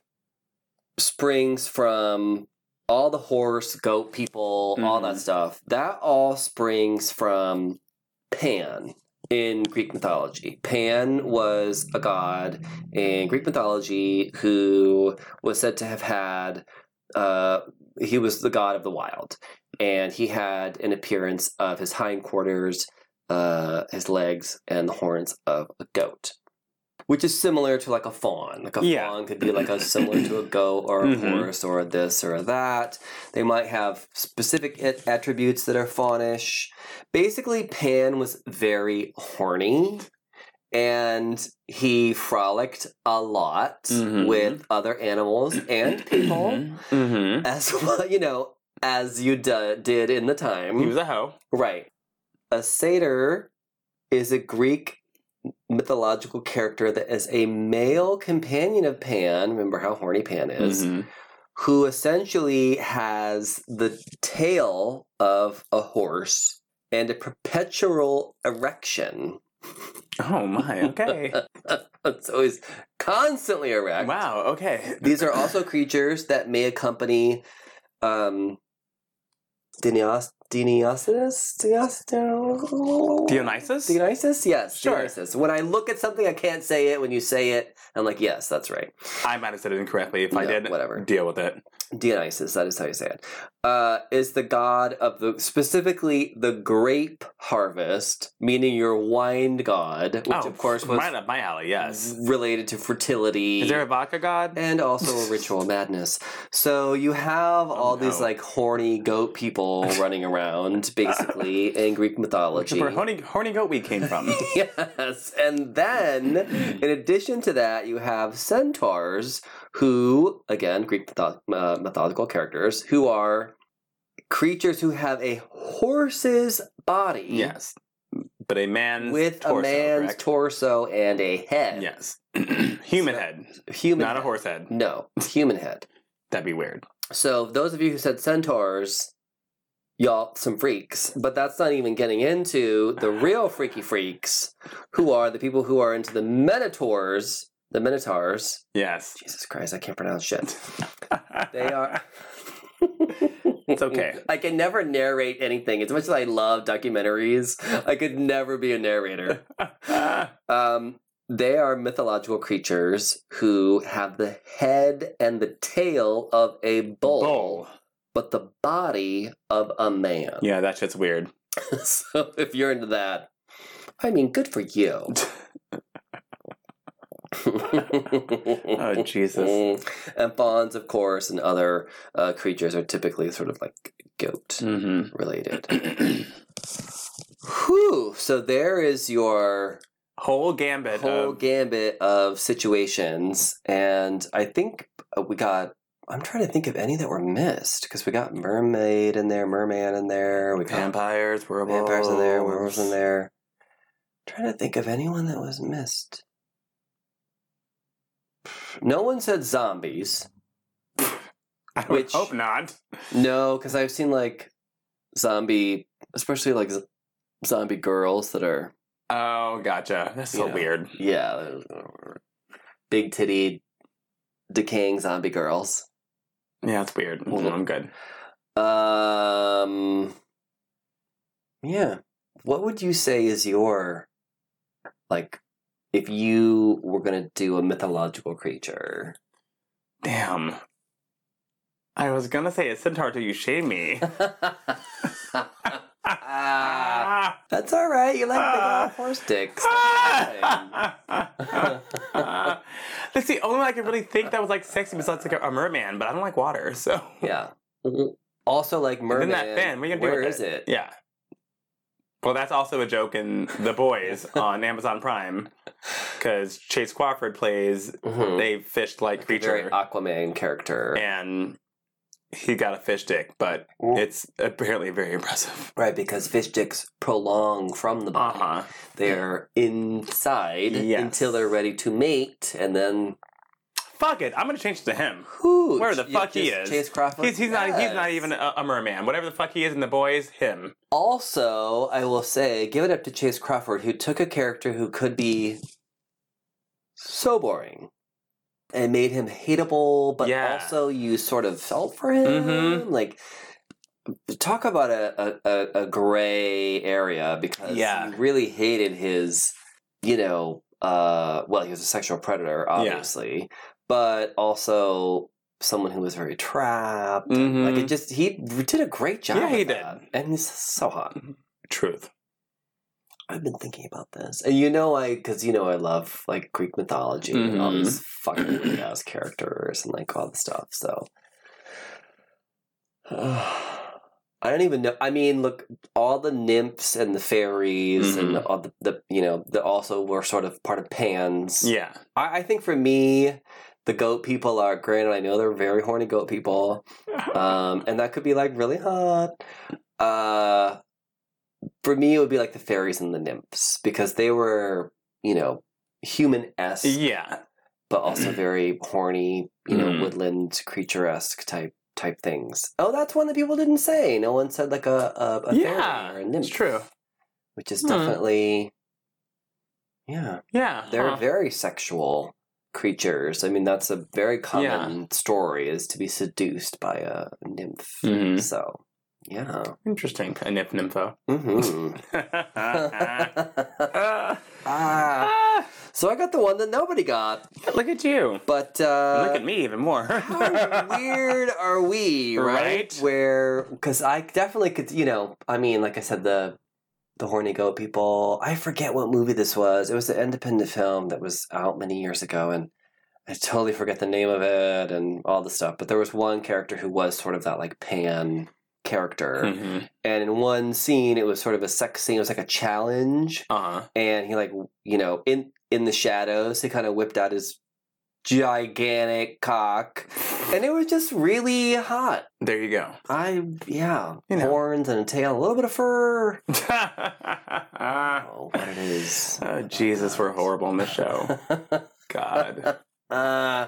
B: springs from all the horse, goat people, all that
A: Mhm.
B: stuff. That all springs from Pan in Greek mythology. Pan was a god in Greek mythology who was said to have had uh, he was the god of the wild, and he had an appearance of his hindquarters, uh, his legs, and the horns of a goat, which is similar to like a fawn. Like a
A: Yeah.
B: fawn could be like a similar to a goat or a
A: Mhm.
B: horse or this or that. They might have specific at- attributes that are fawnish. Basically, Pan was very horny. And he frolicked a lot
A: Mhm.
B: with other animals and people
A: Mm-hmm.
B: as well, you know, as you d- did in the time.
A: He was a hoe.
B: right. A satyr is a Greek mythological character that is a male companion of Pan. Remember how horny Pan is?
A: Mhm.
B: Who essentially has the tail of a horse and a perpetual erection.
A: Oh my. Okay.
B: so he's constantly erect.
A: wow. Okay.
B: These are also creatures that may accompany um Dionysus Dionysus Dionysus
A: Dionysus.
B: Dionysus? Yes,
A: Sure.
B: Dionysus. When I look at something I can't say it, when you say it, I'm like, yes, that's right.
A: I might have said it incorrectly. If I
B: No,
A: did,
B: whatever.
A: Deal with it.
B: Dionysus, that is how you say it. Uh is the god of the specifically the grape harvest, meaning your wine god, which
A: oh,
B: of course was
A: right up my alley. Yes.
B: related to fertility.
A: Is there a vodka god?
B: and also a ritual madness. So you have all these
A: Oh, no.
B: like horny goat people running around, basically in Greek
A: Which is
B: mythology.
A: where horny, Um. horny goat weed came from.
B: yes, and then in addition to that, you have centaurs, who again Greek mytho- uh, mythological characters, who are creatures who have a horse's body
A: yes. But a man's
B: with
A: torso,
B: a man's
A: correct?
B: torso and a head.
A: Yes. Human
B: So-
A: head,
B: human,
A: not a
B: head.
A: horse head.
B: No, human head.
A: That'd be weird.
B: So those of you who said centaurs, y'all some freaks. But that's not even getting into the real freaky freaks, who are the people who are into the minotaurs. The minotaurs.
A: Yes.
B: Jesus Christ, I can't pronounce shit. They are.
A: It's okay.
B: I can never narrate anything. As much as I love documentaries, I could never be a narrator. Um, they are mythological creatures who have the head and the tail of a
A: Bull.
B: but the body of a man.
A: Yeah, that shit's weird.
B: so if you're into that, I mean, good for you.
A: Oh,
B: oh,
A: Jesus.
B: And fawns, of course, and other uh, creatures are typically sort of like goat
A: hmm
B: related. Whew. So there is your
A: Whole gambit
B: whole
A: of
B: gambit of situations. And I think uh, we got. I'm trying to think of any that were missed because we got mermaid in there, merman in there. We got
A: vampires, werewolves.
B: Vampires in
A: Oh,
B: there, werewolves in there. trying to think of anyone that was missed. No one said zombies.
A: I would
B: Which-
A: hope not.
B: No, because I've seen like zombie, especially like z- zombie girls that are
A: Oh, gotcha. That's so
B: Yeah.
A: weird.
B: yeah, big titty, decaying zombie girls.
A: Yeah, it's weird.
B: Hold
A: Mm,
B: on.
A: I'm good.
B: Um, yeah. What would you say is your like if you were gonna do a mythological creature?
A: Damn. I was gonna say a centaur till you shame me.
B: Ah,
A: Ah.
B: that's all right. You like big
A: Ah.
B: old horse dicks.
A: That's the only one I could really think that was like sexy besides like a, a merman, but I don't like water, so
B: yeah. Also, like merman.
A: isn't that thin? What are you gonna
B: where
A: do with
B: is it?
A: Yeah. Well, that's also a joke in The Boys on Amazon Prime because Chase Crawford plays
B: Mhm.
A: a fish-like
B: Very
A: creature,
B: Aquaman character.
A: and he got a fish dick, but
B: Ooh.
A: it's apparently very impressive.
B: Right, because fish dicks prolong from the
A: Uh
B: body.
A: huh.
B: They're inside
A: Yes.
B: until they're ready to mate, and then
A: Fuck it, I'm gonna change it to him.
B: who?
A: Where the fuck he is.
B: Chase Crawford.
A: He's, he's not he's not
B: Yes.
A: even a, a merman. Whatever the fuck he is in The Boys, him.
B: Also, I will say, give it up to Chase Crawford, who took a character who could be so boring and made him hateable, but
A: Yeah.
B: also you sort of felt for him.
A: Mhm.
B: Like, talk about a, a, a, a gray area because
A: Yeah.
B: you really hated his, you know, uh, well, he was a sexual predator, obviously, but also someone who was very trapped. Like it just he did a great job.
A: Mm. Yeah, he
B: with
A: did.
B: that. and he's so hot.
A: Truth.
B: I've been thinking about this, and you know, I because you know I love like Greek mythology and all
A: Mhm.
B: these fucking weird ass characters and like all the stuff. So I don't even know. I mean, look, all the nymphs and the fairies and
A: Mhm.
B: all the, the you know that also were sort of part of Pan's.
A: Yeah.
B: I, I think for me, the goat people are granted. I know they're very horny goat people um, and that could be like really hot. Uh, for me, it would be like the fairies and the nymphs because they were, you know, human esque,
A: yeah.
B: but also very horny, you know,
A: Mm.
B: woodland creature esque type type things. Oh, that's one that people didn't say. No one said like a a, a
A: Yeah.
B: fairy or a nymph,
A: It's true.
B: which is
A: Hmm.
B: definitely, yeah,
A: Yeah.
B: they're
A: huh.
B: very sexual creatures. I mean, that's a very common story is to be seduced by a nymph.
A: Mhm.
B: So, yeah.
A: Interesting. A nip nympho.
B: hmm ah.
A: Ah,
B: So I got the one that nobody got,
A: look at you.
B: but uh,
A: look at me even more.
B: how weird are we, right?
A: Right?
B: Where because I definitely could, you know, I mean, like I said, the the horny goat people. I forget what movie this was. It was an independent film that was out many years ago, and I totally forget the name of it and all the stuff. But there was one character who was sort of that like pan character,
A: Mhm.
B: and in one scene, it was sort of a sex scene. It was like a challenge
A: Uh-huh.
B: and he like you know in in the shadows he kind of whipped out his gigantic cock and it was just really hot
A: There you go.
B: i yeah
A: You know.
B: horns and a tail a little bit of fur
A: oh,
B: oh what it is
A: Jesus, we're horrible in this show. God.
B: uh,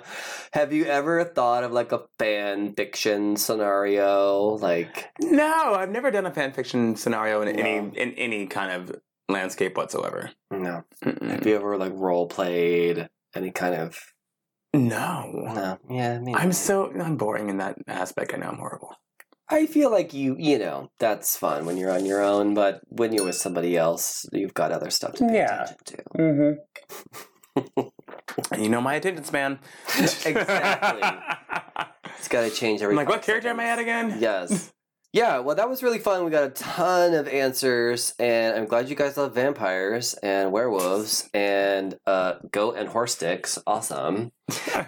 B: have you ever thought of like a fan fiction scenario like
A: No, I've never done a fan fiction scenario in
B: No.
A: any in any kind of landscape whatsoever.
B: no
A: Mm-mm.
B: have you ever like role played any kind of
A: No.
B: no yeah me
A: I'm
B: neither.
A: so I'm boring in that aspect. I know I'm horrible.
B: I feel like you, you know, that's fun when you're on your own, but when you're with somebody else, you've got other stuff to pay
A: Yeah.
B: attention to.
A: Mm-hmm. you know my attention span.
B: Exactly. It's got to change
A: I'm
B: every.
A: like, what
B: five
A: character am I at
B: seconds.
A: again?
B: Yes. Yeah, well, that was really fun. We got a ton of answers, and I'm glad you guys love vampires and werewolves and uh, goat and horse dicks. Awesome.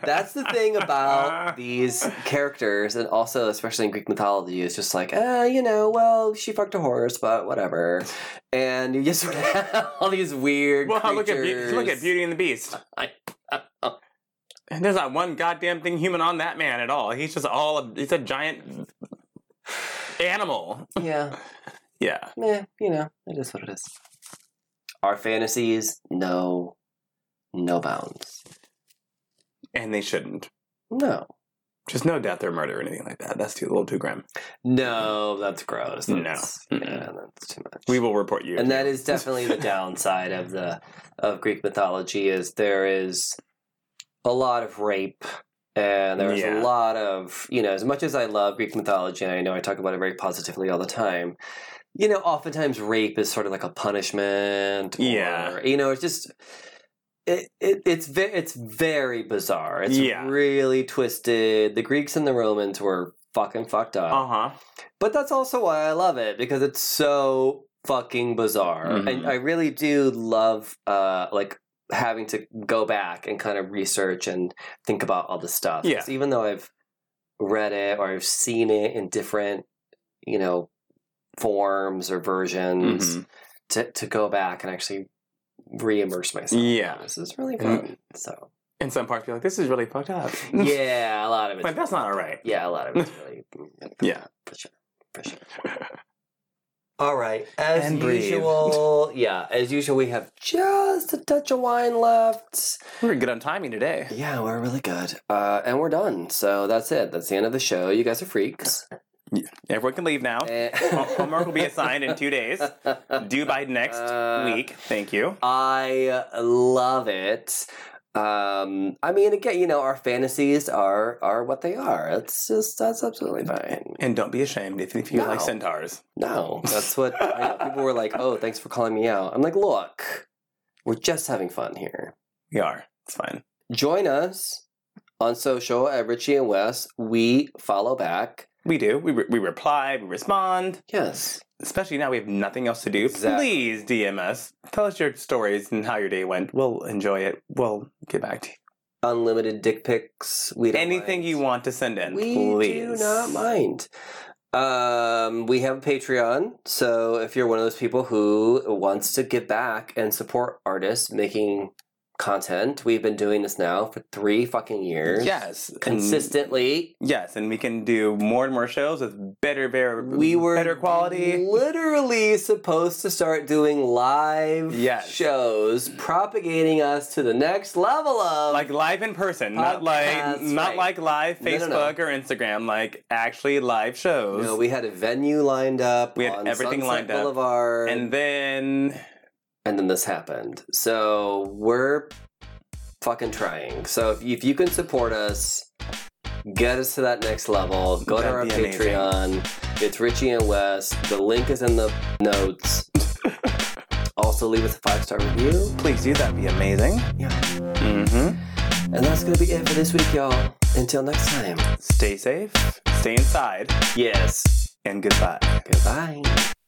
B: That's the thing about these characters, and also especially in Greek mythology, it's just like, uh, you know, well, she fucked a horse, but whatever. And you just sort of have all these weird
A: Well, look at, Be-
B: creatures.
A: look at Beauty and the Beast.
B: I- uh.
A: There's not one goddamn thing human on that man at all. He's just all a, he's a giant animal.
B: Yeah,
A: Yeah.
B: meh, you know, it is what it is. Our fantasies know no bounds.
A: And they shouldn't.
B: No.
A: Just no death or murder or anything like that. That's too a little too grim.
B: No, that's gross.
A: No.
B: That's,
A: Mm-mm.
B: Yeah, that's too much.
A: We will report you.
B: and that is definitely the downside of the of Greek mythology is there is a lot of rape and there's
A: Yeah.
B: a lot of you know as much as I love Greek mythology and I know I talk about it very positively all the time you know oftentimes rape is sort of like a punishment or
A: Yeah.
B: you know it's just it, it it's ve- it's very bizarre. It's
A: Yeah.
B: really twisted. The Greeks and the Romans were fucking fucked up.
A: Uh huh.
B: But that's also why I love it because it's so fucking bizarre.
A: Mhm.
B: And I really do love uh like having to go back and kind of research and think about all this stuff.
A: Yeah.
B: 'Cause Even though I've read it or I've seen it in different, you know, forms or versions
A: hmm
B: to to go back and actually re-immerse myself. in
A: Yeah.
B: This is really
A: Mm.
B: fun. So
A: In some parts, you're like, this is really fucked up.
B: Yeah, a lot of
A: but
B: it's
A: that's not all right.
B: yeah, a lot of it's really
A: Yeah.
B: for sure. For sure. All right, as
A: And breathe.
B: usual, yeah, as usual, we have just a touch of wine left.
A: We're good on timing today.
B: Yeah, we're really good, uh, and we're done. So that's it. That's the end of the show. You guys are freaks.
A: Everyone can leave now.
B: Eh.
A: Oh, Homework will be assigned in two days. Due by next
B: Uh,
A: week. Thank you.
B: I love it. Um, I mean, again, you know, our fantasies are are what they are. It's just that's absolutely fine.
A: And don't be ashamed if, if you
B: No.
A: like centaurs.
B: No, that's what I know. people were like. Oh, thanks for calling me out. I'm like, look, we're just having fun here.
A: We are. It's fine.
B: join us on social at Richie and Wes. We follow back.
A: We do. We, re- we reply. We respond.
B: Yes.
A: Especially now we have nothing else to do.
B: Exactly.
A: Please DM us. Tell us your stories and how your day went. We'll enjoy it. We'll get back to you.
B: Unlimited dick pics. We don't
A: Anything
B: mind.
A: you want to send in,
B: We
A: please.
B: do not mind. Um, we have a Patreon, so if you're one of those people who wants to give back and support artists making content, we've been doing this now for three fucking years.
A: Yes. and-
B: Consistently,
A: Yes, and we can do more and more shows with better, better,
B: we were
A: better quality.
B: literally supposed to start doing live
A: Yes.
B: shows propagating us to the next level of
A: Like live in person, not like
B: Podcasts,
A: not
B: right.
A: like live
B: No, no,
A: Facebook
B: no.
A: or Instagram, like actually live shows.
B: you know, we had a venue lined up
A: We had
B: on
A: everything
B: Sunset
A: lined up.
B: Boulevard,
A: and then
B: and then this happened so we're fucking trying so if, if you can support us get us to that next level go
A: That'd
B: to our
A: be amazing.
B: patreon it's richie and wes the link is in the notes also leave us a five star review
A: please do that'd be amazing.
B: yeah
A: Mm-hmm.
B: And that's gonna be it for this week, y'all. Until next time.
A: Stay safe, stay inside,
B: Yes.
A: and goodbye.
B: Goodbye.